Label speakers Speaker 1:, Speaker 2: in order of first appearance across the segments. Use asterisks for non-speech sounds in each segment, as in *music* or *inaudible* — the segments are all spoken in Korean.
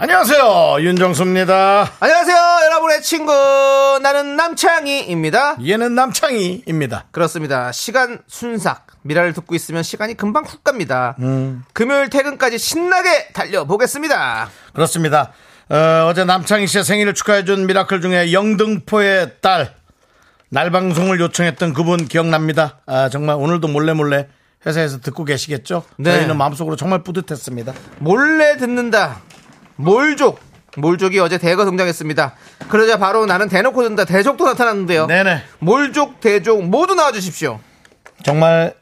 Speaker 1: 안녕하세요 윤정수입니다
Speaker 2: 안녕하세요, 여러분의 친구. 나는 남창희입니다.
Speaker 1: 얘는 남창희입니다
Speaker 2: 그렇습니다. 시간 순삭. 미라를 듣고 있으면 시간이 금방 훅 갑니다.
Speaker 1: 음.
Speaker 2: 금요일 퇴근까지 신나게 달려보겠습니다.
Speaker 1: 그렇습니다 어, 제 남창희 씨의 생일을 축하해준 미라클 중에 영등포의 딸 날방송을 요청했던 그분 기억납니다 아, 정말 오늘도 몰래 몰래 회사에서 듣고 계시겠죠
Speaker 2: 네.
Speaker 1: 저희는 마음속으로 정말 뿌듯했습니다
Speaker 2: 몰래 듣는다. 몰족. 몰족이 어제 대거 등장했습니다. 그러자 바로 나는 대놓고 든다. 대족도 나타났는데요.
Speaker 1: 네네
Speaker 2: 몰족, 대족 모두 나와주십시오.
Speaker 1: 정말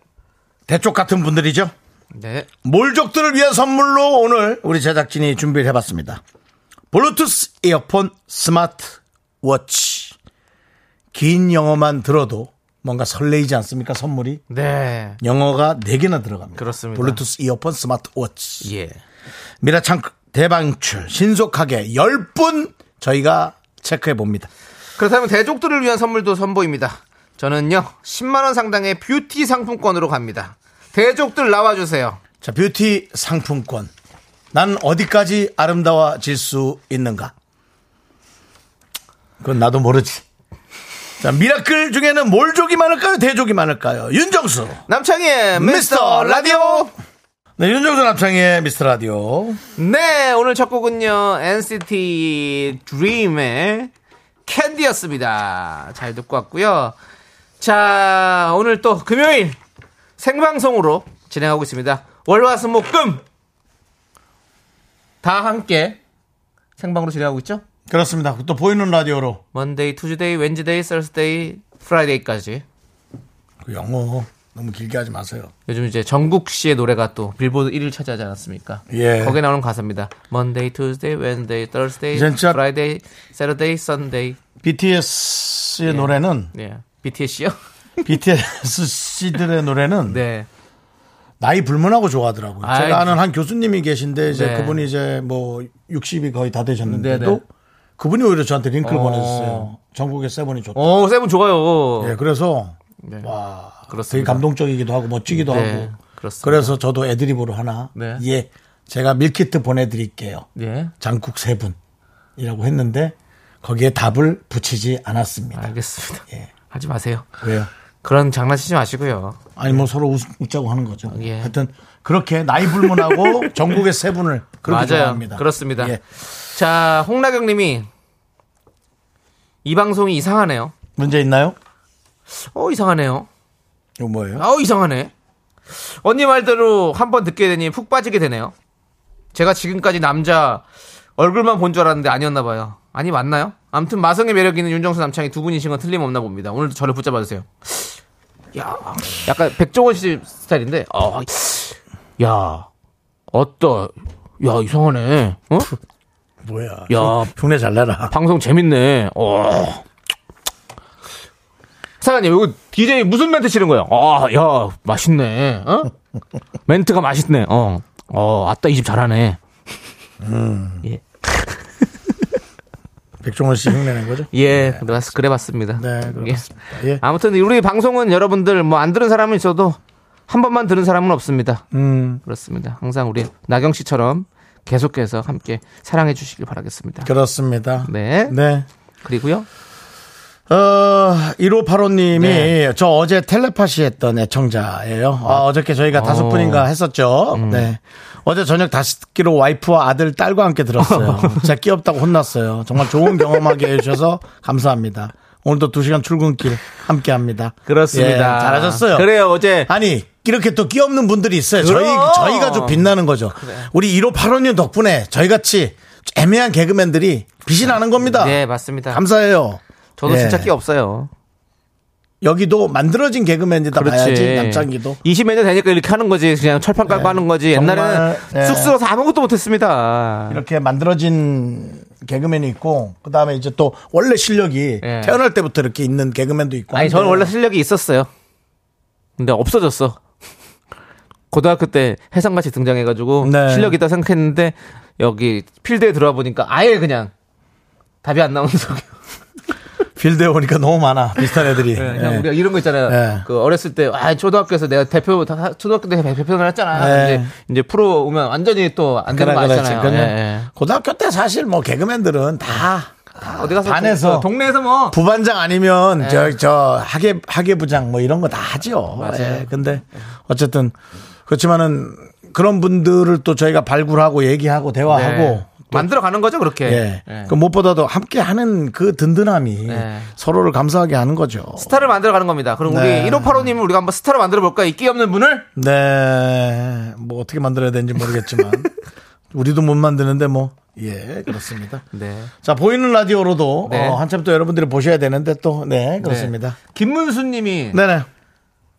Speaker 1: 대쪽 같은 분들이죠
Speaker 2: 네.
Speaker 1: 몰족들을 위한 선물로 오늘 우리 제작진이 준비를 해봤습니다. 블루투스 이어폰 스마트 워치. 긴 영어만 들어도 뭔가 설레이지 않습니까? 선물이.
Speaker 2: 네.
Speaker 1: 영어가 4개나 들어갑니다.
Speaker 2: 그렇습니다.
Speaker 1: 블루투스 이어폰 스마트 워치.
Speaker 2: 예.
Speaker 1: 미라창 대방출 신속하게 10분 저희가 체크해 봅니다.
Speaker 2: 그렇다면 대족들을 위한 선물도 선보입니다. 저는요, 10만원 상당의 뷰티 상품권으로 갑니다. 대족들 나와주세요.
Speaker 1: 자, 뷰티 상품권. 난 어디까지 아름다워질 수 있는가? 그건 나도 모르지. 자, 미라클 중에는 몰족이 많을까요? 대족이 많을까요? 윤정수.
Speaker 2: 남창희의
Speaker 1: 미스터
Speaker 2: 미스터 라디오!
Speaker 1: 네, 윤정수 남창의 미스터 라디오.
Speaker 2: 네, 오늘 첫 곡은요, NCT DREAM의 캔디였습니다. 잘 듣고 왔고요. 자, 오늘 또 금요일 생방송으로 진행하고 있습니다. 월화수목금! 다 함께 생방으로 진행하고 있죠?
Speaker 1: 그렇습니다. 또 보이는 라디오로.
Speaker 2: 먼데이, 투즈데이, 웬즈데이, 썰스데이, 프라이데이까지.
Speaker 1: 그 영어 너무 길게 하지 마세요.
Speaker 2: 요즘 이제 정국 씨의 노래가 또 빌보드 1위를 차지하지 않았습니까?
Speaker 1: 예.
Speaker 2: 거기에 나오는 가사입니다. Monday, Tuesday, Wednesday, Thursday,
Speaker 1: 이젠 진짜-
Speaker 2: Friday, Saturday, Sunday.
Speaker 1: BTS의 노래는,
Speaker 2: 예. BTS요? *laughs*
Speaker 1: BTS 씨들의 노래는
Speaker 2: 네.
Speaker 1: 나이 불문하고 좋아하더라고요.
Speaker 2: 아이, 그-
Speaker 1: 제가 아는 한 교수님이 계신데 이제
Speaker 2: 네.
Speaker 1: 그분이 이제 뭐 60이 거의 다 되셨는데도
Speaker 2: 네네.
Speaker 1: 그분이 오히려 저한테 링크를
Speaker 2: 어.
Speaker 1: 보내줬어요. 전국의 세븐이 좋다.
Speaker 2: 오, 세븐 어, 좋아요.
Speaker 1: 예, 그래서
Speaker 2: 네.
Speaker 1: 와 되게
Speaker 2: 그렇습니다.
Speaker 1: 감동적이기도 하고 멋지기도
Speaker 2: 네,
Speaker 1: 하고
Speaker 2: 그렇습니다.
Speaker 1: 그래서 저도 애드립으로 하나
Speaker 2: 네.
Speaker 1: 예 제가 밀키트 보내드릴게요.
Speaker 2: 예.
Speaker 1: 장국 세 분이라고 했는데 거기에 답을 붙이지 않았습니다.
Speaker 2: 알겠습니다.
Speaker 1: 예.
Speaker 2: 하지 마세요.
Speaker 1: 왜요?
Speaker 2: 그런 장난치지 마시고요.
Speaker 1: 아니 뭐 서로 웃, 웃자고 하는 거죠.
Speaker 2: 예.
Speaker 1: 하여튼 그렇게 나이
Speaker 2: *laughs*
Speaker 1: 불문하고 전국의 세 분을 그렇게
Speaker 2: 맞아요.
Speaker 1: 좋아합니다.
Speaker 2: 그렇습니다.
Speaker 1: 예.
Speaker 2: 자, 홍나경 님이 이 방송이 이상하네요.
Speaker 1: 문제 있나요?
Speaker 2: 어, 이상하네요.
Speaker 1: 이거 뭐예요?
Speaker 2: 아우 이상하네. 언니 말대로 한 번 듣게 되니 푹 빠지게 되네요. 제가 지금까지 남자 얼굴만 본 줄 알았는데 아니었나 봐요. 아니 맞나요? 아무튼 마성의 매력 있는 윤정수 남창이 두 분이신 건 틀림없나 봅니다. 오늘도 저를 붙잡아 주세요. 야, 약간 백종원 씨 스타일인데. 어, 야, 어떠? 야 이상하네. 어?
Speaker 1: 뭐야?
Speaker 2: 야.
Speaker 1: 흉내 잘 내라.
Speaker 2: 방송 재밌네. 어. 사장님, 이거 DJ 무슨 멘트 치는 거예요? 아, 야, 맛있네. 어? 멘트가 맛있네. 어. 어, 아따, 이 집 잘하네.
Speaker 1: 음.
Speaker 2: 예.
Speaker 1: 백종원 씨 흉내낸
Speaker 2: *laughs*
Speaker 1: 거죠?
Speaker 2: 예, 그래, 그래 봤습니다.
Speaker 1: 네, 그렇습니다. 예.
Speaker 2: 아무튼, 우리 방송은 여러분들, 뭐, 안 들은 사람은 있어도, 한 번만 들은 사람은 없습니다.
Speaker 1: 음,
Speaker 2: 그렇습니다. 항상 우리 나경 씨처럼 계속해서 함께 사랑해 주시길 바라겠습니다.
Speaker 1: 그렇습니다.
Speaker 2: 네.
Speaker 1: 네.
Speaker 2: 그리고요.
Speaker 1: 어, 1585님이
Speaker 2: 네.
Speaker 1: 저 어제 텔레파시 했던 애청자예요. 아, 어저께 저희가 다섯 분인가 했었죠.
Speaker 2: 음.
Speaker 1: 네. 어제 저녁 다시 듣기로 와이프와 아들, 딸과 함께
Speaker 2: *laughs*
Speaker 1: 들었어요. 제가 끼없다고 혼났어요. 정말 좋은 경험하게 해주셔서 감사합니다. 오늘도 두 시간 출근길 함께 합니다. 예, 잘하셨어요.
Speaker 2: 그래요, 어제.
Speaker 1: 아니 이렇게 또 끼없는 분들이 있어요. 저희
Speaker 2: 그럼.
Speaker 1: 저희가 좀 빛나는 거죠. 우리 1호 8호님 덕분에 저희 같이 애매한 개그맨들이 빛이 나는 겁니다.
Speaker 2: 네, 맞습니다.
Speaker 1: 감사해요.
Speaker 2: 저도
Speaker 1: 예.
Speaker 2: 진짜 끼 없어요.
Speaker 1: 여기도 만들어진 개그맨이다 봐야지 남창기도 네.
Speaker 2: 20몇 년 되니까 이렇게 하는 거지. 그냥 철판 깔고 하는 거지. 옛날에는
Speaker 1: 정말, 예.
Speaker 2: 쑥스러워서 아무것도 못했습니다.
Speaker 1: 이렇게 만들어진 개그맨이 있고 그다음에 이제 또 원래 실력이
Speaker 2: 예.
Speaker 1: 태어날 때부터 이렇게 있는 개그맨도 있고
Speaker 2: 아니
Speaker 1: 한데
Speaker 2: 저는 원래 실력이 있었어요. 근데 없어졌어. 고등학교 때 해상같이 등장해가지고
Speaker 1: 네.
Speaker 2: 실력 있다 생각했는데 여기 필드에 들어와 보니까 아예 그냥 답이 안 나오는 속이.
Speaker 1: 필드에 오니까 너무 많아 비슷한
Speaker 2: *laughs*
Speaker 1: 애들이
Speaker 2: 그냥
Speaker 1: 예.
Speaker 2: 우리가 이런 거 있잖아요.
Speaker 1: 예.
Speaker 2: 그 어렸을 때 아, 초등학교에서 내가 대표 다- 초등학교 때 대표를 했잖아.
Speaker 1: 예.
Speaker 2: 이제 이제 프로 오면 완전히 또 안
Speaker 1: 그래
Speaker 2: 되는 거
Speaker 1: 그래
Speaker 2: 아잖아요. 예,
Speaker 1: 지금 고등학교 때 사실 뭐 개그맨들은 다
Speaker 2: 예. 어디 가서
Speaker 1: 반에서
Speaker 2: 동- 동네에서 뭐
Speaker 1: 부반장 아니면
Speaker 2: 예.
Speaker 1: 저 저 하계 하계부장 뭐 이런 거 다 하죠.
Speaker 2: 맞아요.
Speaker 1: 예, 근데 어쨌든 그렇지만은 그런 분들을 또 저희가 발굴하고 얘기하고 대화하고
Speaker 2: 네. 만들어 가는 거죠 그렇게.
Speaker 1: 예.
Speaker 2: 예.
Speaker 1: 그 무엇보다도 함께 하는 그 든든함이
Speaker 2: 예.
Speaker 1: 서로를 감사하게 하는 거죠.
Speaker 2: 스타를 만들어 가는 겁니다. 그럼
Speaker 1: 네.
Speaker 2: 우리 1585님을 우리가 한번 스타로 만들어 볼까? 이 끼 없는 분을
Speaker 1: 네. 뭐 어떻게 만들어야 되는지
Speaker 2: *laughs*
Speaker 1: 모르겠지만 우리도 못 만드는데 뭐 예, 그렇습니다.
Speaker 2: 네.
Speaker 1: 자, 보이는 라디오로도
Speaker 2: 네.
Speaker 1: 어, 한참 또 여러분들이 보셔야 되는데 또 네, 그렇습니다.
Speaker 2: 김문수 님이
Speaker 1: 네, 네.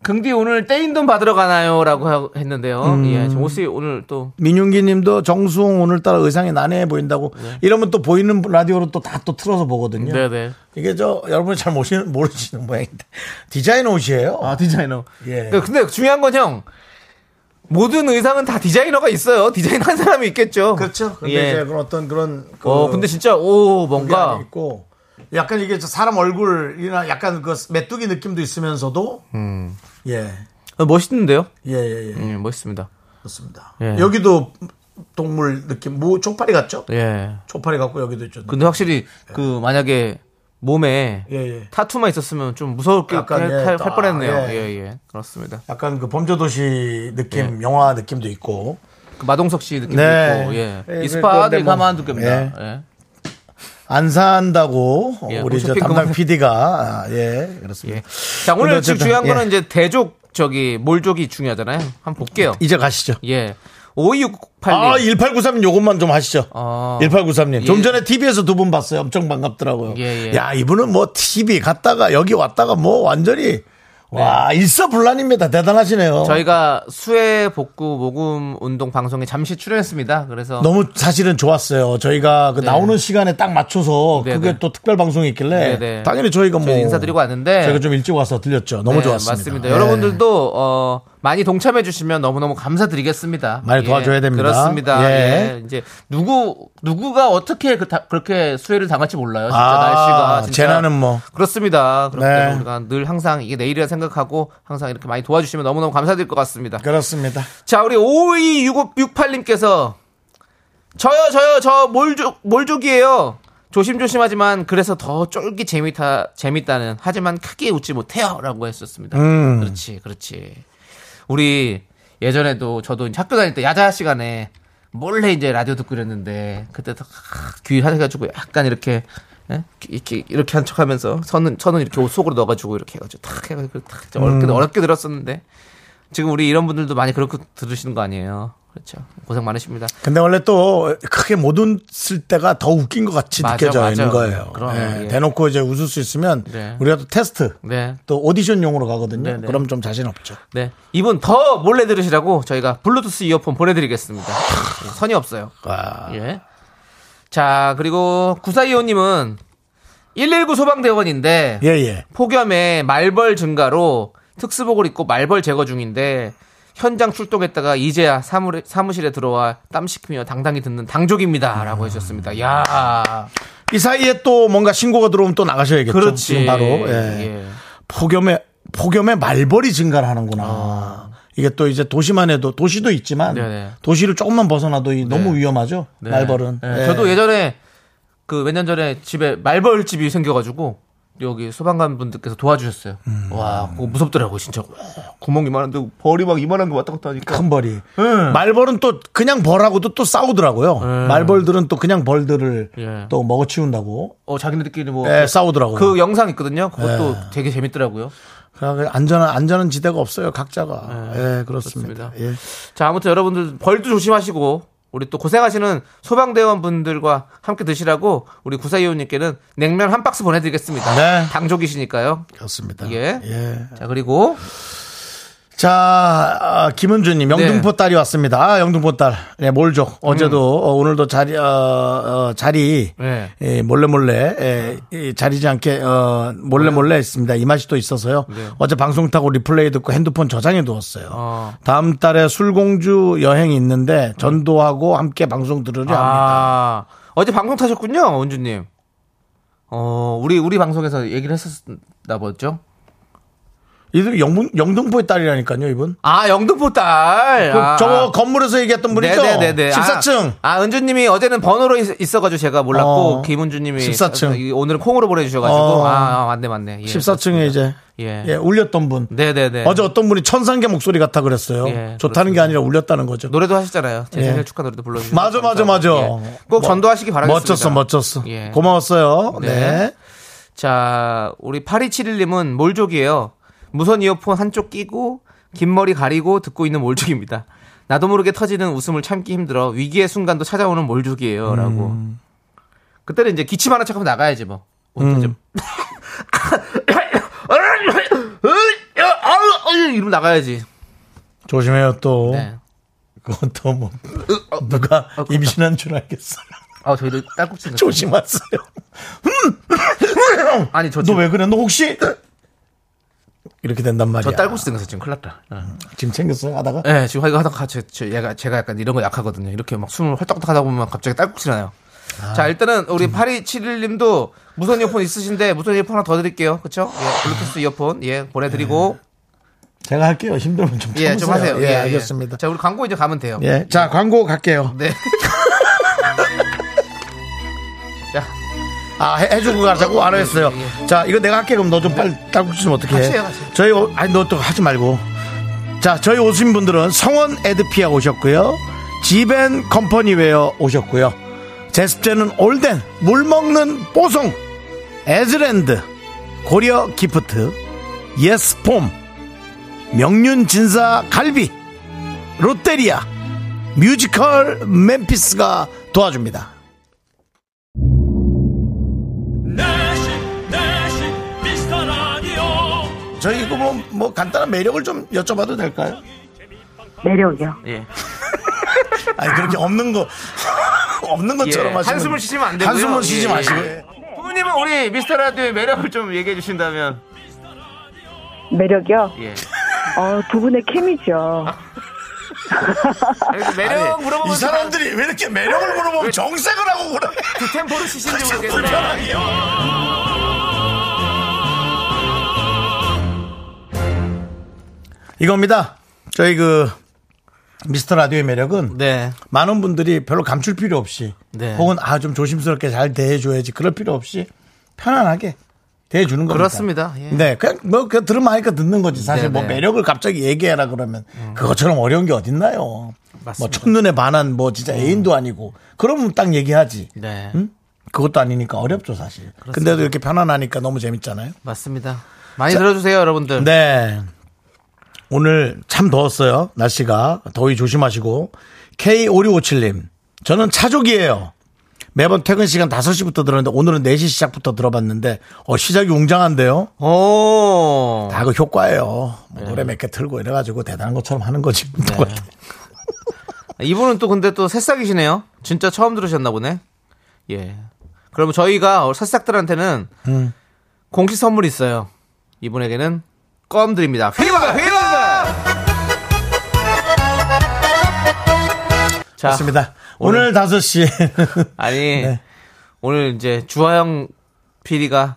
Speaker 2: 긍디 오늘 떼인 돈 받으러 가나요? 라고 하- 했는데요.
Speaker 1: 음.
Speaker 2: 예, 저 옷이 오늘 또
Speaker 1: 민윤기 님도 정수홍 오늘따라 의상이 난해해 보인다고 이러면 또 보이는 라디오로 또 다 또 틀어서 보거든요.
Speaker 2: 네. 네네.
Speaker 1: 이게 저 여러분이 잘 모르시는, 모르시는 모양인데 디자인 옷이에요.
Speaker 2: 아, 디자이너.
Speaker 1: 예.
Speaker 2: 근데 중요한 건 형. 모든 의상은 다 디자이너가 있어요. 디자인 한 사람이 있겠죠.
Speaker 1: 그렇죠. 근데
Speaker 2: 예.
Speaker 1: 이제 그런 어떤 그런 그
Speaker 2: 어, 근데 진짜 오,
Speaker 1: 그게 아니
Speaker 2: 뭔가
Speaker 1: 있고 약간 이게 저 사람 얼굴이나 약간 그 메뚜기 느낌도 있으면서도
Speaker 2: 음.
Speaker 1: 예.
Speaker 2: 어, 멋있는데요?
Speaker 1: 예, 예, 예.
Speaker 2: 예, 멋있습니다.
Speaker 1: 그렇습니다.
Speaker 2: 예.
Speaker 1: 여기도 동물 느낌 뭐 쪽파리 같죠?
Speaker 2: 예.
Speaker 1: 쪽파리 같고 여기도 있죠.
Speaker 2: 근데 확실히 그 만약에 몸에
Speaker 1: 예, 예.
Speaker 2: 타투만 있었으면 좀 무서울 게
Speaker 1: 약간,
Speaker 2: 할,
Speaker 1: 예,
Speaker 2: 할,
Speaker 1: 딱,
Speaker 2: 할 뻔했네요.
Speaker 1: 예.
Speaker 2: 예, 예. 그렇습니다.
Speaker 1: 약간 그 범죄도시
Speaker 2: 예.
Speaker 1: 느낌, 영화 느낌도 있고.
Speaker 2: 그 마동석 씨 느낌도
Speaker 1: 네.
Speaker 2: 있고, 예.
Speaker 1: 예, 그런데
Speaker 2: 이스파드
Speaker 1: 뭐,
Speaker 2: 가만 두겁니다.
Speaker 1: 예.
Speaker 2: 예.
Speaker 1: 안 산다고
Speaker 2: 예,
Speaker 1: 우리 저
Speaker 2: 쇼핑
Speaker 1: 담당
Speaker 2: 그만-
Speaker 1: PD가 예, 그렇습니다.
Speaker 2: 예. 자, 오늘
Speaker 1: 근데 어쨌든,
Speaker 2: 지금 중요한
Speaker 1: 예.
Speaker 2: 거는 이제 대족, 저기, 몰족이 중요하잖아요. 한번 볼게요.
Speaker 1: 이제 가시죠.
Speaker 2: 예. 5268님.
Speaker 1: 아, 1893님 요것만 좀 하시죠.
Speaker 2: 아.
Speaker 1: 1893님. 좀
Speaker 2: 예.
Speaker 1: 전에 TV에서 두 분 봤어요. 엄청 반갑더라고요.
Speaker 2: 예, 예.
Speaker 1: 야, 이분은 뭐 TV 갔다가 여기 왔다가 뭐 완전히 와, 일사불란입니다. 대단하시네요.
Speaker 2: 네. 저희가 수해 복구 모금 운동 방송에 잠시 출연했습니다. 그래서
Speaker 1: 너무 사실은 좋았어요. 저희가 그 나오는 시간에 딱 맞춰서
Speaker 2: 네,
Speaker 1: 그게
Speaker 2: 네.
Speaker 1: 또 특별 방송이 있길래
Speaker 2: 네, 네.
Speaker 1: 당연히 저희가 뭐
Speaker 2: 저희 인사드리고 왔는데
Speaker 1: 저희가 좀 일찍 와서 들렸죠. 너무
Speaker 2: 네,
Speaker 1: 좋았습니다.
Speaker 2: 맞습니다.
Speaker 1: 예.
Speaker 2: 여러분들도 어, 많이 동참해 주시면 너무너무 감사드리겠습니다.
Speaker 1: 많이 도와줘야 됩니다.
Speaker 2: 그렇습니다.
Speaker 1: 예.
Speaker 2: 예. 이제 누구 누구가 어떻게 그, 렇게 수혜를 당할지 몰라요. 진짜
Speaker 1: 아,
Speaker 2: 날씨가 진짜.
Speaker 1: 재난은 뭐.
Speaker 2: 그렇습니다. 그렇기
Speaker 1: 네.
Speaker 2: 때문에 우리가 늘 항상 이게 내일이라 생각하고 항상 이렇게 많이 도와주시면 너무너무 감사드릴 것 같습니다.
Speaker 1: 그렇습니다.
Speaker 2: 자, 우리 526568님께서 저요, 저요, 저 몰족, 몰족이에요. 조심조심하지만 그래서 더 쫄기 재밌다, 재밌다는 하지만 크게 웃지 못해요. 라고 했었습니다. 그렇지, 그렇지. 우리 예전에도 저도 이제 학교 다닐 때 야자 시간에 몰래 이제 라디오 듣고 이랬는데 그때 딱귀 해가지고 약간 이렇게 예? 이렇게 이렇게 한 척하면서 선은 선은 이렇게 옷 속으로 넣어가지고 이렇게 해가지고 탁 해가지고 탁 진짜 어렵게 어렵게 들었었는데 지금 우리 이런 분들도 많이 그렇게 들으시는 거 아니에요? 그렇죠. 고생 많으십니다.
Speaker 1: 근데 원래 또 크게 못 웃을 때가 더 웃긴 것 같이
Speaker 2: 맞아,
Speaker 1: 느껴지는
Speaker 2: 맞아.
Speaker 1: 거예요.
Speaker 2: 그럼,
Speaker 1: 예,
Speaker 2: 예.
Speaker 1: 대놓고 이제 웃을 수 있으면
Speaker 2: 네.
Speaker 1: 우리가 또 테스트
Speaker 2: 네.
Speaker 1: 또 오디션용으로 가거든요.
Speaker 2: 네, 네.
Speaker 1: 그럼 좀 자신 없죠.
Speaker 2: 네. 이분 더 몰래 들으시라고 저희가 블루투스 이어폰 보내드리겠습니다. 예, 선이 없어요.
Speaker 1: 와.
Speaker 2: 예. 자, 그리고 구사이오님은 119 소방대원인데
Speaker 1: 예, 예.
Speaker 2: 폭염에 말벌 증가로 특수복을 입고 말벌 제거 중인데 현장 출동했다가 이제야 사무, 사무실에 들어와 땀 식히며 당당히 듣는 당족입니다라고 해주셨습니다. 야,
Speaker 1: 이 사이에 또 뭔가 신고가 들어오면 또 나가셔야겠죠.
Speaker 2: 그렇지.
Speaker 1: 지금 바로. 예.
Speaker 2: 예.
Speaker 1: 폭염에 폭염에 말벌이 증가를 하는구나. 이게 또 이제 도시만 해도 도시도 있지만
Speaker 2: 아. 네네.
Speaker 1: 도시를 조금만 벗어나도 이 너무 위험하죠.
Speaker 2: 네.
Speaker 1: 말벌은.
Speaker 2: 네.
Speaker 1: 예.
Speaker 2: 저도 예전에 그 몇 년 전에 집에 말벌 집이 생겨가지고 여기 소방관 분들께서 도와주셨어요.
Speaker 1: 음.
Speaker 2: 와, 그거 무섭더라고 진짜. 와, 구멍 이만한데 벌이 막 이만한 게 왔다 갔다 하니까.
Speaker 1: 큰 벌이. 예. 말벌은 또 그냥 벌하고도 또 싸우더라고요. 말벌들은 또 그냥 벌들을
Speaker 2: 예.
Speaker 1: 또 먹어치운다고
Speaker 2: 어, 자기네들끼리 뭐.
Speaker 1: 예, 싸우더라고요.
Speaker 2: 그 영상 있거든요. 그것도
Speaker 1: 네.
Speaker 2: 되게 재밌더라고요.
Speaker 1: 그냥 안전한 안전한 지대가 없어요. 각자가. 예, 그렇습니다.
Speaker 2: 그렇습니다.
Speaker 1: 예.
Speaker 2: 자, 아무튼 여러분들 벌도 조심하시고 우리 또 고생하시는 소방대원 분들과 함께 드시라고 우리 구사이원님께는 냉면 한 박스 보내드리겠습니다.
Speaker 1: 네. 예.
Speaker 2: 당족이시니까요.
Speaker 1: 그렇습니다.
Speaker 2: 예.
Speaker 1: 예.
Speaker 2: 자, 그리고
Speaker 1: 자, 아, 김은주님, 영등포 딸이 왔습니다. 아, 영등포 딸. 네, 몰족. 어제도, 어, 오늘도 자리, 어, 어, 자리,
Speaker 2: 네.
Speaker 1: 예, 몰래 몰래, 예, 이 자리지 않게, 어, 몰래 몰래 했습니다. 이 맛이 또 있어서요. 어제 방송 타고 리플레이 듣고 핸드폰 저장해 두었어요.
Speaker 2: 어.
Speaker 1: 다음 달에 술공주 여행이 있는데 전도하고 함께 방송 들으려 합니다.
Speaker 2: 아, 어제 방송 타셨군요, 원주님. 어, 우리, 우리 방송에서 얘기를 했었나 보죠?
Speaker 1: 이들 영문, 영등포의 딸이라니까요, 이분.
Speaker 2: 아, 영등포 딸.
Speaker 1: 그
Speaker 2: 아,
Speaker 1: 저거 건물에서 얘기했던 분이죠?
Speaker 2: 네네네네.
Speaker 1: 14층.
Speaker 2: 아, 아, 은주님이 어제는 번호로 있, 어가지고 제가 몰랐고,
Speaker 1: 어.
Speaker 2: 김은주님이
Speaker 1: 14층.
Speaker 2: 이- 오늘은 콩으로 보내주셔가지고,
Speaker 1: 어.
Speaker 2: 아, 아, 맞네, 맞네. 예.
Speaker 1: 14층에 이제
Speaker 2: 예.
Speaker 1: 예, 울렸던 분.
Speaker 2: 네네네.
Speaker 1: 어제 어떤 분이 천상계 목소리 같아 그랬어요.
Speaker 2: 예,
Speaker 1: 좋다는 게 아니라 울렸다는 거죠.
Speaker 2: 노래도 하셨잖아요. 제
Speaker 1: 예.
Speaker 2: 생일 축하 노래도 불러주시고. 예.
Speaker 1: 맞아, 맞아, 맞아.
Speaker 2: 꼭
Speaker 1: 뭐-
Speaker 2: 전도하시기 바라겠습니다.
Speaker 1: 멋졌어, 멋졌어.
Speaker 2: 예.
Speaker 1: 고마웠어요.
Speaker 2: 네.
Speaker 1: 네.
Speaker 2: 자, 우리 8271님은 몰족이에요. 무선 이어폰 한쪽 끼고, 긴 머리 가리고 듣고 있는 몰족입니다. 나도 모르게 터지는 웃음을 참기 힘들어 위기의 순간도 찾아오는 몰족이에요. 라고.
Speaker 1: 음.
Speaker 2: 그때는 이제 기침 하나 착하면 나가야지 뭐. 옷도
Speaker 1: 음.
Speaker 2: *laughs* 좀. 이러면 나가야지.
Speaker 1: 조심해요, 또.
Speaker 2: 네. 어.
Speaker 1: 그것도 뭐, 누가 임신한 줄 알겠어요. *laughs*
Speaker 2: 아, 저희도 딸꾹질.
Speaker 1: 조심하세요.
Speaker 2: 아니, 저
Speaker 1: 너
Speaker 2: 지금
Speaker 1: 왜 그래? 너 혹시? 이렇게 된단 말이야.
Speaker 2: 저 딸꾹질 나서 지금 큰일 났다. 예.
Speaker 1: 지금 챙겼어요, 하다가?
Speaker 2: 네, 지금 이거 하다가 제, 제, 얘가, 제가 약간 이런 거 약하거든요. 이렇게 막 숨을 헐떡헐떡 하다 보면 갑자기 딸꾹질 나요.
Speaker 1: 아.
Speaker 2: 자, 일단은 우리 8271님도 무선 이어폰 있으신데 무선 이어폰 하나 더 드릴게요. 그쵸? 예, 블루투스 이어폰, 예, 보내드리고.
Speaker 1: 제가 할게요. 힘들면 좀 참으세요.
Speaker 2: 예, 좀 하세요.
Speaker 1: 예, 알겠습니다.
Speaker 2: 자, 우리 광고 이제 가면 돼요.
Speaker 1: 예, 자, 광고 갈게요.
Speaker 2: 네. *laughs* 자,
Speaker 1: 아, 해, 주고 가자고 안 했어요.
Speaker 2: 예,
Speaker 1: 자, 이거 내가 할게. 그럼 너 좀 빨리 딸꾹질 좀 어떻게
Speaker 2: 같이
Speaker 1: 해?
Speaker 2: 해요, 같이.
Speaker 1: 저희, 오- 아니, 너 또 하지 말고. 자, 저희 오신 분들은 성원 에드피아 오셨고요. 지벤 컴퍼니웨어 오셨고요. 제습제는 올덴, 물 먹는 뽀송, 에즈랜드, 고려 기프트, 예스폼, 명륜 진사 갈비, 롯데리아, 뮤지컬 멤피스가 도와줍니다.
Speaker 3: 내시 내시 미스터 라디오
Speaker 1: 저희 이거 뭐, 뭐 간단한 매력을 좀 여쭤봐도 될까요?
Speaker 4: 매력이요.
Speaker 2: 예.
Speaker 1: 아니 그렇게 없는 거 *laughs* 없는 것처럼
Speaker 2: 예,
Speaker 1: 하시면
Speaker 2: 한숨을 쉬시면 안 되고요.
Speaker 1: 한숨을 쉬지
Speaker 2: 예,
Speaker 1: 마시고
Speaker 2: 예. 부모님은 우리 미스터 라디오의 매력을 좀 얘기해 주신다면.
Speaker 4: 매력이요?
Speaker 2: 예.
Speaker 4: 어, 두 분의 케미죠.
Speaker 2: 아니, 그 매력 물어보면
Speaker 1: 이 사람들이 왜 이렇게 매력을 물어보면 정색을 하고 그래?
Speaker 2: 두 템포를
Speaker 1: *laughs*
Speaker 2: 치신지 모르겠네.
Speaker 1: 불편하게. 이겁니다. 저희 그 미스터 라디오의 매력은
Speaker 2: 네.
Speaker 1: 많은 분들이 별로 감출 필요 없이
Speaker 2: 네.
Speaker 1: 혹은 아 좀 조심스럽게 잘 대해줘야지 그럴 필요 없이 편안하게 대해주는 겁니다.
Speaker 2: 그렇습니다. 예.
Speaker 1: 네, 그냥 뭐 그냥 들으면 하니까 듣는 거지 사실
Speaker 2: 네,
Speaker 1: 뭐
Speaker 2: 네. 음.
Speaker 1: 매력을 갑자기 얘기해라 그러면 그것처럼 어려운 게 어딨나요? 뭐
Speaker 2: 맞습니다. 음.
Speaker 1: 첫눈에 반한 뭐 진짜 애인도 아니고 그러면 딱 얘기하지.
Speaker 2: 네.
Speaker 1: 응? 그것도 아니니까 어렵죠 사실. 근데도 이렇게 편안하니까 너무 재밌잖아요.
Speaker 2: 맞습니다. 많이 들어주세요, 여러분들.
Speaker 1: 네. 오늘 참 더웠어요. 날씨가. 더위 조심하시고. K5657님. 저는 차족이에요. 매번 퇴근 시간 5시부터 들었는데 오늘은 4시 시작부터 들어봤는데 어 시작이 웅장한데요.
Speaker 2: 오.
Speaker 1: 다 그 효과예요. 뭐 노래 몇 개 틀고 이래 가지고 대단한 것처럼 하는 거지. *laughs* 뭐
Speaker 2: 이분은 또 근데 또 새싹이시네요. 진짜 처음 들으셨나 보네. 예. 그러면 저희가 새싹들한테는
Speaker 1: 음.
Speaker 2: 공식 선물 이 있어요. 이분에게는 껌 드립니다. 휘바 휘바. 자,
Speaker 1: 맞습니다. 네. 오늘 5시. *laughs*
Speaker 2: 아니 오늘 이제 주하영 PD가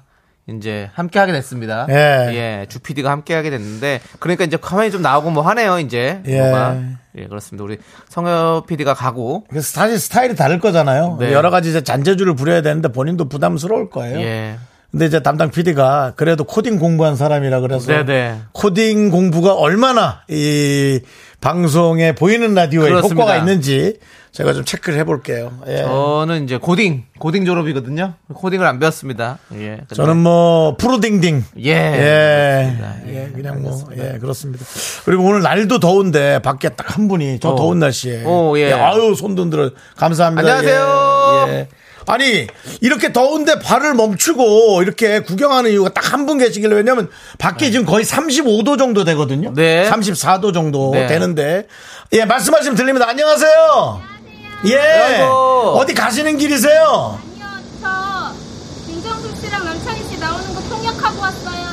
Speaker 2: 이제 함께하게 됐습니다.
Speaker 1: 예.
Speaker 2: 주 PD가 함께하게 됐는데 그러니까 이제 가만히 좀 나오고 뭐 하네요 이제.
Speaker 1: 예.
Speaker 2: 뭐가. 예 그렇습니다. 우리 성혁 PD가 가고
Speaker 1: 그래서 사실 스타일이 다를 거잖아요.
Speaker 2: 네.
Speaker 1: 여러 가지 이제 잔재주를 부려야 되는데 본인도 부담스러울 거예요.
Speaker 2: 예.
Speaker 1: 근데 이제 담당 PD가 그래도 코딩 공부한 사람이라 그래서
Speaker 2: 네네.
Speaker 1: 코딩 공부가 얼마나 이 방송에 보이는 라디오에
Speaker 2: 그렇습니다.
Speaker 1: 효과가 있는지 제가 좀 체크를 해볼게요. 예.
Speaker 2: 저는 이제 고딩 고딩 졸업이거든요. 코딩을 안 배웠습니다. 예. 근데-
Speaker 1: 저는 뭐 프로딩딩.
Speaker 2: 예.
Speaker 1: 예.
Speaker 2: 그렇습니다.
Speaker 1: 예, 그냥 뭐, 예, 그렇습니다. 그리고 오늘 날도 더운데 밖에 딱 한 분이 저
Speaker 2: 어.
Speaker 1: 더운 날씨에.
Speaker 2: 어, 예.
Speaker 1: 아유, 손 흔들어. 감사합니다.
Speaker 2: 안녕하세요.
Speaker 1: 예, 예. 아니 이렇게 더운데 발을 멈추고 이렇게 구경하는 이유가 딱 한 분 계시길래 왜냐면 밖에 지금 거의 35도 정도 되거든요.
Speaker 2: 네.
Speaker 1: 34도 정도
Speaker 2: 네.
Speaker 1: 되는데 예 말씀하시면 들립니다. 안녕하세요. 예
Speaker 2: 아이고.
Speaker 1: 어디 가시는 길이세요?
Speaker 5: 아니요, 저 김정숙 씨랑 남창희 씨 나오는 거 통역하고 왔어요.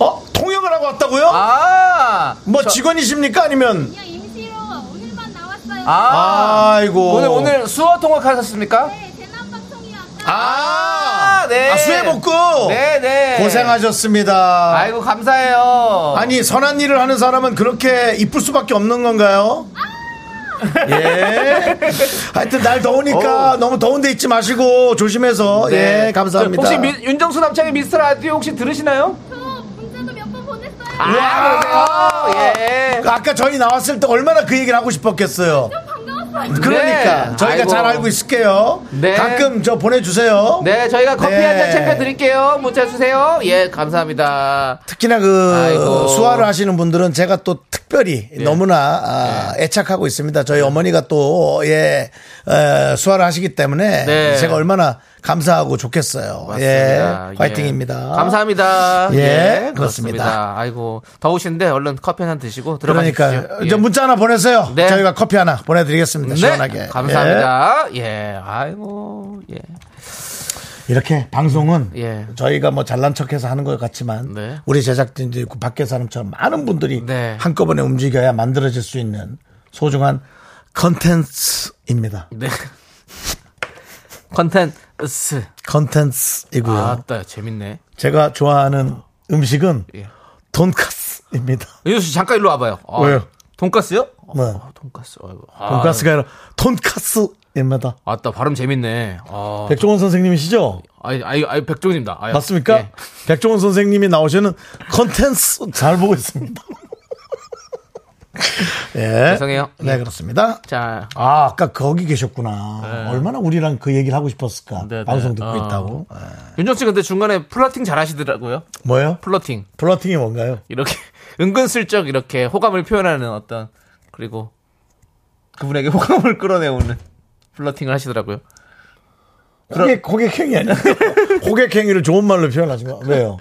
Speaker 1: 어 통역을 하고 왔다고요?
Speaker 2: 아,
Speaker 1: 뭐
Speaker 2: 저-
Speaker 1: 직원이십니까 아니면
Speaker 5: 그냥 임시로 오늘만 나왔어요.
Speaker 2: 아,
Speaker 1: 아이고
Speaker 2: 오늘 오늘 수어 통역 하셨습니까?
Speaker 5: 네, 재난방송이 아까.
Speaker 1: 아,
Speaker 2: 아, 네.
Speaker 1: 아, 수해 복구.
Speaker 2: 네, 네.
Speaker 1: 고생하셨습니다.
Speaker 2: 아이고 감사해요.
Speaker 1: 아니 선한 일을 하는 사람은 그렇게 이쁠 수밖에 없는 건가요?
Speaker 2: 아.
Speaker 1: 예. 하여튼 날 더우니까
Speaker 2: 어.
Speaker 1: 너무 더운데 있지 마시고 조심해서
Speaker 2: 네.
Speaker 1: 예 감사합니다.
Speaker 2: 혹시 미- 윤정수 남창의 미스터 라디오 혹시 들으시나요?
Speaker 5: 저 문자도 몇 번 보냈어요.
Speaker 2: 아, 그러세요. 예.
Speaker 1: 아까 저희 나왔을 때 얼마나 그 얘기를 하고 싶었겠어요.
Speaker 5: 반가웠어요.
Speaker 1: 그러니까
Speaker 2: 네.
Speaker 1: 저희가
Speaker 2: 아이고.
Speaker 1: 잘 알고 있을게요.
Speaker 2: 네.
Speaker 1: 가끔 저 보내주세요.
Speaker 2: 네, 저희가 커피
Speaker 1: 네.
Speaker 2: 한 잔 챙겨 드릴게요. 문자 주세요. 예, 감사합니다.
Speaker 1: 특히나 그
Speaker 2: 아이고. 예.
Speaker 1: 수화를 하시는 분들은 제가 또 특별히 너무나 아, 애착하고 있습니다. 저희 어머니가 또예 수화를 하시기 때문에
Speaker 2: 네.
Speaker 1: 제가 얼마나 감사하고 좋겠어요.
Speaker 2: 맞습니다.
Speaker 1: 예, 화이팅입니다.
Speaker 2: 감사합니다.
Speaker 1: 예, 그렇습니다.
Speaker 2: 아이고, 더우신데 얼른 커피 한 잔 드시고 들어가십시오. 예.
Speaker 1: 그러니까 이제 문자 하나 보내세요.
Speaker 2: 네.
Speaker 1: 저희가 커피 하나 보내드리겠습니다. 시원하게.
Speaker 2: 감사합니다. 예. 아이고, 예.
Speaker 1: 예. 이렇게 방송은
Speaker 2: 예.
Speaker 1: 저희가 뭐 잘난 척해서 하는 것 같지만
Speaker 2: 네.
Speaker 1: 우리 제작진들 있고 밖에 사람처럼 많은 분들이
Speaker 2: 네.
Speaker 1: 한꺼번에 움직여야 만들어질 수 있는 소중한 컨텐츠입니다.
Speaker 2: 네. 컨텐츠.
Speaker 1: 컨텐츠이고요.
Speaker 2: 아따, 재밌네.
Speaker 1: 제가 좋아하는 음식은
Speaker 2: 예.
Speaker 1: 돈까스입니다.
Speaker 2: 윤수 씨, 잠깐 일로 와봐요. 아,
Speaker 1: 왜요?
Speaker 2: 돈까스요?
Speaker 1: 네.
Speaker 2: 아, 돈까스. 아이고. 아,
Speaker 1: 돈까스가 아니라 돈까스입니다.
Speaker 2: 아따, 발음 재밌네. 아,
Speaker 1: 백종원 선생님이시죠?
Speaker 2: 아이, 아이, 아이, 백종입니다. 아이,
Speaker 1: 맞습니까?
Speaker 2: 예.
Speaker 1: 백종원 선생님이 나오시는 컨텐츠 잘 보고 있습니다. *laughs* 예.
Speaker 2: 죄송해요.
Speaker 1: 네, 그렇습니다.
Speaker 2: 자,
Speaker 1: 아, 아까 거기 계셨구나. 얼마나 우리랑 그 얘기를 하고 싶었을까.
Speaker 2: 네, 네.
Speaker 1: 방송 듣고
Speaker 2: 어.
Speaker 1: 있다고. 예.
Speaker 2: 윤정 씨 근데 중간에 플러팅 잘 하시더라고요.
Speaker 1: 뭐예요?
Speaker 2: 플러팅.
Speaker 1: 플러팅이 뭔가요?
Speaker 2: 이렇게 *laughs* 은근슬쩍 이렇게 호감을 표현하는 어떤 그리고 그분에게 *laughs* 호감을 끌어내오는 플러팅을 하시더라고요.
Speaker 1: 고객, 고객행위 아니에요? *laughs* 고객행위를 좋은 말로 표현하신 거. 왜요?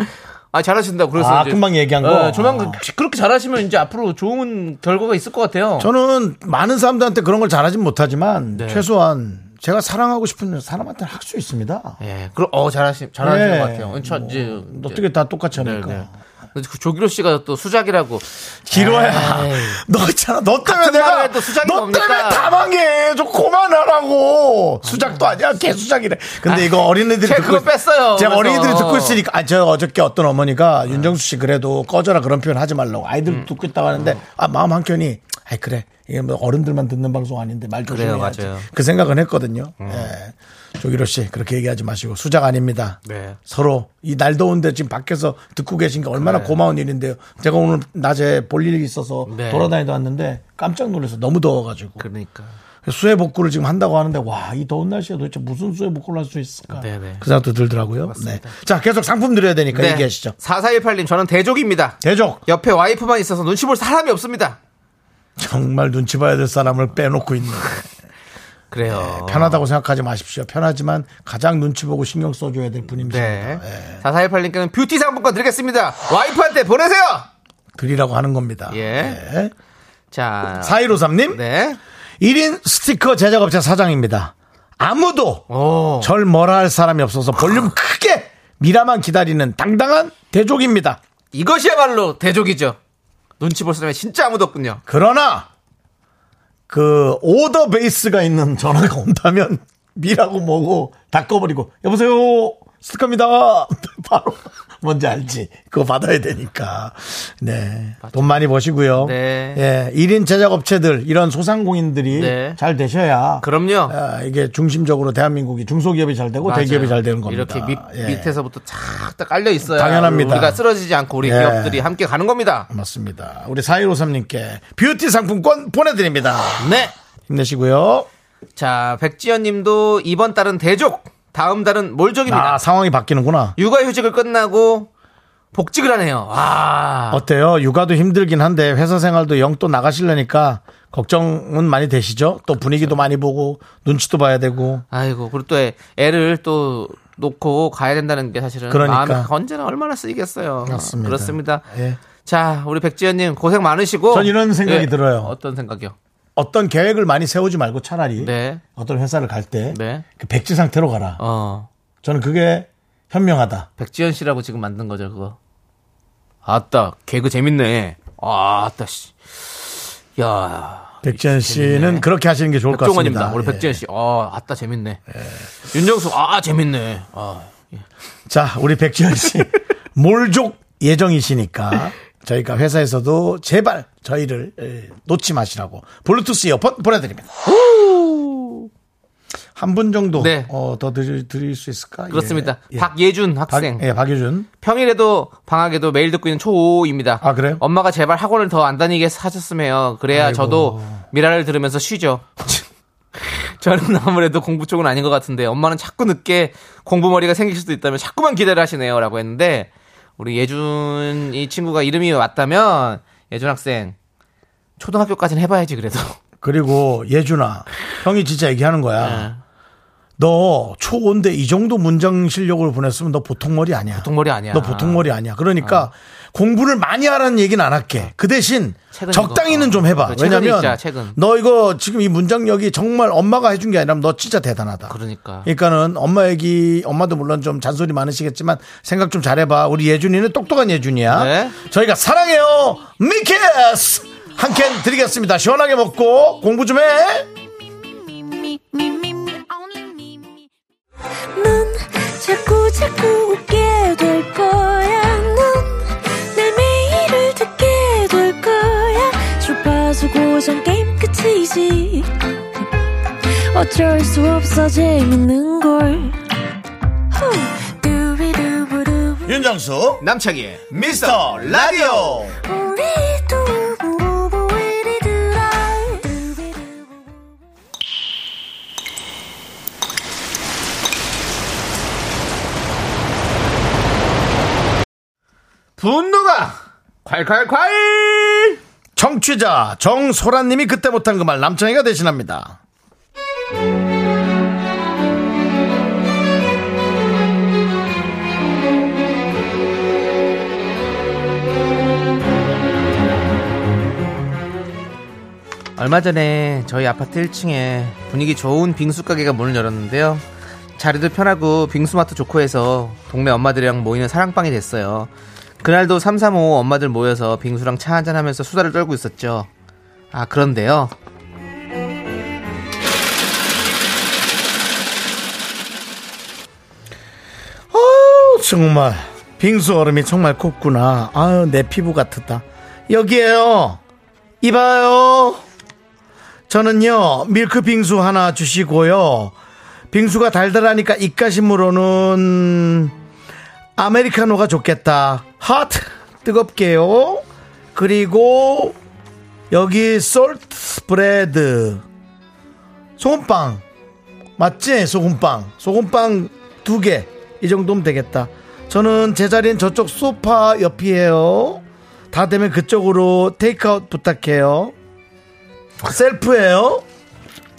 Speaker 2: 아 잘하신다. 그래서
Speaker 1: 아,
Speaker 2: 이제-
Speaker 1: 금방 얘기한
Speaker 2: 어,
Speaker 1: 거?
Speaker 2: 조만간
Speaker 1: 아.
Speaker 2: 그렇게 잘하시면 이제 앞으로 좋은 결과가 있을 것 같아요.
Speaker 1: 저는 많은 사람들한테 그런 걸 잘하진 못하지만
Speaker 2: 네.
Speaker 1: 최소한 제가 사랑하고 싶은 사람한테 할 수 있습니다.
Speaker 2: 예, 그럼 어 잘하시 잘하시는
Speaker 1: 네.
Speaker 2: 것 같아요. 음, 저 이제
Speaker 1: 어떻게 다 똑같이
Speaker 2: 네,
Speaker 1: 하니까.
Speaker 2: 네. 근데 그 조기로 씨가 또 수작이라고
Speaker 1: 길어야. *laughs* 너 있잖아. 너 때문에
Speaker 2: 같은
Speaker 1: 내가.
Speaker 2: 나라에 또 수작이
Speaker 1: 너
Speaker 2: 뭡니까?
Speaker 1: 때문에 다 망해. 좀 그만하라고. 수작도 아니야. 개수작이래. 근데
Speaker 2: 아,
Speaker 1: 이거 어린애들이
Speaker 2: 제가
Speaker 1: 듣고.
Speaker 2: 그거 뺐어요. 네.
Speaker 1: 제가
Speaker 2: 그래서.
Speaker 1: 어린이들이 듣고 있으니까. 아, 제가 어저께 어떤 어머니가 윤정수 씨 그래도 꺼져라 그런 표현 하지 말라고. 아이들
Speaker 2: 음.
Speaker 1: 듣고 있다고 하는데. 아, 마음 한켠이. 아이, 그래. 이게 뭐 어른들만 듣는 방송 아닌데 말
Speaker 2: 그래요,
Speaker 1: 조심해야지.
Speaker 2: 맞아요. 음.
Speaker 1: 그 생각은 했거든요. 예. 조기로 씨 그렇게 얘기하지 마시고 수작 아닙니다.
Speaker 2: 네.
Speaker 1: 서로 이 날 더운데 지금 밖에서 듣고 계신 게 얼마나 고마운 일인데요. 제가 오늘 낮에 볼 일이 있어서
Speaker 2: 네.
Speaker 1: 돌아다니다 왔는데 깜짝 놀라서 너무 더워가지고
Speaker 2: 그러니까
Speaker 1: 수해 복구를 지금 한다고 하는데 와 이 더운 날씨에 도대체 무슨 수해 복구를 할 수 있을까?
Speaker 2: 네네.
Speaker 1: 그 생각도 들더라고요. 네. 자 계속 상품 드려야 되니까
Speaker 2: 네.
Speaker 1: 그 얘기하시죠.
Speaker 2: 4418님 저는 대족입니다.
Speaker 1: 대족
Speaker 2: 옆에 와이프만 있어서 눈치 볼 사람이 없습니다.
Speaker 1: 정말 눈치 봐야 될 사람을 빼놓고
Speaker 2: *laughs*
Speaker 1: 있는
Speaker 2: 그래요.
Speaker 1: 편하다고 생각하지 마십시오. 편하지만 가장 눈치 보고 신경 써줘야 될 분입니다.
Speaker 2: 네. 4418님께는 뷰티 상품권 드리겠습니다. 와이프한테 보내세요!
Speaker 1: 드리라고 하는 겁니다.
Speaker 2: 예.
Speaker 1: 네.
Speaker 2: 자.
Speaker 1: 4153님
Speaker 2: 네.
Speaker 1: 1인 스티커 제작업체 사장입니다. 아무도
Speaker 2: 오.
Speaker 1: 절 뭐라 할 사람이 없어서 볼륨 크게 미라만 기다리는 당당한 대족입니다.
Speaker 2: 이것이야말로 대족이죠. 눈치 볼 사람이 진짜 아무도 없군요.
Speaker 1: 그러나 그 오더 베이스가 있는 전화가 온다면 미라고 뭐고 다 꺼버리고 여보세요 스티커입니다. *laughs* 바로 뭔지 알지? 그거 받아야 되니까. 네. 돈 많이 버시고요.
Speaker 2: 네.
Speaker 1: 예. 1인 제작업체들 이런 소상공인들이
Speaker 2: 네.
Speaker 1: 잘 되셔야
Speaker 2: 그럼요.
Speaker 1: 아, 이게 중심적으로 대한민국이 중소기업이 잘 되고
Speaker 2: 맞아요.
Speaker 1: 대기업이 잘 되는 겁니다.
Speaker 2: 이렇게 밑,
Speaker 1: 예.
Speaker 2: 밑에서부터 착딱 깔려 있어야
Speaker 1: 당연합니다.
Speaker 2: 우리가 쓰러지지 않고 우리
Speaker 1: 예.
Speaker 2: 기업들이 함께 가는 겁니다.
Speaker 1: 맞습니다. 우리 4153님께 뷰티 상품권 보내드립니다.
Speaker 2: 네.
Speaker 1: 힘내시고요.
Speaker 2: 자, 백지연 님도 이번 달은 대족, 다음 달은 몰족입니다.
Speaker 1: 아, 상황이 바뀌는구나.
Speaker 2: 육아휴직을 끝나고 복직을 하네요. 와.
Speaker 1: 어때요? 육아도 힘들긴 한데 회사 생활도 영 또 나가시려니까 걱정은 많이 되시죠?
Speaker 2: 그렇죠.
Speaker 1: 또 분위기도 많이 보고 눈치도 봐야 되고
Speaker 2: 아이고 그리고 또 애, 를또 놓고 가야 된다는 게 사실은
Speaker 1: 그러니까.
Speaker 2: 마음이 언제나 얼마나 쓰이겠어요.
Speaker 1: 맞습니다.
Speaker 2: 그렇습니다.
Speaker 1: 예.
Speaker 2: 자 우리 백지연님 고생 많으시고. 예.
Speaker 1: 전 이런 생각이 들어요.
Speaker 2: 어떤 생각이요?
Speaker 1: 어떤 계획을 많이 세우지 말고 차라리
Speaker 2: 네.
Speaker 1: 어떤 회사를 갈 때 그
Speaker 2: 네.
Speaker 1: 백지 상태로 가라.
Speaker 2: 어 아,
Speaker 1: 저는 그게 현명하다.
Speaker 2: 백지연 씨라고 지금 만든 거죠 그거. 아따 개그 재밌네. 아따 씨. 야.
Speaker 1: 백지현 씨는 그렇게 하시는 게 좋을 것 같습니다.
Speaker 2: 백종원입니다. 우리
Speaker 1: 예.
Speaker 2: 백지연 씨. 아, 아따 재밌네. 윤정수. 아, 재밌네. 아.
Speaker 1: 자, 우리 백지현
Speaker 2: *laughs*
Speaker 1: 씨 몰족 예정이시니까 저희가 회사에서도 제발 저희를 에, 놓지 마시라고 블루투스 이어폰 보내드립니다. 한 분 정도
Speaker 2: 네.
Speaker 1: 어, 더 드릴, 드릴 수 있을까?
Speaker 2: 그렇습니다.
Speaker 1: 예, 예.
Speaker 2: 박예준
Speaker 1: 박,
Speaker 2: 학생.
Speaker 1: 예, 박유준.
Speaker 2: 평일에도 방학에도 매일 듣고 있는 초오입니다.
Speaker 1: 아, 그래요?
Speaker 2: 엄마가 제발 학원을 더 안 다니게 하셨으면 해요. 그래야
Speaker 1: 아이고.
Speaker 2: 저도 미라를 들으면서 쉬죠. *laughs* 저는 아무래도 공부 쪽은 아닌 것 같은데 엄마는 자꾸 늦게 공부 머리가 생길 수도 있다면 자꾸만 기대를 하시네요라고 했는데 우리 예준 이 친구가 이름이 왔다면 예준 학생 초등학교까지는 해봐야지 그래도
Speaker 1: 그리고 예준아, 형이 진짜 얘기하는 거야.
Speaker 2: 네.
Speaker 1: 너 초온데 이 정도 문장 실력을 보냈으면 너 보통 머리 아니야.
Speaker 2: 보통 머리 아니야. 어.
Speaker 1: 너 보통 머리 아니야. 그러니까 공부를 많이 하라는 얘기는 안 할게. 그 대신
Speaker 2: 최근
Speaker 1: 적당히는
Speaker 2: 이거.
Speaker 1: 좀 해봐.
Speaker 2: 어. 그래, 최근에
Speaker 1: 왜냐면
Speaker 2: 있자, 최근.
Speaker 1: 너 이거 지금 이 문장력이 정말 엄마가 해준 게 아니라면 너 진짜 대단하다.
Speaker 2: 그러니까
Speaker 1: 그러니까는 엄마 얘기 엄마도 물론 좀 잔소리 많으시겠지만 생각 좀 잘해봐. 우리 예준이는 똑똑한 예준이야.
Speaker 2: 네.
Speaker 1: 저희가 사랑해요 미케스 한 캔 드리겠습니다. 시원하게 먹고 공부 좀 해.
Speaker 6: 넌 자꾸 자꾸 웃게 될 거야. 넌내 매일을 듣게 될 거야. 주파수 고정 게임 끝이지. 어쩔 수 없어 재밌는 걸. 후. 두비두부두.
Speaker 1: 윤정수
Speaker 2: 남창희의
Speaker 1: 미스터 라디오.
Speaker 6: 우리 두부부부 우리 두라. 두비두부부.
Speaker 2: 분노가 콸콸콸
Speaker 1: 정취자 정소라님이 그때 못한 그 말 남창희가 대신합니다.
Speaker 2: 얼마 전에 저희 아파트 1층에 분위기 좋은 빙수 가게가 문을 열었는데요. 자리도 편하고 빙수 맛도 좋고 해서 동네 엄마들이랑 모이는 사랑방이 됐어요. 그날도 335 엄마들 모여서 빙수랑 차 한잔 하면서 수다를 떨고 있었죠. 아, 그런데요.
Speaker 1: 아우 정말 빙수 얼음이 정말 곱구나 아유 내 피부 같았다 여기에요 이봐요 저는요 밀크 빙수 하나 주시고요 빙수가 달달하니까 입가심으로는 아메리카노가 좋겠다 핫 뜨겁게요 그리고 여기 솔트 브레드 소금빵 맞지? 소금빵. 소금빵 두 개. 이 정도면 되겠다. 저는 제자리는 저쪽 소파 옆이에요. 다 되면 그쪽으로 테이크아웃 부탁해요. 셀프예요?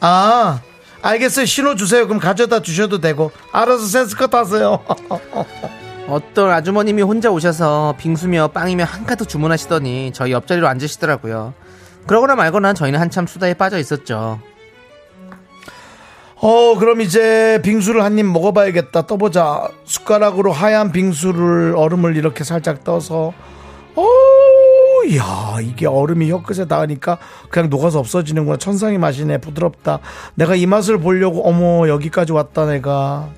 Speaker 1: 아, 알겠어요. 신호 주세요. 그럼 가져다 주셔도 되고. 알아서 센스컷 하세요. *laughs*
Speaker 2: 어떤 아주머님이 혼자 오셔서 빙수며 빵이며 한가득 주문하시더니 저희 옆자리로 앉으시더라고요. 그러거나 말거나 저희는 한참 수다에 빠져 있었죠.
Speaker 1: 어, 그럼 이제 빙수를 한 입 먹어봐야겠다. 떠보자. 숟가락으로 하얀 빙수를 얼음을 이렇게 살짝 떠서. 어, 야, 이게 얼음이 혀끝에 닿으니까 그냥 녹아서 없어지는구나. 천상의 맛이네. 부드럽다. 내가 이 맛을 보려고, 어머, 여기까지 왔다, 내가.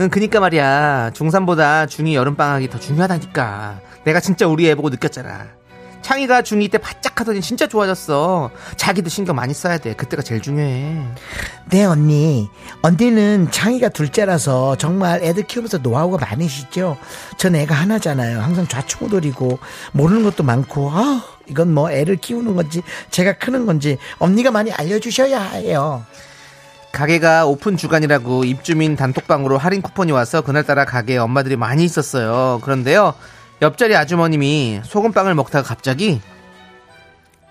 Speaker 2: 응, 그니까 말이야. 중3보다 중2 여름방학이 더 중요하다니까. 내가 진짜 우리 애 보고 느꼈잖아. 창이가 중2 때 바짝 하더니 진짜 좋아졌어. 자기도 신경 많이 써야 돼. 그때가 제일 중요해.
Speaker 1: 네, 언니. 언니는 창이가 둘째라서 정말 애들 키우면서 노하우가 많으시죠? 전 애가 하나잖아요. 항상 좌충우돌이고, 모르는 것도 많고, 아, 이건 뭐 애를 키우는 건지, 제가 크는 건지, 언니가 많이 알려주셔야 해요.
Speaker 2: 가게가 오픈 주간이라고 입주민 단톡방으로 할인 쿠폰이 와서 그날따라 가게에 엄마들이 많이 있었어요. 그런데요. 옆자리 아주머님이 소금빵을 먹다가 갑자기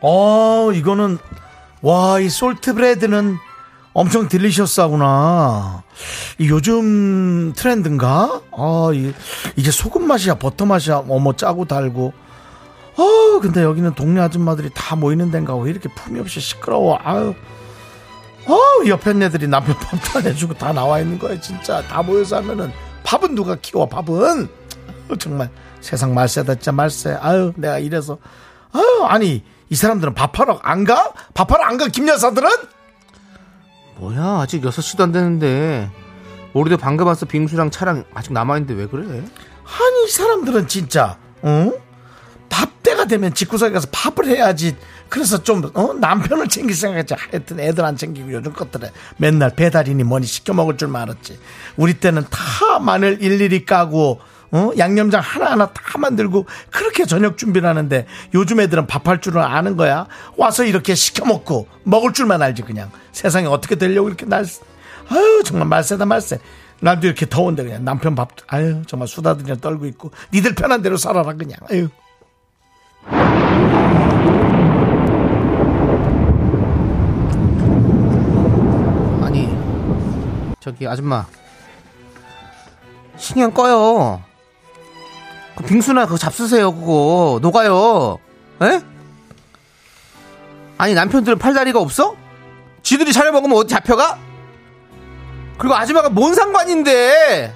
Speaker 1: 어, 이거는 와 이 솔트 브레드는 엄청 딜리셔스하구나. 이 요즘 트렌드인가? 아, 이, 이게 소금 맛이야, 버터 맛이야, 어머 짜고 달고. 어, 근데 여기는 동네 아줌마들이 다 모이는 데인가? 왜 이렇게 품이 없이 시끄러워? 아유. 어, 옆에 애들이 남편 밥도 안 해주고 다 나와 있는 거야, 진짜. 다 모여서 하면은 밥은 누가 키워, 밥은? *laughs* 어, 정말 세상 말세다, 진짜 말세. 아유, 내가 이래서. 어, 아유, 아니, 이 사람들은 밥하러 안 가? 밥하러 안 가, 김여사들은?
Speaker 2: 뭐야 아직 6시도 안 됐는데 우리도 방금 와서 빙수랑 차랑 아직 남아있는데 왜 그래?
Speaker 1: 아니, 이 사람들은 진짜, 응? 밥 때가 되면 집구석에 가서 밥을 해야지. 그래서 좀, 어? 남편을 챙길 생각했지. 하여튼 애들 안 챙기고 요즘 것들에 맨날 배달이니 뭐니 시켜 먹을 줄만 알았지. 우리 때는 다 마늘 일일이 까고, 어? 양념장 하나하나 다 만들고 그렇게 저녁 준비를 하는데 요즘 애들은 밥할 줄은 아는 거야. 와서 이렇게 시켜 먹고 먹을 줄만 알지 그냥. 세상에 어떻게 되려고 이렇게 날, 아유 정말 말세다 말세. 나도 이렇게 더운데 그냥 남편 밥, 아유 정말 수다들이랑 떨고 있고 니들 편한 대로 살아라 그냥. 아유.
Speaker 2: 아니 저기 아줌마 신경 꺼요 그 빙수나 그거 잡수세요 그거 녹아요 에? 아니 남편들은 팔다리가 없어? 지들이 차려 먹으면 어디 잡혀가? 그리고 아줌마가 뭔 상관인데 에?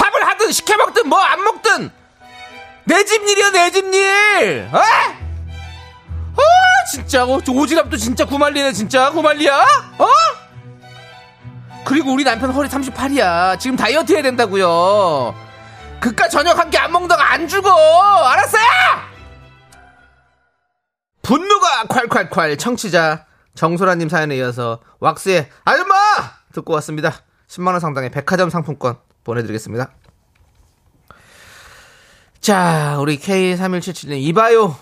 Speaker 2: 밥을 하든 시켜 먹든 뭐 안 먹든 내 집 일이야 내 집 일! 에? 아 진짜 어, 저 오지랖도 진짜 구말리네 진짜 구말리야 어? 그리고 우리 남편 허리 38이야 지금 다이어트 해야 된다고요 그깟 저녁 한 끼 안 먹다가 안 죽어 알았어요 분노가 콸콸콸 청취자 정소라님 사연에 이어서 왁스의 아줌마 듣고 왔습니다 10만원 상당의 백화점 상품권 보내드리겠습니다 자 우리 K3177님 이봐요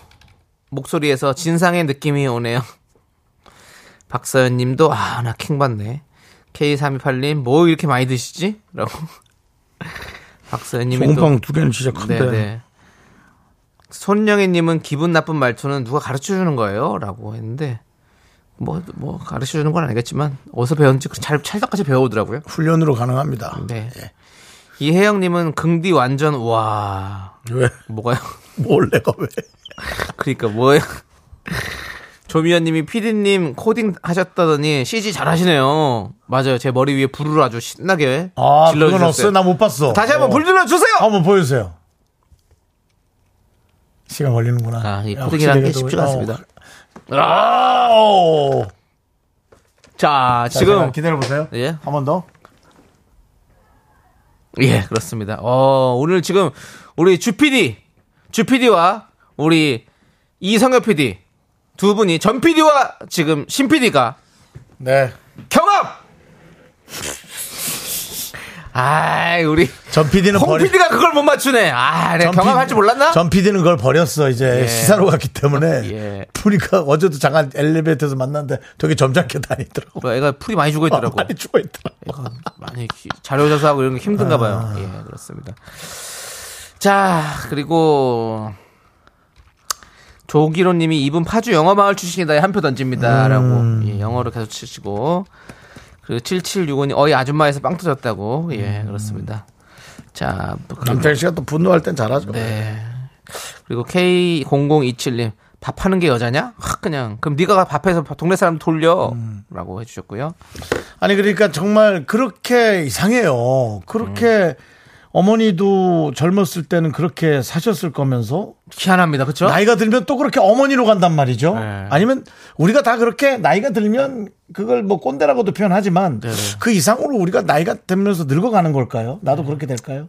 Speaker 2: 목소리에서 진상의 느낌이 오네요. 박서연 님도, 아, 나 킹받네. K328님, 뭐 이렇게 많이 드시지? 라고. 박서연 님이 또.
Speaker 1: 두 개는 진짜
Speaker 2: 네네. 손영애 님은 기분 나쁜 말투는 누가 가르쳐 주는 거예요? 라고 했는데, 뭐, 뭐, 가르쳐 주는 건 아니겠지만, 어디서 배웠는지 그 잘, 찰떡같이 배워오더라고요.
Speaker 1: 훈련으로 가능합니다. 예.
Speaker 2: 네. 이혜영 님은 긍디 완전, 와,
Speaker 1: 왜?
Speaker 2: 뭐가요? *laughs*
Speaker 1: 뭘 내가 왜?
Speaker 2: 그러니까 뭐예요? 조미연님이 피디님 코딩 하셨다더니 CG 잘하시네요. 맞아요. 제 머리 위에 불을 아주 신나게
Speaker 1: 아, 그건 없어요.
Speaker 2: 질러주셨어요.
Speaker 1: 나 못 봤어.
Speaker 2: 다시 한번
Speaker 1: 어.
Speaker 2: 불 질러 주세요.
Speaker 1: 한번 보여주세요. 시간 걸리는구나.
Speaker 2: 아, 이
Speaker 1: 야,
Speaker 2: 코딩이라는 게
Speaker 1: 확실히
Speaker 2: 쉽지가
Speaker 1: 어.
Speaker 2: 않습니다.
Speaker 1: 아, 오.
Speaker 2: 자,
Speaker 1: 자,
Speaker 2: 지금
Speaker 1: 잠깐 기다려보세요.
Speaker 2: 예.
Speaker 1: 한 번 더.
Speaker 2: 예, 그렇습니다. 어, 오늘 지금 우리 주 PD, 주 PD와 우리 이성엽 PD 두 분이 전 PD와 지금 신 PD가
Speaker 1: 네.
Speaker 2: 경합. 아이, 우리
Speaker 1: 전 PD는
Speaker 2: 홍
Speaker 1: 버리.
Speaker 2: PD가 그걸 못 맞추네. 아, 내가 경험할 줄 몰랐나?
Speaker 1: 전 PD는 그걸 버렸어. 이제
Speaker 2: 예.
Speaker 1: 시사로 갔기 때문에.
Speaker 2: *laughs* 예.
Speaker 1: 보니까 어제도 잠깐 엘리베이터에서 만났는데 되게 점잖게
Speaker 2: *laughs*
Speaker 1: 다니더라고.
Speaker 2: 뭐야, 애가 풀이 많이 죽어
Speaker 1: 아,
Speaker 2: 있더라고.
Speaker 1: 많이 죽어있더라고.
Speaker 2: 애가 많이 기- 자료 조사하고 이런 게 힘든가
Speaker 1: 아.
Speaker 2: 봐요. 예, 그렇습니다. 자, 그리고 조기로 님이 이분 파주 영어 마을 출신이다. 한 표 던집니다.
Speaker 1: 음.
Speaker 2: 라고. 예, 영어로 계속 치시고. 그리고 7765님 어이 아줌마에서 빵 터졌다고.
Speaker 1: 음.
Speaker 2: 예, 그렇습니다. 자, 뭐 그리고,
Speaker 1: 남창희 씨가 또 분노할 땐 잘하죠.
Speaker 2: 네. 그리고 K0027님 밥 하는 게 여자냐? 확 그냥 그럼 네가 밥해서 동네 사람
Speaker 1: 음.
Speaker 2: 돌려라고 해주셨고요.
Speaker 1: 아니 그러니까 정말 그렇게 이상해요. 그렇게 어머니도 젊었을 때는 그렇게 사셨을 거면서
Speaker 2: 희한합니다, 그렇죠?
Speaker 1: 나이가 들면 또 그렇게 어머니로 간단 말이죠.
Speaker 2: 네.
Speaker 1: 아니면 우리가 다 그렇게 나이가 들면 그걸 뭐 꼰대라고도 표현하지만 그 이상으로 우리가 나이가 들면서 늙어가는 걸까요? 나도 그렇게 될까요?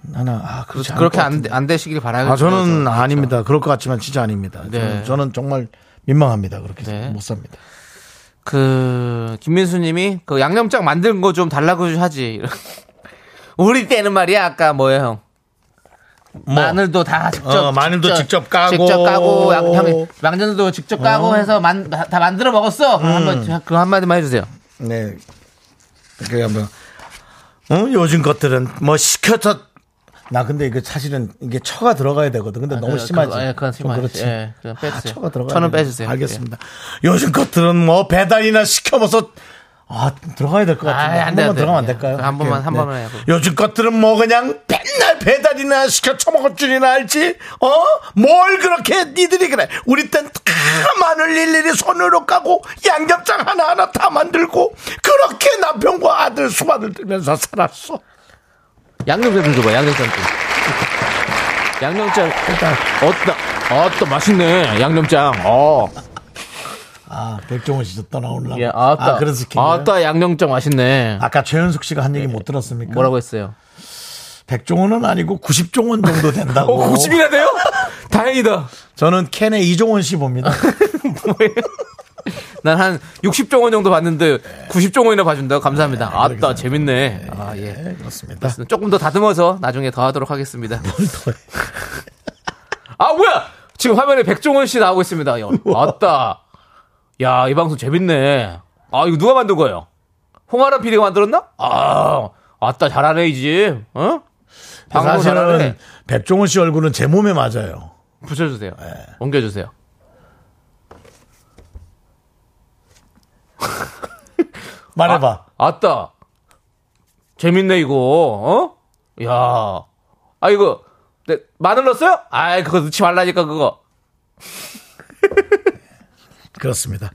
Speaker 1: 나는 아 그렇지 않을
Speaker 2: 그렇게
Speaker 1: 것
Speaker 2: 안,
Speaker 1: 같은데.
Speaker 2: 안 되시길 바라요.
Speaker 1: 아 저는 아닙니다. 그럴 것 같지만 진짜 아닙니다.
Speaker 2: 네.
Speaker 1: 저는, 저는 정말 민망합니다. 그렇게
Speaker 2: 네.
Speaker 1: 못 삽니다.
Speaker 2: 그 김민수님이 그 양념장 만든 거 좀 달라고 하지. *laughs* 우리 때는 말이야 아까 뭐예요 형. 마늘도 다 직접
Speaker 1: 뭐? 어, 마늘도 직접 까고. 어.
Speaker 2: 직접 까고 양- 양- 양념도 직접 까고 해서 만, 다 만들어 먹었어.
Speaker 1: 음.
Speaker 2: 그럼 한번 그 한마디만 해주세요.
Speaker 1: 네. 그러니까 뭐, 어? 요즘 것들은 뭐 시켜서 나 근데 이거 사실은 이게 처가 들어가야 되거든. 근데 너무
Speaker 2: 그거-
Speaker 1: 심하지.
Speaker 2: 그거- 예, 그건
Speaker 1: 좀
Speaker 2: 심하지.
Speaker 1: 그렇지.
Speaker 2: 예, 그건
Speaker 1: 아,
Speaker 2: 빼주세요.
Speaker 1: 처가 들어가.
Speaker 2: 천은 빼주세요. 예.
Speaker 1: 알겠습니다. 요즘 것들은 뭐 배달이나 시켜봐서 아 들어가야 될 것 같은데
Speaker 2: 아이, 안
Speaker 1: 한
Speaker 2: 돼,
Speaker 1: 번만
Speaker 2: 안 돼.
Speaker 1: 들어가면 안 될까요? 예,
Speaker 2: 한 번만, 한 번만 해요.
Speaker 1: 요즘 것들은 뭐 그냥 맨날 배달이나 시켜 처먹을 줄이나 알지? 어? 뭘 그렇게 니들이 그래? 우리 땐 다 마늘 일일이 손으로 까고 양념장 하나하나 다 만들고 그렇게 남편과 아들 수만을 들면서 살았어.
Speaker 2: 양념장 줘봐, 양념장 좀. 양념장, 어따, 어따, 맛있네. 양념장, 어.
Speaker 1: 아, 백종원 씨도 떠나오려고.
Speaker 2: 예, 아따.
Speaker 1: 아, 예, 그래서 시킨 거예요?
Speaker 2: 아따, 양념장 맛있네.
Speaker 1: 아까 최현숙 씨가 한 얘기 못 들었습니까?
Speaker 2: 뭐라고 했어요?
Speaker 1: 백종원은 아니고 90종원 정도 된다고. *laughs*
Speaker 2: 어, 90이나 돼요? *laughs* 다행이다.
Speaker 1: 저는 캔의 이종원 씨 *laughs* 봅니다.
Speaker 2: 뭐예요? 난 한 60종원 정도 봤는데 90종원이나 봐준다. 감사합니다. 아따, 네, 재밌네. 아, 예.
Speaker 1: 네, 그렇습니다.
Speaker 2: 조금 더 다듬어서 나중에 더 하도록 하겠습니다. *laughs* 아, 뭐야! 지금 화면에 백종원 씨 나오고 있습니다. 야, 왔다. 야, 이 방송 재밌네. 아, 이거 누가 만든 거예요? 홍아라 PD가 만들었나? 아, 왔다, 잘하네, 이 집. 어? 방송
Speaker 1: 사실은
Speaker 2: 잘하네.
Speaker 1: 백종원 씨 얼굴은 제 몸에 맞아요.
Speaker 2: 붙여주세요. 옮겨주세요.
Speaker 1: 말해봐.
Speaker 2: 아, 아따. 재밌네, 이거. 어? 야. 아, 이거. 네, 마늘 넣었어요? 아이, 그거 넣지 말라니까, 그거.
Speaker 1: 그렇습니다.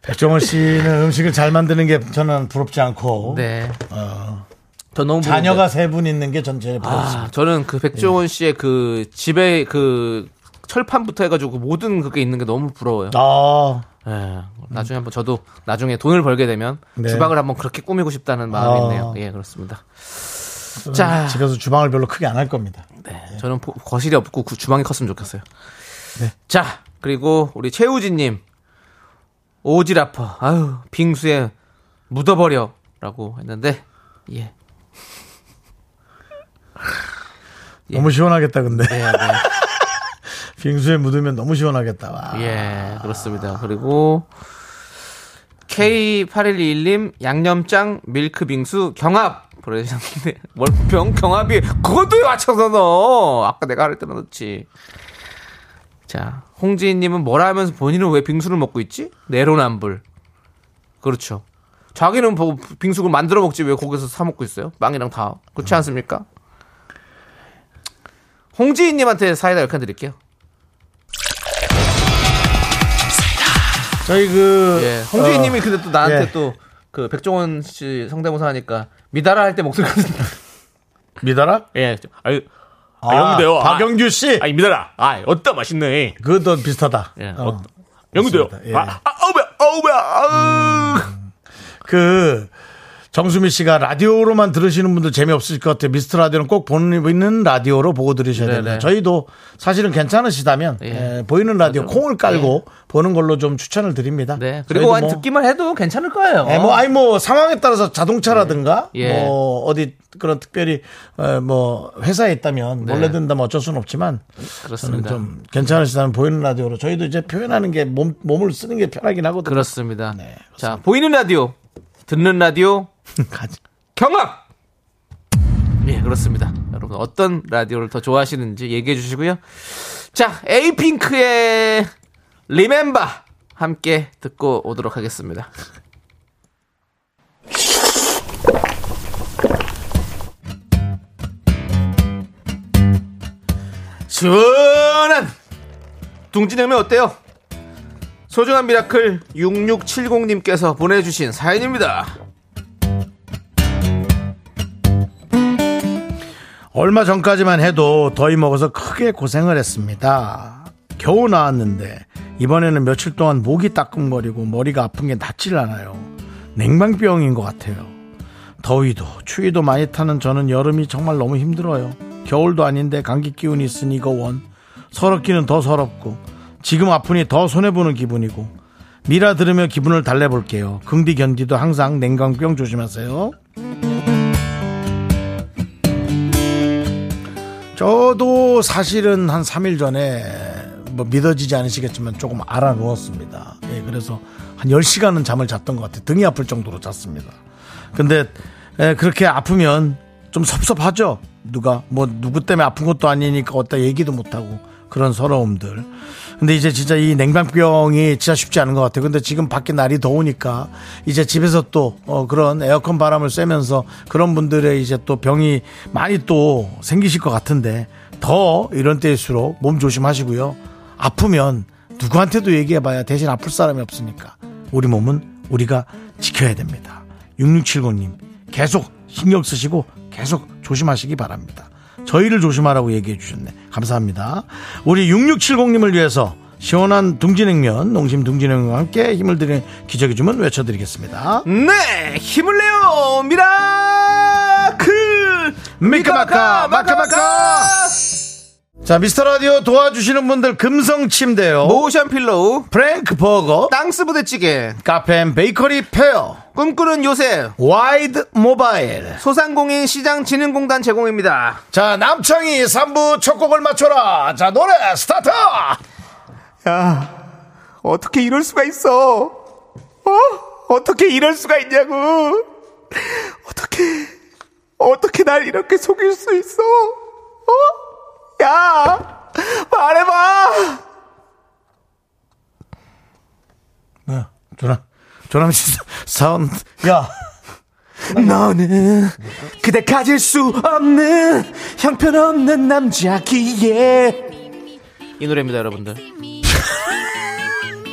Speaker 1: 백종원 씨는 음식을 잘 만드는 게 저는 부럽지 않고
Speaker 2: 네. 저 너무 부러운데.
Speaker 1: 어. 자녀가 네. 세 분 있는 게 전체에 부럽습니다.
Speaker 2: 아, 저는 그 백종원 씨의 그 집에 그 철판부터 해가지고 그 모든 그게 있는 게 너무 부러워요.
Speaker 1: 아,
Speaker 2: 예. 나중에 한번 저도 나중에 돈을 벌게 되면
Speaker 1: 네.
Speaker 2: 주방을 한번 그렇게 꾸미고 싶다는 마음이
Speaker 1: 아.
Speaker 2: 있네요. 예, 그렇습니다. 자,
Speaker 1: 집에서 주방을 별로 크게 안 할 겁니다.
Speaker 2: 저는 포- 거실이 없고 그 주방이 컸으면 좋겠어요. 자, 그리고 우리 최우진님 오질 아파. 아유, 빙수에 묻어버려라고 했는데 예,
Speaker 1: 너무 시원하겠다, 근데.
Speaker 2: 예, 네.
Speaker 1: *laughs* 빙수에 묻으면 너무 시원하겠다. 와.
Speaker 2: 예, 그렇습니다. 그리고 K8121님 양념장 밀크빙수 경합 보내주셨는데 *laughs* 월병 경합이 그것도 왜 맞춰서 넣어 아까 내가 할 때는 넣지 자 홍지인님은 뭐라 하면서 본인은 왜 빙수를 먹고 있지 내로남불 그렇죠 자기는 뭐 빙수를 만들어 먹지 왜 거기서 사 먹고 있어요 빵이랑 다 그렇지 않습니까 홍지인님한테 사이다 이렇게 드릴게요
Speaker 1: 저희 그
Speaker 2: *laughs* 예. 홍주희님이
Speaker 1: 어,
Speaker 2: 근데 또 나한테
Speaker 1: 예.
Speaker 2: 또 그 백종원 씨 성대모사 하니까 미달아 할 때 목소리가
Speaker 1: 미달아?
Speaker 2: 예. 아유
Speaker 1: 아,
Speaker 3: 영대요. 아.
Speaker 1: 박영규 씨.
Speaker 3: 아니 미달아, 아, 어따 맛있네.
Speaker 1: 그것도 비슷하다.
Speaker 2: 예,
Speaker 1: 어.
Speaker 2: 어떤-
Speaker 3: 영대요.
Speaker 1: 맞습니다. 예.
Speaker 3: 아, 아, 어우야, 어우야,
Speaker 7: 음.
Speaker 3: 아우.
Speaker 1: 그 정수미 씨가 라디오로만 들으시는 분들 재미없을 것 같아요. 미스터 라디오는 꼭 보는 라디오로 보고 들으셔야
Speaker 2: 네네.
Speaker 1: 됩니다. 저희도 사실은 괜찮으시다면
Speaker 2: 예.
Speaker 1: 예, 보이는 라디오 콩을 깔고 보는 걸로 좀 추천을 드립니다.
Speaker 2: *laughs* 네. 그리고
Speaker 1: 저희도
Speaker 2: 한
Speaker 1: 뭐-
Speaker 2: 듣기만 해도 괜찮을 거예요.
Speaker 1: 예, 뭐 아니 뭐 상황에 따라서 자동차라든가
Speaker 2: 예. 예.
Speaker 1: 뭐 어디 그런 특별히 어, 뭐 회사에 있다면
Speaker 2: 네.
Speaker 1: 몰래 든다면 뭐 어쩔 수는 없지만 저는
Speaker 2: 그렇습니다.
Speaker 1: 좀 괜찮으시다면 보이는 라디오로 저희도 이제 표현하는 게 몸, 몸을 쓰는 게 편하긴 하거든요.
Speaker 2: 그렇습니다.
Speaker 1: 네, 그렇습니다.
Speaker 2: 자, 보이는 라디오, 듣는 라디오,
Speaker 1: *laughs* 가지.
Speaker 2: 경합! 예, 그렇습니다. 여러분, 어떤 라디오를 더 좋아하시는지 얘기해 주시고요. 자, 에이핑크의 리멤버 함께 듣고 오도록 하겠습니다. 시원한 둥지냉면 어때요? 소중한 미라클 6670님께서 보내주신 사연입니다.
Speaker 1: 얼마 전까지만 해도 더위 먹어서 크게 고생을 했습니다. 겨우 나왔는데 이번에는 며칠 동안 목이 따끔거리고 머리가 아픈 게 낫질 않아요. 냉방병인 것 같아요. 더위도 추위도 많이 타는 저는 여름이 정말 너무 힘들어요. 겨울도 아닌데 감기 기운이 있으니 이거 원. 서럽기는 더 서럽고 지금 아프니 더 손해보는 기분이고 미라 들으며 기분을 달래볼게요. 긍디 견디도 항상 냉방병 조심하세요. 저도 사실은 한 3일 전에 뭐 믿어지지 않으시겠지만 조금 알아 누웠습니다. 예, 그래서 한 10시간은 잠을 잤던 것 같아요. 등이 아플 정도로 잤습니다. 근데 예, 그렇게 아프면 좀 섭섭하죠. 누가 뭐 누구 때문에 아픈 것도 아니니까 어디다 얘기도 못하고 그런 서러움들. 근데 이제 진짜 이 냉방병이 진짜 쉽지 않은 것 같아요. 근데 지금 밖에 날이 더우니까 이제 집에서 또 어, 그런 에어컨 바람을 쐬면서 그런 분들의 이제 또 병이 많이 또 생기실 것 같은데 더 이런 때일수록 몸 조심하시고요. 아프면 누구한테도 얘기해봐야 대신 아플 사람이 없으니까 우리 몸은 우리가 지켜야 됩니다. 6670님 계속 신경 쓰시고 계속 조심하시기 바랍니다. 저희를 조심하라고 얘기해 주셨네. 감사합니다. 우리 6670님을 위해서 시원한 둥지냉면, 농심 둥지냉면과 함께 힘을 드리는 기적의 주문 외쳐드리겠습니다.
Speaker 2: 네, 힘을 내요, 미라클,
Speaker 1: 미카마카, 마카마카! 자, 미스터 라디오 도와주시는 분들 금성 침대요.
Speaker 2: 모션 필로우,
Speaker 1: 프랭크 버거,
Speaker 2: 땅스 부대찌개,
Speaker 1: 카페 앤 베이커리 페어,
Speaker 2: 꿈꾸는 요새,
Speaker 1: 와이드 모바일.
Speaker 2: 소상공인 시장진흥공단 제공입니다.
Speaker 1: 자, 남창희 3부 첫 곡을 맞춰라. 자, 노래 스타트!
Speaker 2: 야, 어떻게 이럴 수가 있어? 어? 어떻게 이럴 수가 있냐고? 어떻게, 어떻게 날 이렇게 속일 수 있어? 어? 야, 말해봐!
Speaker 1: 네, 조남, 조남 씨 사운드. 야,
Speaker 2: 너는 그대 가질 수 없는 형편없는 남자기에 이 노래입니다 여러분들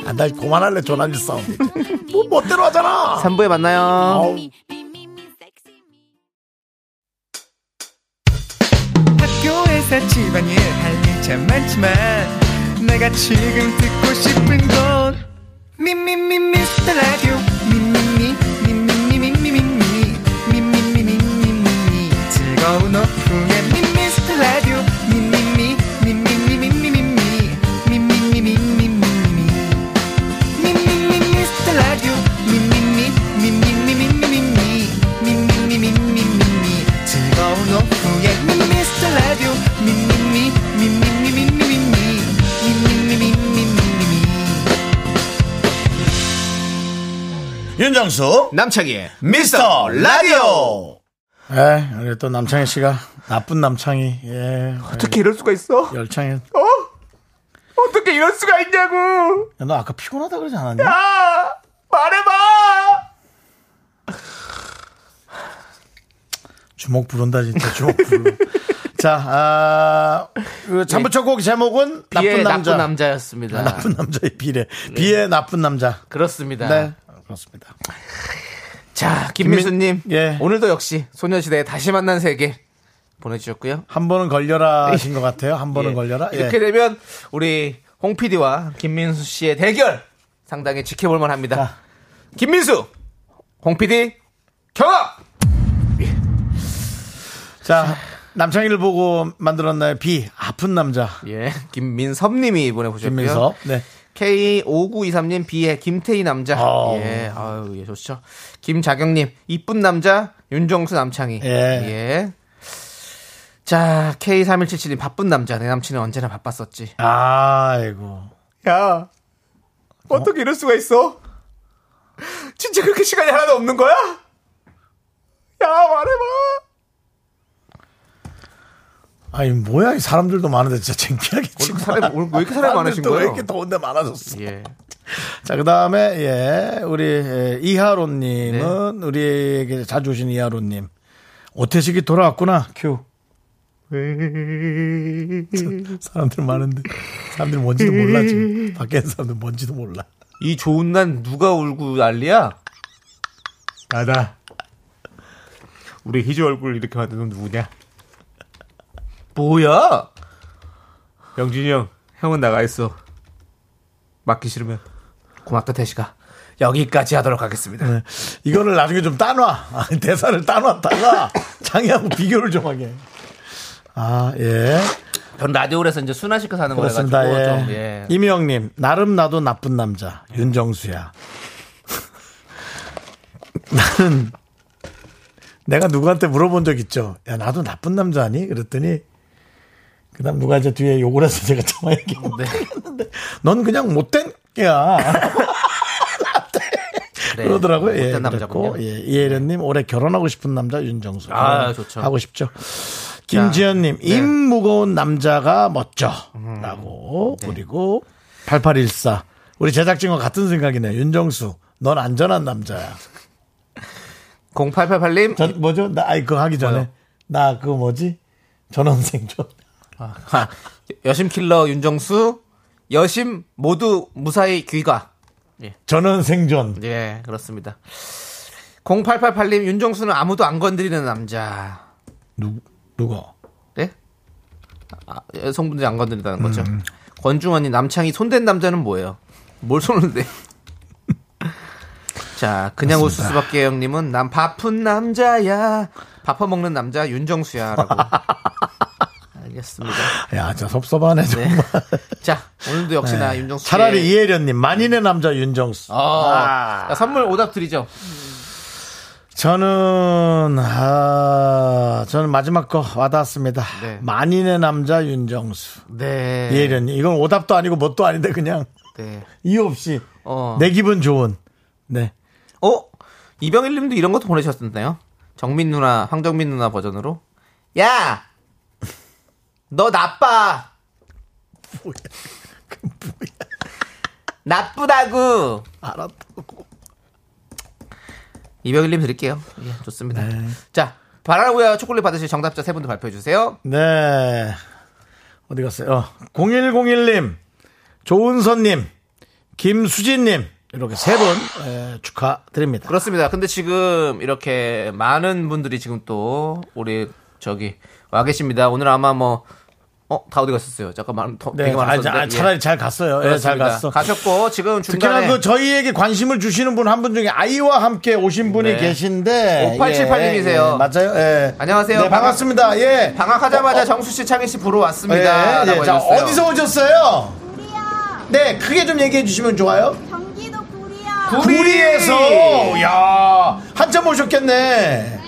Speaker 1: 아, 나 그만할래, 조남 씨 사운드. 뭐, 멋대로 하잖아.
Speaker 2: 3부에 만나요
Speaker 1: 아우.
Speaker 8: 학교에서 집안일 할 일 참 많지만 내가 지금 듣고 싶은 건 미미미 미스터 라디오 미미미 미미미 미미미 미미미 미미미 미미미 즐거운 오후에 미스터 라디오 미미미 미미미 미미미 미미미 미미미 미미미
Speaker 1: 윤정수,
Speaker 2: 남창희의
Speaker 1: 미스터 라디오! 예, 우리 또 남창희 씨가, 나쁜 남창희, 예.
Speaker 2: 어떻게 이럴 수가 있어?
Speaker 1: 열창희.
Speaker 2: 어떻게 이럴 수가 있냐고
Speaker 1: 야, 너 아까 피곤하다 그러지 않았냐?
Speaker 2: 아 말해봐
Speaker 1: 주먹 부른다, *laughs* 진짜. 주먹 부르 자, 아, 그 잠부 첫곡 제목은
Speaker 2: 네.
Speaker 1: 나쁜
Speaker 2: 비의
Speaker 1: 남자. 아,
Speaker 2: 나쁜 남자였습니다 네.
Speaker 1: 나쁜 남자의 비례. 비의 나쁜 남자.
Speaker 2: 그렇습니다
Speaker 1: 네. 그렇습니다.
Speaker 2: 자 김민수님
Speaker 1: 김민- 예.
Speaker 2: 오늘도 역시 소녀시대의 다시 만난 세계 보내주셨고요
Speaker 1: 한 번은 걸려라 하신 것 같아요. 한 번은
Speaker 2: 예.
Speaker 1: 걸려라. 예.
Speaker 2: 이렇게 되면 우리 홍 PD와 김민수 씨의 대결 상당히 지켜볼 만합니다.
Speaker 1: 자.
Speaker 2: 김민수, 홍 PD 경합.
Speaker 1: 자, 남창희를 보고 만들었나요? 비 아픈 남자.
Speaker 2: 예, 김민섭님이 보내보셨고요.
Speaker 1: 김민섭. 네.
Speaker 2: K5923님 비의 김태희 남자.
Speaker 1: 아우.
Speaker 2: 예, 아유, 예, 좋죠. 김자경님 이쁜 남자 윤정수 남창희.
Speaker 1: 예.
Speaker 2: 예. 자, K3177님 바쁜 남자 내 남친은 언제나 바빴었지.
Speaker 1: 아이고.
Speaker 2: 야, 어떻게 이럴 수가 있어? 진짜 그렇게 시간이 하나도 없는 거야? 야, 말해봐.
Speaker 1: 아니 뭐야 이 사람들도 많은데 진짜 창피하게 지금
Speaker 2: 사람이- 오늘 왜 이렇게 사람이 많으신
Speaker 1: 왜
Speaker 2: 거예요?
Speaker 1: 이렇게 더운데 많아졌어.
Speaker 2: 예.
Speaker 1: 자 그다음에 예 우리 예, 이하로님은 우리에게 자주 오신 이하로님 오태식이 돌아왔구나 큐. 사람들 많은데 사람들 뭔지도 몰라 지금 밖에 있는 사람들 뭔지도 몰라.
Speaker 2: 이 좋은 날 누가 울고 난리야?
Speaker 1: 나다.
Speaker 2: 우리 희주 얼굴 이렇게 만드는 누구냐? 뭐야? 영진이 형, 형은 나가 있어. 맞기 싫으면. 고맙다, 태시가. 여기까지 하도록 하겠습니다.
Speaker 1: 네. 이거를 나중에 좀 따놔. 아, 대사를 따놨다가 장애하고 비교를 좀 하게. 아 예.
Speaker 2: 전 라디오에서 이제 순화시켜서 하는 거라서
Speaker 1: 그렇습니다. 예.
Speaker 2: 좀, 예.
Speaker 1: 이미영님 나름 나도 나쁜 남자 윤정수야. *laughs* 나는 내가 누구한테 물어본 적 있죠. 야 나도 나쁜 남자 아니? 그랬더니 그다음 누가 이제 뒤에 욕을 해서 제가 참아
Speaker 2: 네.
Speaker 1: 얘기했는데 넌 그냥 못된 게야. *laughs*
Speaker 2: 그래.
Speaker 1: 그러더라고요. 예,
Speaker 2: 네. 못된
Speaker 1: 그랬고,
Speaker 2: 남자군요.
Speaker 1: 예, 이혜련님 올해 결혼하고 싶은 남자 윤정수.
Speaker 2: 아,
Speaker 1: 결혼
Speaker 2: 좋죠. 네.
Speaker 1: 하고 싶죠. 김지현님, 입 무거운 남자가
Speaker 2: 음.
Speaker 1: 멋져라고
Speaker 2: 네.
Speaker 1: 그리고 8814 우리 제작진과 같은 생각이네. 윤정수, 넌 안전한 남자야.
Speaker 2: 0888님
Speaker 1: 전 뭐죠? 나 아이 그거 하기 전에
Speaker 2: 뭐요?
Speaker 1: 나 그거 뭐지? 전원생존. *laughs*
Speaker 2: 아, 여심 킬러 윤정수 여심 모두 무사히 귀가
Speaker 1: 전원생존.
Speaker 2: 예 그렇습니다 0888님 윤정수는 아무도 안 건드리는 남자
Speaker 1: 누 누가?
Speaker 2: 예? 아, 여성분들이 안
Speaker 1: 음.
Speaker 2: 건드린다는 거죠 권중원님 남창이 손댄 남자는 뭐예요 뭘 손을 *laughs* 대자 그냥 웃을 수밖에 형님은 난 바쁜 남자야 밥퍼 먹는 남자
Speaker 1: *laughs*
Speaker 2: 윤정수야라고 알겠습니다
Speaker 1: 야, 진짜 섭섭하네
Speaker 2: 네.
Speaker 1: 정말.
Speaker 2: 자 오늘도 역시나 *laughs* 윤정수
Speaker 1: 네.
Speaker 2: 씨의
Speaker 1: 차라리 이혜련님 만인의 남자 윤정수.
Speaker 2: 아. 자, 선물 오답 드리죠.
Speaker 1: 저는 아 저는 마지막 거 와닿았습니다.
Speaker 2: 네.
Speaker 1: 만인의 남자 윤정수.
Speaker 2: 네.
Speaker 1: 이혜련님 이건 오답도 아니고 뭣도 아닌데 그냥 *laughs*
Speaker 2: 네.
Speaker 1: 이유 없이
Speaker 2: 어.
Speaker 1: 내 기분 좋은. 네.
Speaker 2: 어? 이병일 님도 이런 것도 보내셨었나요? 정민 누나, 황정민 누나 버전으로. 야! 너 나빠!
Speaker 1: 그
Speaker 2: 나쁘다고!
Speaker 1: 알았다고.
Speaker 2: 이병일 님 드릴게요. 예, 좋습니다.
Speaker 1: 네.
Speaker 2: 자, 바라고요 초콜릿 받으실 정답자 세 분도 발표해주세요.
Speaker 1: 네. 어디 갔어요? 어, 0101님, 조은선님, 김수진님, 이렇게 세 분 예, 축하드립니다.
Speaker 2: 그렇습니다. 근데 지금 이렇게 많은 분들이 지금 또 우리 저기 와 계십니다. 오늘 아마 뭐 어, 다 어디 갔었어요? 잠깐만. 더,
Speaker 1: 네,
Speaker 2: 되게
Speaker 1: 아,
Speaker 2: 많았었는데. 예.
Speaker 1: 자, 아, 차라리 잘 갔어요. 예, 잘 갔어.
Speaker 2: 셨고 지금
Speaker 1: 특히나
Speaker 2: 중간에
Speaker 1: 그 저희에게 관심을 주시는 분 한 분 중에 아이와 함께 오신 분이
Speaker 2: 네.
Speaker 1: 계신데
Speaker 2: 5878
Speaker 1: 예,
Speaker 2: 님이세요.
Speaker 1: 예, 맞아요. 예.
Speaker 2: 안녕하세요.
Speaker 1: 네, 반갑습니다. 예.
Speaker 2: 방학하자마자 정수 씨, 창희 씨 보러 왔습니다.
Speaker 1: 예, 예.
Speaker 2: 라고
Speaker 1: 자,
Speaker 2: 해줬어요.
Speaker 1: 어디서 오셨어요?
Speaker 5: 구리야.
Speaker 1: 네, 크게 좀 얘기해 주시면 좋아요.
Speaker 5: 경기도 구리야.
Speaker 1: 구리에서 야 한참 오셨겠네.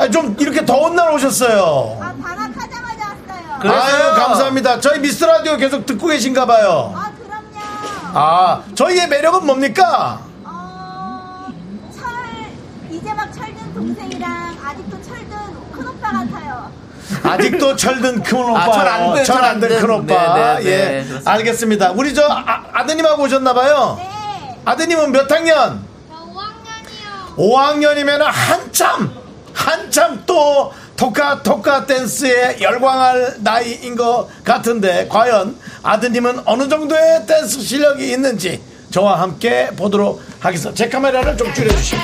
Speaker 1: 아, 좀 이렇게 더운 날 오셨어요.
Speaker 5: 아, 방학하자마자 왔어요.
Speaker 2: 그래서요.
Speaker 1: 아유 감사합니다. 저희 미스 라디오 계속 듣고 계신가봐요.
Speaker 5: 아, 그럼요.
Speaker 1: 아 저희의 매력은 뭡니까?
Speaker 5: 어, 철, 이제 막 철든 동생이랑 아직도 철든 큰 오빠 같아요.
Speaker 1: 아직도 철든 큰 오빠,
Speaker 2: 철안 든, 철안 든.
Speaker 1: 철안든큰 오빠.
Speaker 2: 네, 네, 네,
Speaker 1: 예,
Speaker 2: 그렇습니다.
Speaker 1: 알겠습니다. 우리 저 아, 드님하고 오셨나봐요.
Speaker 5: 네.
Speaker 1: 아드님은 몇 학년?
Speaker 5: 저 5학년이요.
Speaker 1: 5학년이면 한참 한참 또 토카 토카 댄스에 열광할 나이인 것 같은데 과연 아드님은 어느 정도의 댄스 실력이 있는지 저와 함께 보도록 하겠습니다. 제 카메라를 좀 줄여주시오.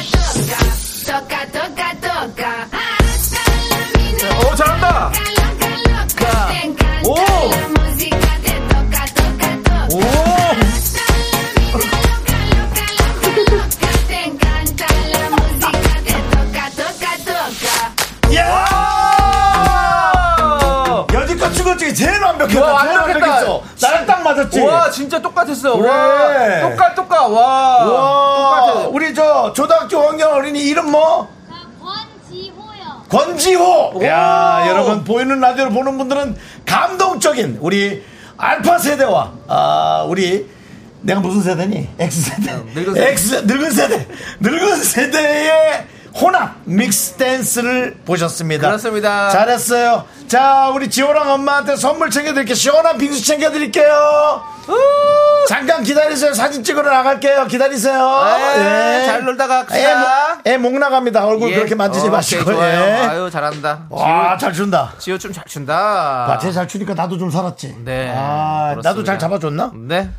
Speaker 2: 오, 잘한다! 오! 오!
Speaker 1: 야! 예! 여지껏 춘것 중에 제일 완벽했다.
Speaker 2: 와,
Speaker 1: 제일
Speaker 2: 완벽했다.
Speaker 1: 완벽했어. 나랑 딱 맞았지.
Speaker 2: 와, 진짜 똑같았어.
Speaker 1: 그래.
Speaker 2: 와, 똑같, 똑같. 와,
Speaker 1: 와,
Speaker 2: 똑같아.
Speaker 1: 우리 저 초등학교 5학년 어린이 이름 뭐?
Speaker 5: 저 권지호요.
Speaker 1: 권지호. 야, 여러분 보이는 라디오를 보는 분들은 감동적인 우리 알파 세대와 아, 우리 내가 무슨 세대니? X 세대.
Speaker 2: 어, 늙은 세대.
Speaker 1: X 늙은 세대. 늙은 세대의 혼합 믹스 댄스를 보셨습니다.
Speaker 2: 그렇습니다.
Speaker 1: 잘했어요. 자, 우리 지호랑 엄마한테 선물 챙겨드릴게요. 시원한 빙수 챙겨드릴게요. 잠깐 기다리세요. 사진 찍으러 나갈게요. 기다리세요.
Speaker 2: 네,
Speaker 1: 예.
Speaker 2: 잘 놀다가
Speaker 1: 애,
Speaker 2: 갑시다.
Speaker 1: 목- 애목 나갑니다. 얼굴
Speaker 2: 예.
Speaker 1: 그렇게 만지지
Speaker 2: 오케이,
Speaker 1: 마시고.
Speaker 2: 좋아요.
Speaker 1: 예.
Speaker 2: 아유, 잘한다.
Speaker 1: 와, 잘 준다.
Speaker 2: 지호 춤 잘 춘다.
Speaker 1: 아, 쟤잘 추니까 나도 좀 살았지.
Speaker 2: 네.
Speaker 1: 아, 나도
Speaker 2: 그렇습니다.
Speaker 1: 잘 잡아줬나?
Speaker 2: 네.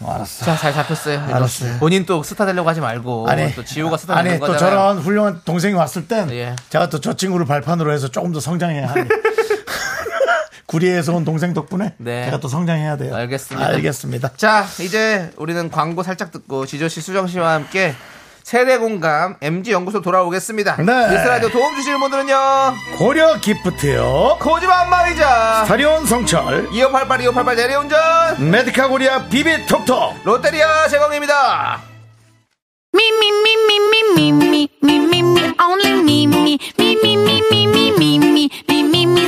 Speaker 1: 어, 알았어.
Speaker 2: 자, 잘 잡혔어요.
Speaker 1: 알았어요.
Speaker 2: 본인 또 스타 되려고 하지 말고. 또 지호가 스타
Speaker 1: 아니,
Speaker 2: 되는
Speaker 1: 또
Speaker 2: 거잖아요.
Speaker 1: 저런 훌륭한 동생이 왔을 땐
Speaker 2: 예.
Speaker 1: 제가 또 저 친구를 발판으로 해서 조금 더 성장해야
Speaker 2: *laughs*
Speaker 1: 하니. 구리에서 온 동생 덕분에
Speaker 2: 네.
Speaker 1: 제가 또 성장해야 돼요.
Speaker 2: 알겠습니다.
Speaker 1: 알겠습니다.
Speaker 2: 자, 이제 우리는 광고 살짝 듣고 지조 씨, 수정 씨와 함께 세대 공감 MG 연구소 돌아오겠습니다.
Speaker 1: 네.
Speaker 2: 미스 라디오 도움 주시는 분들은요.
Speaker 1: 고려 기프트요.
Speaker 2: 코지마 안마의자.
Speaker 1: 사리온 성철.
Speaker 2: 2588 2588 내리운전.
Speaker 1: 메디카 고리아 비비톡톡.
Speaker 2: 롯데리아 제공입니다.
Speaker 6: Me, me, me, me, me, me, me, me, me, me, only me, me, me, me, me, me, me, me, me, me, me, me,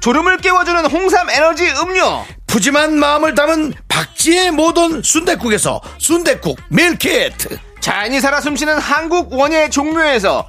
Speaker 2: 졸음을 깨워주는 홍삼 에너지 음료
Speaker 1: 푸짐한 마음을 담은 박지의 모던 순댓국에서 순댓국 밀키트
Speaker 2: 자연이 살아 숨쉬는 한국 원예 종묘에서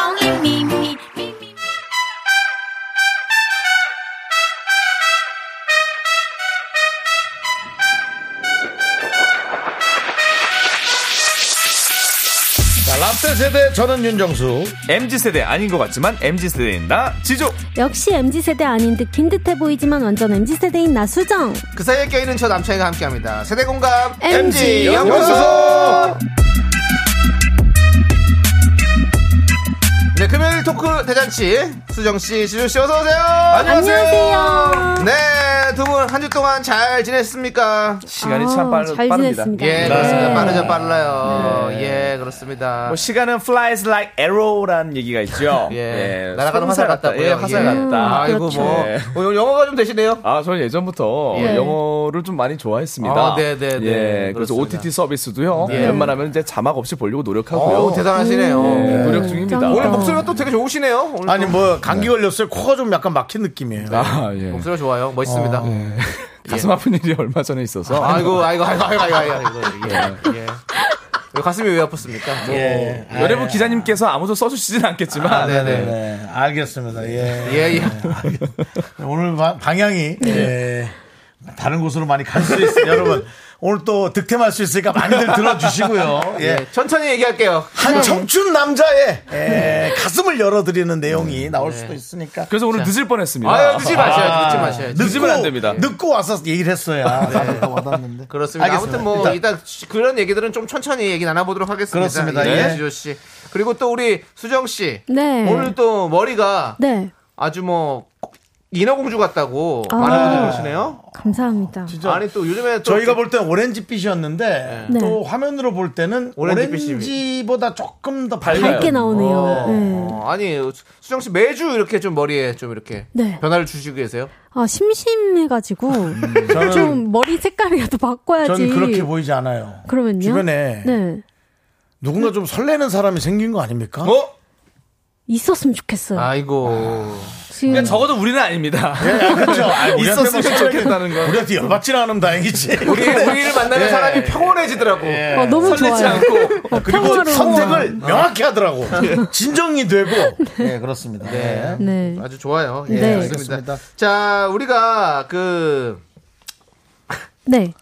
Speaker 6: only me, me, me, me.
Speaker 1: 자, 랍대 세대 저는 윤정수.
Speaker 7: MZ세대 아닌 것 같지만 MZ세대인 나 지조
Speaker 9: 역시 MZ세대 아닌 듯 긴 듯해 보이지만 완전 MZ세대인 나 수정.
Speaker 2: 그 사이에 껴있는 저 남창이가 함께합니다 세대공감 MG
Speaker 9: MG
Speaker 2: 연구소 네 금요일 토크 대잔치 수정씨 지조씨 어서오세요
Speaker 9: 안녕하세요.
Speaker 2: 네두 분 한 주 동안 잘 지냈습니까
Speaker 7: 시간이
Speaker 9: 아,
Speaker 7: 참 빠르,
Speaker 9: 잘
Speaker 7: 빠릅니다.
Speaker 9: 지냈습니다.
Speaker 2: 예
Speaker 9: 네.
Speaker 2: 그렇습니다 빠르죠 빨라요 예 그렇습니다
Speaker 7: 뭐 시간은 flies like arrow라는 얘기가 있죠.
Speaker 2: 예, 날아가는 화살
Speaker 7: 같다.
Speaker 2: 같다고요
Speaker 7: 예, 화살
Speaker 2: 예.
Speaker 7: 같다.
Speaker 2: 아이고
Speaker 9: 그렇죠.
Speaker 2: 뭐
Speaker 7: 예.
Speaker 2: 어, 영어가 좀 되시네요
Speaker 7: 아, 저는 예전부터
Speaker 9: 예.
Speaker 7: 영어를 좀 많이 좋아했습니다.
Speaker 2: 아, 네, 네, 네.
Speaker 7: 예, 그래서
Speaker 2: 그렇습니다.
Speaker 7: OTT 서비스도요.
Speaker 2: 예.
Speaker 7: 웬만하면 이제 자막 없이 보려고 노력하고요.
Speaker 2: 오 대단하시네요
Speaker 7: 예,
Speaker 2: 네.
Speaker 7: 노력 중입니다.
Speaker 9: 짱이다.
Speaker 6: 아.
Speaker 2: 오늘 목소리가 또 되게 좋으시네요 오늘
Speaker 1: 아니 뭐 감기 걸렸어요. 코가 좀 약간 막힌 느낌이에요.
Speaker 7: 아, 예.
Speaker 2: 목소리가 좋아요 멋있습니다
Speaker 7: 가슴 아픈 *laughs* 일이 얼마 전에 있어서.
Speaker 2: 아이고, 아이고, 아이고, 아이고, 아이고, 아이고, 예, 예. 왜 가슴이 왜 아팠습니까? 뭐,
Speaker 1: 예. 아,
Speaker 7: 여러분 기자님께서 아무도 써주시진 않겠지만
Speaker 2: 아, 네네.
Speaker 1: 네, 알겠습니다. 예.
Speaker 2: 예, 예.
Speaker 1: 오늘 바- 방향이 예, 다른 곳으로 많이 갈 수 있어요. 여러분 오늘 또 득템할 수 있으니까 많이들 들어주시고요. 예.
Speaker 2: 예, 천천히 얘기할게요.
Speaker 1: 한 청춘 남자의 예, 가슴을 열어드리는 내용이 나올 수도 있으니까
Speaker 7: 그래서 오늘 늦을 뻔했습니다.
Speaker 2: 아유, 늦지 마셔야지,
Speaker 7: 아,
Speaker 2: 늦지 마셔야지.
Speaker 7: 늦으면 안 됩니다.
Speaker 1: 늦고 와서 얘기를 네. 했어야 아, 나한테 와닿는데.
Speaker 2: 그렇습니다.
Speaker 1: 알겠습니다.
Speaker 2: 아무튼 뭐,
Speaker 1: 일단-
Speaker 2: 이따 그런 얘기들은 좀 천천히 얘기 나눠보도록 하겠습니다.
Speaker 1: 그렇습니다.
Speaker 2: 예,
Speaker 1: 예.
Speaker 2: 지조씨. 그리고 또 우리 수정씨.
Speaker 9: 네.
Speaker 8: 음.
Speaker 2: 오늘 또 머리가
Speaker 9: 네.
Speaker 2: 아주 뭐, 인어공주 같다고
Speaker 9: 아. 어,
Speaker 2: 많은 분들 그러시네요.
Speaker 9: 감사합니다.
Speaker 1: 진짜
Speaker 2: 아니, 또 요즘에 또
Speaker 1: 저희가 볼 때는 오렌지빛이었는데
Speaker 9: 네.
Speaker 1: 또 화면으로 볼 때는
Speaker 2: 오렌지빛이-
Speaker 1: 오렌지보다 조금 더 밝아요.
Speaker 9: 밝게 나오네요. 네.
Speaker 2: 어, 아니, 수정씨 매주 이렇게 좀 머리에 좀 이렇게
Speaker 9: 네.
Speaker 2: 변화를 주시고 계세요?
Speaker 9: 아, 심심해가지고. 좀 머리 색깔이라도 바꿔야지.
Speaker 1: 저는 그렇게 보이지 않아요.
Speaker 9: 그러면요?
Speaker 1: 주변에
Speaker 9: 네.
Speaker 1: 누군가 좀 설레는 사람이 생긴 거 아닙니까?
Speaker 7: 어?
Speaker 9: 있었으면 좋겠어요.
Speaker 2: 아이고.
Speaker 9: 지금
Speaker 7: 그러니까 적어도 우리는 아닙니다.
Speaker 1: 예, 그렇죠. 아, 우리한테만
Speaker 7: 있었으면
Speaker 1: 설레는-
Speaker 7: 좋겠다는 거.
Speaker 1: 우리한테 열받지는 않으면 다행이지.
Speaker 2: 우리, 우리를 만나면
Speaker 1: 예.
Speaker 2: 사람이 평온해지더라고.
Speaker 9: 어, 너무
Speaker 7: 설레지
Speaker 9: 좋아요.
Speaker 7: 않고
Speaker 9: 어,
Speaker 1: 그리고
Speaker 9: 평화로워.
Speaker 1: 선택을 명확히 하더라고. 진정이 되고. 예, 그렇습니다. 예.
Speaker 9: 네.
Speaker 2: 아주 좋아요. 예,
Speaker 9: 네.
Speaker 2: 알겠습니다.
Speaker 1: 알겠습니다.
Speaker 2: 자, 우리가 그,
Speaker 9: 네.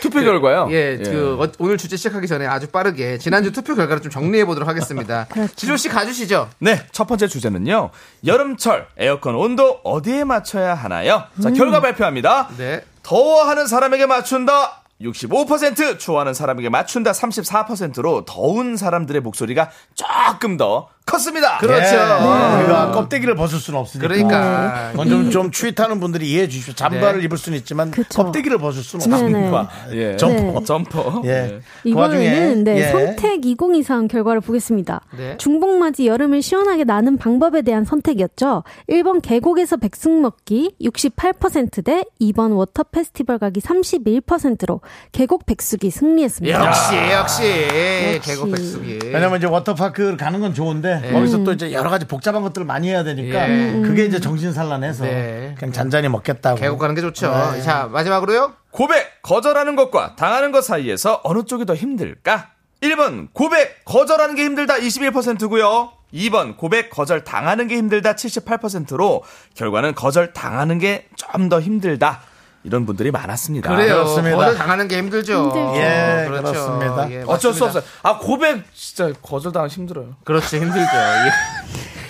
Speaker 7: 투표 결과요.
Speaker 2: 예, 그, 어- 오늘 주제 시작하기 전에 아주 빠르게 지난주 투표 결과를 좀 정리해보도록 하겠습니다.
Speaker 9: *laughs* 그렇죠.
Speaker 2: 지조씨 가주시죠.
Speaker 7: 네, 첫 번째 주제는요. 여름철 에어컨 온도 어디에 맞춰야 하나요?
Speaker 3: 음.
Speaker 7: 자, 결과 발표합니다.
Speaker 2: 네.
Speaker 7: 더워하는 사람에게 맞춘다. 65% 좋아하는 사람에게 맞춘다 34%로 더운 사람들의 목소리가 조금 더 컸습니다.
Speaker 2: 그렇죠.
Speaker 1: 예. 우리가 껍데기를 벗을 수는 없으니까.
Speaker 2: 그러니까.
Speaker 1: 그건 좀, 좀 추위타는 분들이 이해해 주십시오. 잠바를
Speaker 2: 네.
Speaker 1: 입을 수는 있지만
Speaker 9: 그쵸.
Speaker 1: 껍데기를 벗을 수는
Speaker 9: 네네.
Speaker 1: 없습니다.
Speaker 7: 예.
Speaker 1: 점퍼.
Speaker 9: 네.
Speaker 7: 점퍼.
Speaker 1: 예. 그 와중에,
Speaker 9: 이번에는 네,
Speaker 1: 예.
Speaker 9: 선택 2023 결과를 보겠습니다.
Speaker 2: 네.
Speaker 9: 중복맞이 여름을 시원하게 나는 방법에 대한 선택이었죠. 1번 계곡에서 백숙 먹기 68%대 2번 워터 페스티벌 가기 31%로 계곡 백숙이 승리했습니다.
Speaker 2: 역시, 역시.
Speaker 9: 네. 역시.
Speaker 2: 개국 백숙이.
Speaker 1: 왜냐면 이제 워터파크 가는 건 좋은데 거기서 또 이제 여러 가지 복잡한 것들을 많이 해야 되니까
Speaker 2: 예.
Speaker 9: 음,
Speaker 1: 그게 이제 정신 산란해서
Speaker 2: 네.
Speaker 1: 그냥 잔잔히 먹겠다고.
Speaker 2: 개국 가는 게 좋죠. 자, 마지막으로요.
Speaker 7: 고백, 거절하는 것과 당하는 것 사이에서 어느 쪽이 더 힘들까? 1번 고백, 거절하는 게 힘들다 21%고요. 2번 고백, 거절 당하는 게 힘들다 78%로 결과는 거절 당하는 게 좀 더 힘들다. 이런 분들이 많았습니다.
Speaker 2: 그래요.
Speaker 1: 그렇습니다.
Speaker 2: 거절 당하는 게 힘들죠.
Speaker 9: 힘들죠.
Speaker 1: 예, 그렇습니다.
Speaker 7: 어쩔 수
Speaker 2: 맞습니다.
Speaker 7: 없어요. 아 고백 진짜 거절당하면 힘들어요.
Speaker 2: 그렇지 힘들죠. 예.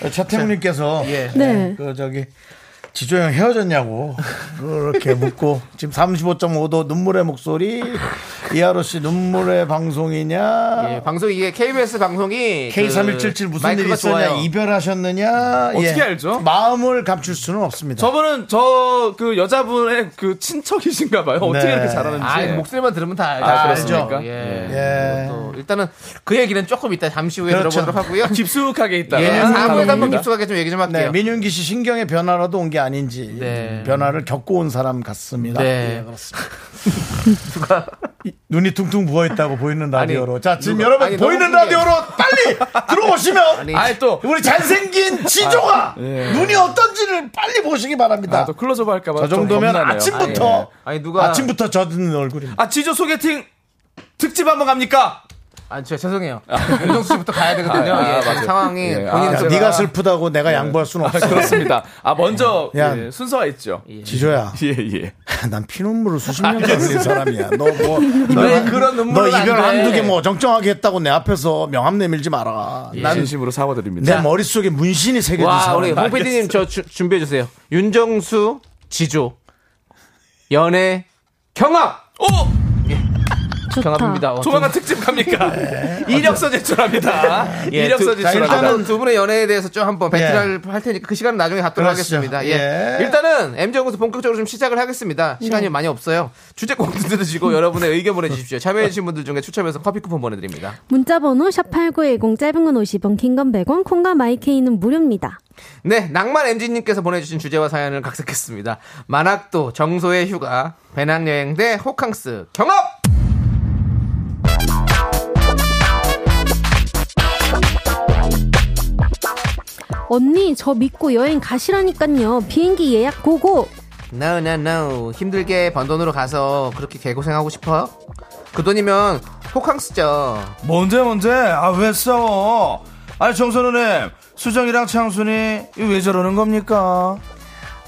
Speaker 7: *laughs*
Speaker 1: 차태웅님께서
Speaker 2: 예.
Speaker 9: 네.
Speaker 1: 그 저기 지조형 헤어졌냐고 그렇게 묻고 *laughs* 지금 35.5도 눈물의 목소리 이하로 씨 눈물의 방송이냐
Speaker 2: 예, 방송 이게 KBS 방송이 그
Speaker 1: K3177 그 무슨 일이
Speaker 2: 마이크가
Speaker 1: 있었냐
Speaker 2: 좋아요.
Speaker 1: 이별하셨느냐 예.
Speaker 7: 어떻게 알죠?
Speaker 1: 마음을 감출 수는 없습니다.
Speaker 7: 저분은 저 그 여자분의 그 친척이신가 봐요. 어떻게
Speaker 1: 네.
Speaker 7: 이렇게 잘하는지.
Speaker 2: 아, 이거 목소리만 들으면 다 알죠.
Speaker 1: 아,
Speaker 7: 그렇습니까?
Speaker 1: 예.
Speaker 2: 예. 또 일단은 그 얘기는 조금 이따 잠시 후에
Speaker 1: 그렇죠.
Speaker 2: 들어보도록 하고요.
Speaker 7: *laughs* 깊숙하게 있다가
Speaker 2: 예,
Speaker 7: 다음
Speaker 2: 4부에서 한번
Speaker 7: 겁니다.
Speaker 2: 깊숙하게 좀 얘기 좀
Speaker 1: 네,
Speaker 2: 할게요.
Speaker 1: 민윤기 씨 신경의 변화라도 온 게 아닌지
Speaker 2: 네.
Speaker 1: 변화를 겪고 온 사람 같습니다.
Speaker 2: 네.
Speaker 1: 예, *laughs* 그렇습니다. 이- 눈이 퉁퉁 부어 있다고 보이는 라디오로. 자, 지금
Speaker 2: 누가-
Speaker 1: 여러분
Speaker 2: 아니,
Speaker 1: 보이는
Speaker 2: 너무 신기해.
Speaker 1: 라디오로 빨리 들어오시면
Speaker 2: 아니,
Speaker 7: 아니 또 아, 예.
Speaker 1: 우리
Speaker 7: *laughs*
Speaker 1: 잘생긴 지조가 눈이 어떤지를 빨리 보시기 바랍니다.
Speaker 7: 아, 또 클로즈업 할까봐.
Speaker 1: 저
Speaker 7: 좀
Speaker 1: 정도면
Speaker 7: 겁나네요.
Speaker 1: 아침부터
Speaker 2: 아니, 누가-
Speaker 1: 침부터 젖은 얼굴입니다.
Speaker 7: 아, 지조 소개팅 특집 한번 갑니까?
Speaker 2: 아, 저 죄송해요. 윤정수 씨부터 가야 되거든요.
Speaker 7: 아,
Speaker 2: 예,
Speaker 7: 아,
Speaker 2: 지금
Speaker 7: 맞아요.
Speaker 2: 상황이
Speaker 7: 예, 아,
Speaker 2: 본인
Speaker 1: 야,
Speaker 2: 아,
Speaker 1: 네가 슬프다고 내가 양보할 수는
Speaker 7: 아,
Speaker 1: 없어.
Speaker 7: 그렇습니다. 아, 먼저
Speaker 1: 야.
Speaker 7: 예, 순서가 있죠. 예,
Speaker 1: 지조야, 아,
Speaker 7: 예. 아,
Speaker 1: 난 피눈물을 수십 년 흘린 사람이야. 너
Speaker 7: *laughs*
Speaker 1: 뭐, 너,
Speaker 2: 왜
Speaker 1: 한-
Speaker 2: 그런
Speaker 1: 너
Speaker 2: 눈물을
Speaker 1: 이별
Speaker 2: 안 돼?
Speaker 1: 한두 개 뭐 정정하게 했다고 내 앞에서 명함 내밀지 마라. 난 내
Speaker 7: 예. 진심으로 사과드립니다.
Speaker 1: 머릿속에 문신이 새겨진
Speaker 2: 와,
Speaker 1: 사람.
Speaker 2: 우리 홍 p d 님저 주- 준비해주세요. 윤정수, 지조, 연애, 경합! 예.
Speaker 7: 오!
Speaker 9: 좋다.
Speaker 2: 경합입니다. 어,
Speaker 7: 조만간 특집
Speaker 2: *laughs*
Speaker 7: 갑니까? 이력서 제출합니다.
Speaker 2: 예,
Speaker 7: 이력서
Speaker 2: 두, 자,
Speaker 7: 제출합니다.
Speaker 2: 일단은 두 분의 연애에 대해서 좀 한번 배틀할 할 테니까 그 시간 은 나중에 갖도록
Speaker 1: 그러시죠.
Speaker 2: 하겠습니다. 예. 네.
Speaker 1: 예.
Speaker 2: 일단은 MJ연구소 본격적으로 좀 시작을 하겠습니다. 시간이 많이 없어요. 주제 공들으시고 *laughs* 여러분의 의견 보내주십시오. 참여해주신 분들 중에 추첨해서 커피 쿠폰 보내드립니다.
Speaker 9: 문자번호 샵8910 짧은 건 50원, 긴 건 100원, 콩과 마이케이는 무료입니다.
Speaker 2: 네, 낭만 엔진님께서 보내주신 주제와 사연을 각색했습니다. 만학도, 정소의 휴가, 배낭여행 대 호캉스, 경합!
Speaker 9: 언니, 저 믿고 여행 가시라니깐요. 비행기 예약 고고!
Speaker 2: No, no, no. 힘들게 번 돈으로 가서 그렇게 개고생하고 싶어요? 그 돈이면 호캉스죠.
Speaker 7: 뭔데 뭔데? 아 왜 싸워? 아니 정선우님 수정이랑 창순이 이거 왜 저러는 겁니까?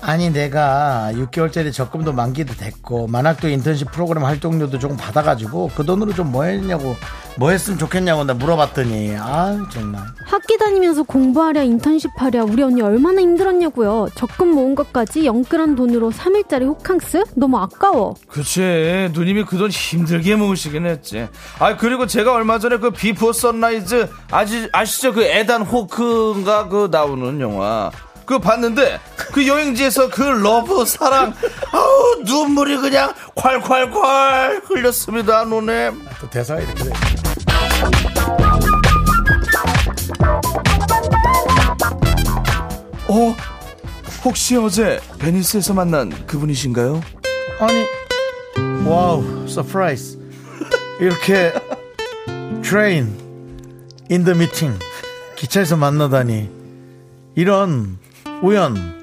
Speaker 1: 아니 내가 6개월짜리 적금도 만기도 됐고 만학도 인턴십 프로그램 활동료도 조금 받아가지고 그 돈으로 좀 뭐 했냐고 뭐 했으면 좋겠냐고 나 물어봤더니 아 정말
Speaker 9: 학기 다니면서 공부하랴, 인턴십 하랴, 우리 언니 얼마나 힘들었냐고요. 적금 모은 것까지 영끌한 돈으로 3일짜리 호캉스? 너무 아까워.
Speaker 7: 그치 누님이 그 돈 힘들게 모으시긴 했지 아 그리고 제가 얼마 전에 그 비포 선라이즈 아시, 아시죠 그 에단 호크인가 그 나오는 영화 그거 봤는데 그 여행지에서 그 러브 사랑 아우 눈물이 그냥 콸콸콸 흘렸습니다 누님
Speaker 1: 또그 대사가 이렇게 돼.
Speaker 7: 어? 혹시 어제 베니스에서 만난 그분이신가요?
Speaker 1: 아니 와우 서프라이즈 이렇게 트레인 인더 미팅 기차에서 만나다니 이런 우연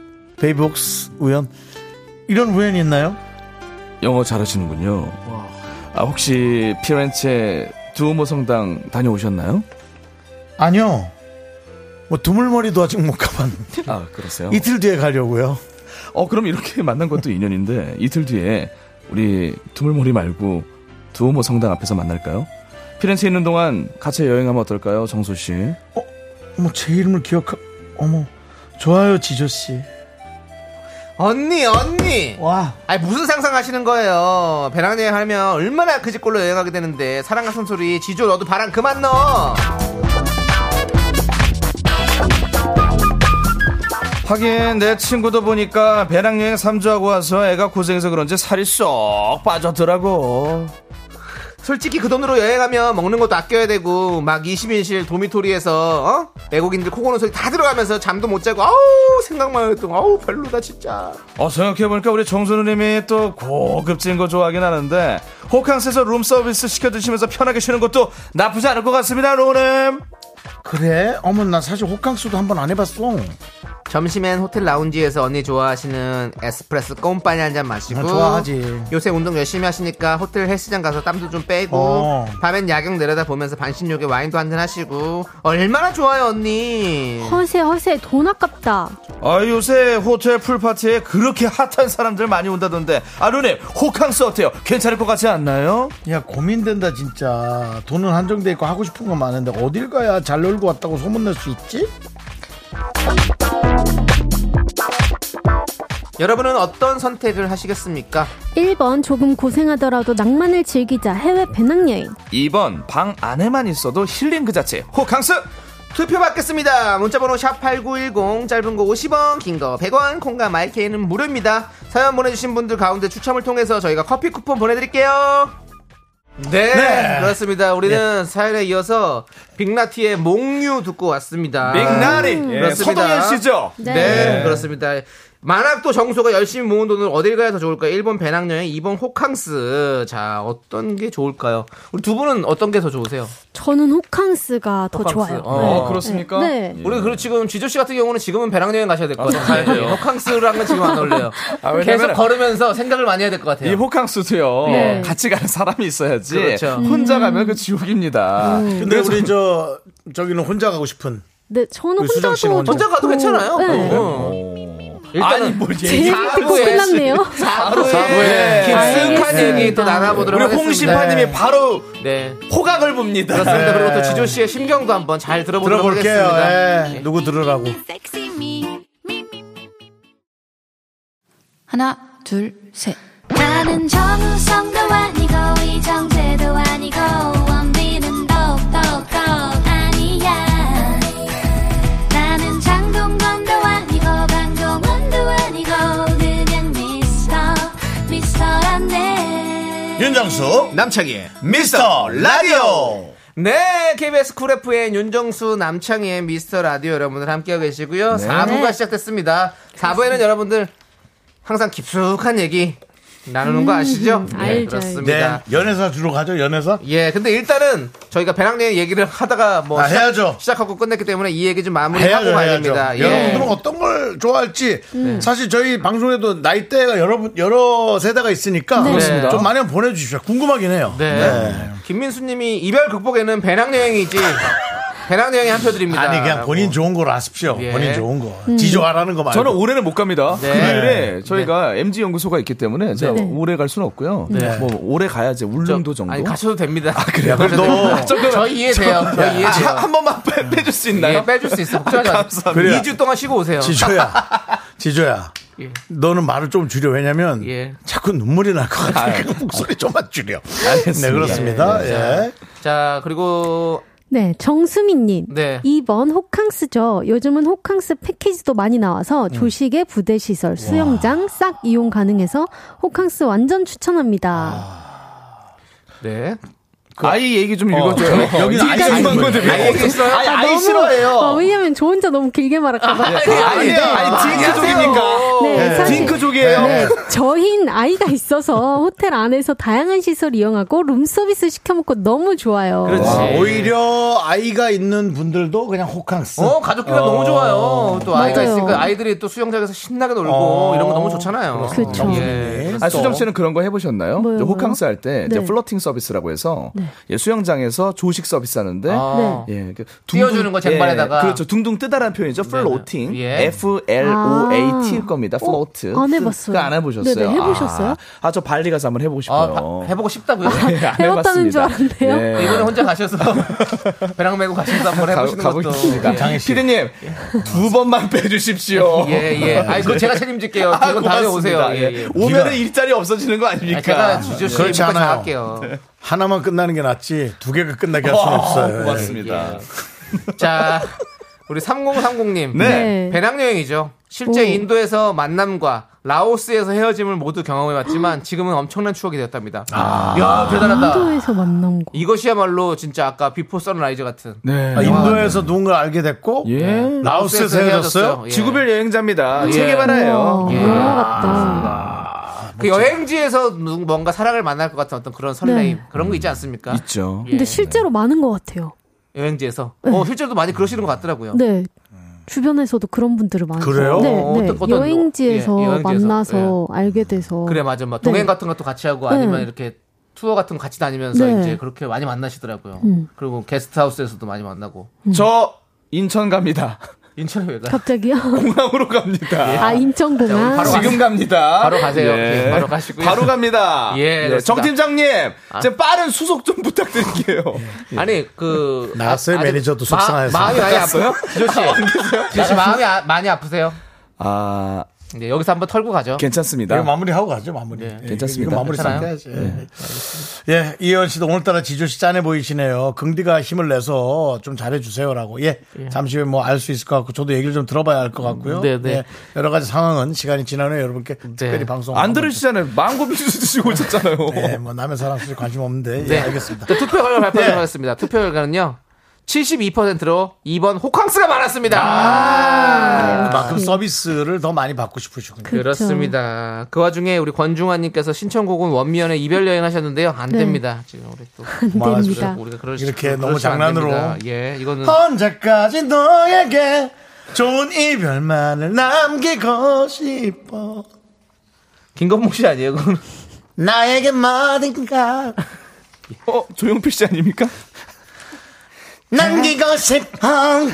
Speaker 1: 베이복스 우연 이런 우연이 있나요?
Speaker 7: 영어 잘하시는군요. 아 혹시 피렌체 두오모 성당 다녀오셨나요?
Speaker 1: 아니요 뭐 드물머리도 아직 못 가봤는데
Speaker 7: 아 그러세요.
Speaker 1: 이틀 뒤에 가려고요
Speaker 7: 어 그럼 이렇게 *laughs* 만난 것도 인연인데 이틀 뒤에 우리 두물머리 말고 두오모 성당 앞에서 만날까요? 피렌체 있는 동안 같이 여행하면 어떨까요, 정소 씨?
Speaker 1: 어머 제 이름을 기억하 어머 좋아요 지조씨
Speaker 2: 언니, 언니!
Speaker 1: 와
Speaker 2: 아니 무슨 상상하시는 거예요? 배낭여행 하면 얼마나 그 집골로 여행하게 되는데 사랑 같은 소리 지조 너도 바람 그만 넣어.
Speaker 7: 하긴 내 친구도 보니까 배낭여행 3주하고 와서 애가 고생해서 그런지 살이 쏙 빠졌더라고.
Speaker 2: 솔직히 그 돈으로 여행하면 먹는 것도 아껴야 되고 막 20인실 도미토리에서 어? 외국인들 코 고는 소리 다 들어가면서 잠도 못 자고 아우 생각만 해도 아우 별로다 진짜.
Speaker 7: 어, 생각해보니까 우리 정수누님이 또 고급진 거 좋아하긴 하는데, 호캉스에서 룸 서비스 시켜드시면서 편하게 쉬는 것도 나쁘지 않을 것 같습니다, 로우님.
Speaker 1: 그래 어머 나 사실 호캉스도 한 번 안 해봤어
Speaker 2: 점심엔 호텔 라운지에서 언니 좋아하시는 에스프레소 꼼빠니 한 잔 마시고
Speaker 1: 아, 좋아하지.
Speaker 2: 요새 운동 열심히 하시니까 호텔 헬스장 가서 땀도 좀 빼고
Speaker 1: 어.
Speaker 2: 밤엔 야경 내려다 보면서 반신욕에 와인도 한 잔 하시고 얼마나 좋아요 언니
Speaker 9: 허세 허세 돈 아깝다.
Speaker 7: 아 요새 호텔 풀파티에 그렇게 핫한 사람들 많이 온다던데 아 누님 호캉스 어때요? 괜찮을 것 같지 않나요?
Speaker 1: 야 고민된다 진짜 돈은 한정돼 있고 하고 싶은 건 많은데 어딜 가야 잘 놀고 왔다고 소문낼 수 있지?
Speaker 2: 여러분은 어떤 선택을 하시겠습니까
Speaker 9: 1번 조금 고생하더라도 낭만을 즐기자 해외 배낭여행.
Speaker 7: 2번 방 안에만 있어도 힐링 그 자체 호캉스
Speaker 2: 투표 받겠습니다. 문자번호 샵8910 짧은 거 50원 긴 거 100원 콩과 마이케이는 무료입니다. 사연 보내주신 분들 가운데 추첨을 통해서 저희가 커피 쿠폰 보내드릴게요. 네, 그렇습니다.
Speaker 7: 예.
Speaker 2: 우리는 사연에 이어서 빅나티의 몽유 듣고 왔습니다.
Speaker 7: 빅나리
Speaker 9: 음.
Speaker 7: 예,
Speaker 2: 그렇습니다.
Speaker 7: 서동현 씨죠?
Speaker 2: 네. 그렇습니다. 만학 또 정소가 열심히 모은 돈을 어딜 가야 더 좋을까요? 1번 배낭여행, 2번 호캉스. 자, 어떤 게 좋을까요? 우리 두 분은 어떤 게 더 좋으세요?
Speaker 9: 저는 호캉스가 더
Speaker 2: 호캉스.
Speaker 9: 좋아요.
Speaker 2: 어,
Speaker 7: 그렇습니까?
Speaker 9: 네.
Speaker 2: 우리 그리고 지금 지조 씨 같은 경우는 지금은 배낭여행 가셔야 될 것
Speaker 7: 아, 가야
Speaker 2: 같아요. 네,
Speaker 7: 돼요.
Speaker 2: 호캉스랑은 지금 안 어울려요.
Speaker 7: *laughs* 아, 왜냐면은-
Speaker 2: 계속 걸으면서 생각을 많이 해야 될 것 같아요.
Speaker 7: 이 호캉스도요
Speaker 9: 네.
Speaker 7: 같이 가는 사람이 있어야지
Speaker 2: 그렇죠.
Speaker 7: 혼자
Speaker 9: 음.
Speaker 7: 가면 그 지옥입니다
Speaker 1: 근데 우리 저 저기는 혼자 가고 싶은
Speaker 9: 네, 저는
Speaker 1: 우리 수정 씨는
Speaker 9: 혼자도
Speaker 1: 혼자
Speaker 2: 혼자 가도 괜찮아요.
Speaker 7: 어.
Speaker 2: 어.
Speaker 9: 네.
Speaker 2: 일단은 아니, 뭘
Speaker 9: 제일 듣고 끝났네요.
Speaker 2: 사부에 깊숙한
Speaker 9: 알겠습니다.
Speaker 2: 얘기 또 나눠보도록
Speaker 7: 우리
Speaker 2: 하겠습니다.
Speaker 7: 홍신파님이 바로
Speaker 2: 네.
Speaker 7: 호각을 봅니다 네.
Speaker 2: 그렇습니다. 그리고 또 지조 씨의 심경도 한번 잘 들어보도록
Speaker 1: 들어볼게요.
Speaker 2: 하겠습니다. 네.
Speaker 1: 예. 누구 들으라고.
Speaker 6: Sexy me, me, me.
Speaker 10: 하나, 둘, 셋.
Speaker 6: 나는 정우성도 아니고 이정재도 아니고 원빈은 더욱더 아니야 나는 장동건도 아니고 강동원도 아니고 그냥 미스터 미스터란데
Speaker 1: 윤정수
Speaker 2: 남창희의
Speaker 1: 미스터 라디오.
Speaker 2: 네, KBS 쿨 FM 윤정수 남창희의 미스터 라디오 여러분들 함께하고 계시고요.
Speaker 1: 네.
Speaker 2: 4부가 시작됐습니다. 4부에는 여러분들 항상 깊숙한 얘기 나누는 거 아시죠? 네,
Speaker 9: 음, 알죠,
Speaker 2: 그렇습니다.
Speaker 1: 네. 연애사 주로 가죠. 연애사.
Speaker 2: 예, 근데 일단은 저희가 배낭여행 얘기를 하다가 뭐
Speaker 1: 아, 해야죠.
Speaker 2: 시작, 하고 끝냈기 때문에 이 얘기 좀
Speaker 1: 해야죠,
Speaker 2: 마무리하고 가야
Speaker 1: 해야죠.
Speaker 2: 됩니다.
Speaker 1: 여러분들은
Speaker 2: 네, 예. 네.
Speaker 1: 어떤 걸 좋아할지 사실 저희 방송에도 나이대가 여러 여러 세대가 있으니까
Speaker 2: 그렇습니다.
Speaker 1: 좀 많이 한번 보내주십시오. 궁금하긴 해요.
Speaker 2: 네. 김민수님이 이별 극복에는
Speaker 1: *laughs*
Speaker 2: 배낭여행이지 배낭여행에 한 표 드립니다.
Speaker 1: 아니 그냥 본인 좋은 거로 하십시오.
Speaker 2: 네. 예.
Speaker 1: 본인 좋은 거. 지조하라는 거 말고.
Speaker 7: 저는 올해는 못 갑니다.
Speaker 2: 네.
Speaker 7: 금요일에 저희가 MG 연구소가 있기 때문에 제가 오래 갈 수는 없고요.
Speaker 2: 네.
Speaker 7: 뭐
Speaker 2: 어.
Speaker 7: 오래 가야지 울릉도 정도.
Speaker 2: 아니 가셔도 됩니다. 아, 그래요?
Speaker 1: 그럼 너-
Speaker 2: 저희 이해돼요. 저희
Speaker 7: 아,
Speaker 2: 이해돼요.
Speaker 7: 한 번만 빼, 빼줄 수 있나요?
Speaker 2: 예, 빼줄 수 있어. 걱정하지
Speaker 7: 아,
Speaker 2: 마세요.
Speaker 7: 감사합니다.
Speaker 2: 2주 동안 쉬고 오세요. *laughs*
Speaker 1: 지조야. 지조야.
Speaker 2: 예.
Speaker 1: 너는 말을 좀 줄여. 왜냐면
Speaker 2: 예. 아.
Speaker 1: 자꾸 눈물이 날 것 같으니까 *laughs* 목소리 좀만 줄여.
Speaker 7: 알겠습니다.
Speaker 1: 네, 그렇습니다. 예.
Speaker 2: 자, 그리고
Speaker 9: 네, 정수민님.
Speaker 2: 네.
Speaker 9: 2번 호캉스죠. 요즘은 호캉스 패키지도 많이
Speaker 7: 음.
Speaker 9: 나와서 조식에 부대시설, 수영장 싹 이용 가능해서 호캉스 완전
Speaker 7: 아.
Speaker 9: 추천합니다.
Speaker 2: 네.
Speaker 7: 아이 얘기 좀그 읽어줘요.
Speaker 1: 여기는 아이
Speaker 7: 읽은
Speaker 1: 아이
Speaker 7: 건데 왜?
Speaker 2: 알겠어요.
Speaker 7: 아이, 아이 싫어해요.
Speaker 9: 어, 왜냐면 저 혼자 너무 길게 말할까봐.
Speaker 7: 아니, 아니, 딩크족이니까.
Speaker 9: 네, 사실-
Speaker 7: 딩크족이에요.
Speaker 9: 네, 저흰 아이가 있어서 호텔 안에서 다양한 시설 이용하고 룸서비스 시켜먹고 너무 좋아요.
Speaker 2: 그렇지.
Speaker 1: 와, 오히려 아이가 있는 분들도 그냥 호캉스.
Speaker 2: 어, 가족끼리 너무 좋아요. 또 아이가
Speaker 9: 맞아요.
Speaker 2: 있으니까 아이들이 또 수영장에서 신나게 놀고
Speaker 1: 어.
Speaker 2: 이런 거 너무 좋잖아요.
Speaker 9: 그렇죠.
Speaker 2: 예.
Speaker 7: 아, 수정 씨는 그런 거 해보셨나요?
Speaker 9: 뭐요,
Speaker 7: 저
Speaker 9: 뭐요?
Speaker 7: 호캉스 할 때 이제
Speaker 9: 네.
Speaker 7: 플러팅 서비스라고 해서 예, 수영장에서 조식 서비스 하는데
Speaker 2: 아.
Speaker 7: 예, 그
Speaker 2: 띄워주는 거 쟁반에다가.
Speaker 7: 예, 그렇죠. 둥둥 뜨다라는 표현이죠. 플로팅.
Speaker 2: 예.
Speaker 7: F L O A T일 겁니다. 플로트.
Speaker 9: 아. 어, 안 해봤어요.
Speaker 7: 그안 해보셨어요?
Speaker 9: 네네, 해보셨어요?
Speaker 7: 아, 아, 저 발리 가서 한번 해보고
Speaker 2: 아,
Speaker 7: 싶어요.
Speaker 2: 바- 해보고 싶다고요?
Speaker 7: 예, 안
Speaker 9: 해봤다는 줄
Speaker 7: 해봤습니다.
Speaker 9: 알았네요.
Speaker 7: 예.
Speaker 2: 이번에 혼자 가셔서 *laughs* 배낭 메고 가셔서 한번
Speaker 7: 가-
Speaker 2: 해보시는 것도. 네.
Speaker 7: 가보겠습니다.
Speaker 1: 장애 씨.
Speaker 7: 피디님 두 번만 빼주십시오.
Speaker 2: 예, 예. 아니, 그거 제가 책임질게요.
Speaker 7: 아,
Speaker 2: 두분 다음에 오세요.
Speaker 7: 고맙습니다.
Speaker 2: 예,
Speaker 7: 예.
Speaker 2: 예.
Speaker 7: 오면은 그러니까.
Speaker 1: 네가-
Speaker 7: 일자리 없어지는 거 아닙니까?
Speaker 2: 아니, 제가 주주 씨
Speaker 1: 그렇지
Speaker 2: 묶어
Speaker 1: 않아요.
Speaker 2: 잡을게요.
Speaker 1: 하나만 끝나는 게 낫지 두 개가 끝나게 할 수는
Speaker 7: 와,
Speaker 1: 없어요. 예.
Speaker 7: 고맙습니다.
Speaker 2: 자, 우리 3030님.
Speaker 7: 네.
Speaker 2: 배낭여행이죠. 실제
Speaker 9: 오.
Speaker 2: 인도에서 만남과 라오스에서 헤어짐을 모두 경험해봤지만 지금은 엄청난 추억이 되었답니다.
Speaker 1: 아.
Speaker 2: 야 대단하다.
Speaker 9: 인도에서 만난 거.
Speaker 2: 이것이야말로 진짜 아까 비포 선라이즈 같은.
Speaker 7: 네.
Speaker 1: 아, 인도에서 누군가 알게 됐고
Speaker 7: 예.
Speaker 1: 라오스에서 헤어졌어요.
Speaker 2: 예.
Speaker 7: 지구별 여행자입니다.
Speaker 2: 예.
Speaker 7: 체계바라예요. 아,
Speaker 9: 우와,
Speaker 2: 예.
Speaker 9: 영화 같다.
Speaker 2: 그
Speaker 7: 그렇죠.
Speaker 2: 여행지에서 누- 뭔가 사랑을 만날 것 같은 어떤 그런 설레임
Speaker 9: 네. 예.
Speaker 2: 그런 거 있지 않습니까?
Speaker 7: 있죠.
Speaker 2: 예.
Speaker 9: 근데 실제로 많은 것 같아요.
Speaker 2: 여행지에서. 어 실제로도 많이 그러시는 것 같더라고요.
Speaker 9: 네. 주변에서도 그런 분들을 많이
Speaker 2: 그래요?
Speaker 9: 봤어요.
Speaker 2: 어,
Speaker 9: 네, 네.
Speaker 2: 어떤- 어떤-
Speaker 9: 여행지에서,
Speaker 2: 예, 여행지에서,
Speaker 9: 만나서 알게 돼서
Speaker 2: 그래 맞아 막
Speaker 9: 네.
Speaker 2: 동행 같은 것도 같이 하고
Speaker 9: 네.
Speaker 2: 아니면 이렇게 투어 같은 거 같이 다니면서
Speaker 9: 네.
Speaker 2: 이제 그렇게 많이 만나시더라고요.
Speaker 9: 음.
Speaker 2: 그리고 게스트하우스에서도 많이 만나고.
Speaker 7: 저 인천 갑니다.
Speaker 2: *laughs* 인천에 왜 가?
Speaker 9: 갑자기요?
Speaker 7: 공항으로 갑니다.
Speaker 9: 아 인천공항
Speaker 7: 바로 지금 갑니다.
Speaker 2: 바로 가세요. 예, 바로 가시고요.
Speaker 7: 바로 갑니다. 네, 아.
Speaker 2: 예, 그렇습니다.
Speaker 7: 정 팀장님, 제 빠른 수속 좀 부탁드릴게요.
Speaker 2: *laughs* 아니 그
Speaker 1: *laughs* 나왔어요,
Speaker 2: 아직
Speaker 1: 매니저도
Speaker 2: 마-
Speaker 1: 속상해서.
Speaker 2: 마음이
Speaker 7: *laughs*
Speaker 2: 많이 아프세요?
Speaker 7: 나갔어요?
Speaker 2: 지조 씨, 지조 씨 마음이 아- 많이 아프세요?
Speaker 7: 아,
Speaker 2: 네, 여기서 한번 털고 가죠.
Speaker 7: 괜찮습니다.
Speaker 1: 이거 마무리하고 가죠, 마무리. 예,
Speaker 7: 네. 괜찮습니다. 네.
Speaker 1: 이거 마무리
Speaker 2: 괜찮아요?
Speaker 1: 상태야지. 예, 이현 씨도 오늘따라 지조 씨 짠해 보이시네요. 긍디가 힘을 내서 좀 잘해주세요라고. 예, 잠시 후에 뭐 알 수 있을 것 같고, 저도 얘기를 좀 들어봐야 알 것 같고요.
Speaker 2: 음, 네, 네.
Speaker 1: 예, 여러 가지 상황은 시간이 지난 후에 여러분께 특별히 방송.
Speaker 7: 네. 안 들으시잖아요. 망고 빙수 드시고 오셨잖아요. 네.
Speaker 1: 예, 뭐 남의 사랑 사실 관심 없는데. 예, 알겠습니다.
Speaker 2: 자, 네. 투표 결과
Speaker 1: 네.
Speaker 2: 발표하겠습니다. 투표 결과는요. 72%로 2번 호캉스가 많았습니다.
Speaker 1: 아,
Speaker 2: 아,
Speaker 1: 그만큼 서비스를 더 많이 받고 싶으시군요.
Speaker 2: 그렇습니다. 그 와중에 우리 권중환님께서 신청곡은 원미연의 이별 여행 하셨는데요. 안
Speaker 9: 네.
Speaker 2: 됩니다. 지금 우리 또
Speaker 9: 안
Speaker 1: 고마워요.
Speaker 9: 됩니다.
Speaker 2: 우리가 그럴 수-
Speaker 1: 이렇게
Speaker 2: 그럴
Speaker 1: 너무
Speaker 2: 수안
Speaker 1: 장난으로. 아.
Speaker 2: 됩니다. 예, 이거는
Speaker 1: 언제까지 너에게 좋은 이별만을 남기고 싶어.
Speaker 2: 김건모 씨 아니에요? 그거는
Speaker 1: 나에게 뭐든가
Speaker 7: 어, 조용필 씨 아닙니까?
Speaker 1: 남기고 싶어.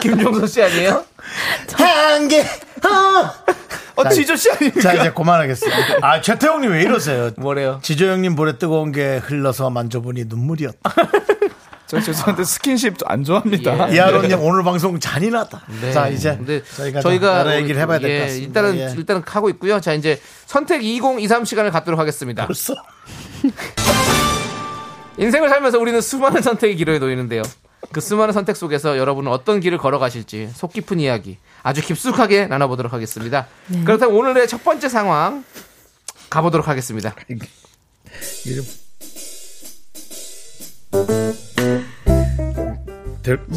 Speaker 2: 김종서
Speaker 1: *laughs*
Speaker 2: 씨 아니에요?
Speaker 1: 한게
Speaker 7: 어, 지조 씨 아닙니까?
Speaker 1: 자, 이제 그만하겠습니다. 아, 최태형님 왜 이러세요?
Speaker 2: 뭐래요?
Speaker 1: 지조형님 볼에 뜨거운 게 흘러서 만져보니
Speaker 2: 아,
Speaker 1: 눈물이었다.
Speaker 7: *laughs* 저 죄송한데 스킨십 안 좋아합니다.
Speaker 1: 이하로님 오늘 방송 잔인하다.
Speaker 2: 예, 네.
Speaker 1: 자, 이제
Speaker 2: 근데
Speaker 1: 저희가, 저희가
Speaker 2: 오늘-
Speaker 1: 얘기를 해봐야 될 것
Speaker 2: 예,
Speaker 1: 같습니다.
Speaker 2: 일단은
Speaker 1: 예.
Speaker 2: 일단은 하고 있고요. 자, 이제 선택 2023 시간을 갖도록 하겠습니다.
Speaker 1: 벌써
Speaker 2: 인생을 살면서 우리는 수많은 선택의 기로에 놓이는데요. 그 수많은 선택 속에서 여러분은 어떤 길을 걸어가실지 속 깊은 이야기 아주 깊숙하게 나눠보도록 하겠습니다. 그렇다면 오늘의 첫 번째 상황 가보도록 하겠습니다.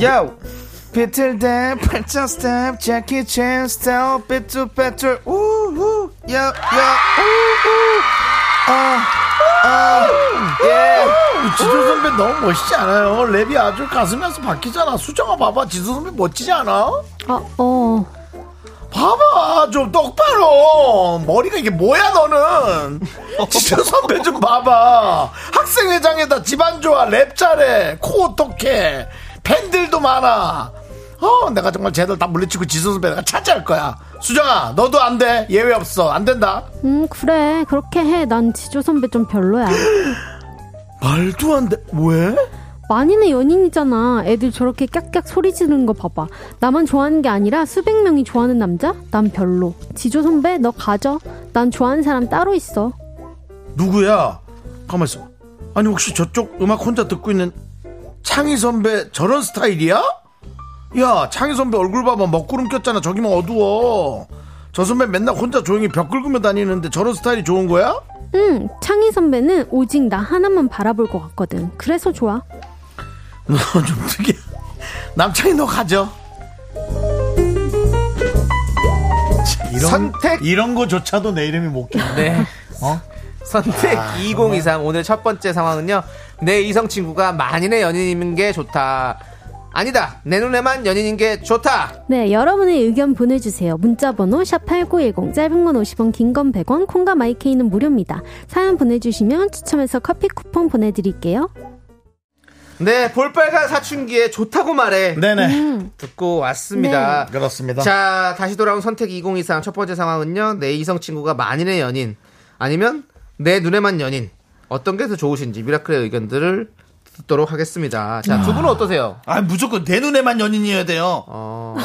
Speaker 7: 야, 비틀대 팔짱 스텝 재키 챈 스타일 비투 배틀 우우 야, 야 우우 아아예
Speaker 1: 지조 선배 너무 멋있지 않아요? 랩이 아주 가슴에서 바뀌잖아. 수정아 봐봐. 지조 선배 멋지지 않아?
Speaker 9: 아, 어.
Speaker 1: 봐봐 좀 똑바로 머리가 이게 뭐야 너는 *laughs* 지조 선배 좀 봐봐 학생회장에다 집안 좋아 랩 잘해 코 어떡해 팬들도 많아 어 내가 정말 쟤들 다 물리치고 지조 선배 내가 차지할 거야 수정아 너도 안 돼 예외 없어 안 된다
Speaker 9: 음, 그래. 그렇게 해. 난 지조 선배 좀 별로야.
Speaker 1: 말도 안돼 왜?
Speaker 9: 만인의 연인이잖아. 애들 저렇게 깍깍 소리 지르는 거 봐봐. 나만 좋아하는 게 아니라 수백 명이 좋아하는 남자? 난 별로. 지조 선배, 너 가져. 난 좋아하는 사람 따로 있어.
Speaker 1: 누구야? 가만있어. 아니 혹시 저쪽 음악 혼자 듣고 있는 창희 선배 저런 스타일이야? 야 창희 선배 얼굴 봐봐 먹구름 꼈잖아 저기만 뭐 어두워 저 선배 맨날 혼자 조용히 벽 긁으며 다니는데 저런 스타일이 좋은 거야? *laughs*
Speaker 9: 응, 창희 선배는 오직 나 하나만 바라볼 것 같거든. 그래서 좋아.
Speaker 1: 너 좀 특이해 남창희 너 가져 이런,
Speaker 2: 선택!
Speaker 1: 이런 거조차도 내 이름이 못 기네 아,
Speaker 2: 네. 선택 2023 오늘 첫 번째 상황은요. 내 이성 친구가 만인의 연인인 게 좋다. 아니다. 내 눈에만 연인인 게 좋다.
Speaker 9: 네, 여러분의 의견 보내주세요. 문자번호 샵8910, 짧은 건 50원, 긴 건 100원, 콩과 마이케이는 무료입니다. 사연 보내주시면 추첨해서 커피 쿠폰 보내드릴게요.
Speaker 2: 네, 볼빨간 사춘기에 좋다고 말해.
Speaker 1: 네네
Speaker 2: 듣고 왔습니다.
Speaker 1: 네. 그렇습니다
Speaker 2: 자, 다시 돌아온 선택 2023. 첫 번째 상황은요. 내 이성 친구가 만인의 연인 아니면 내 눈에만 연인. 어떤 게 더 좋으신지 미라클의 의견들을 듣도록 하겠습니다. 자, 두 분은 어떠세요?
Speaker 7: 아, 무조건 내 눈에만 연인이어야 돼요.
Speaker 2: 어,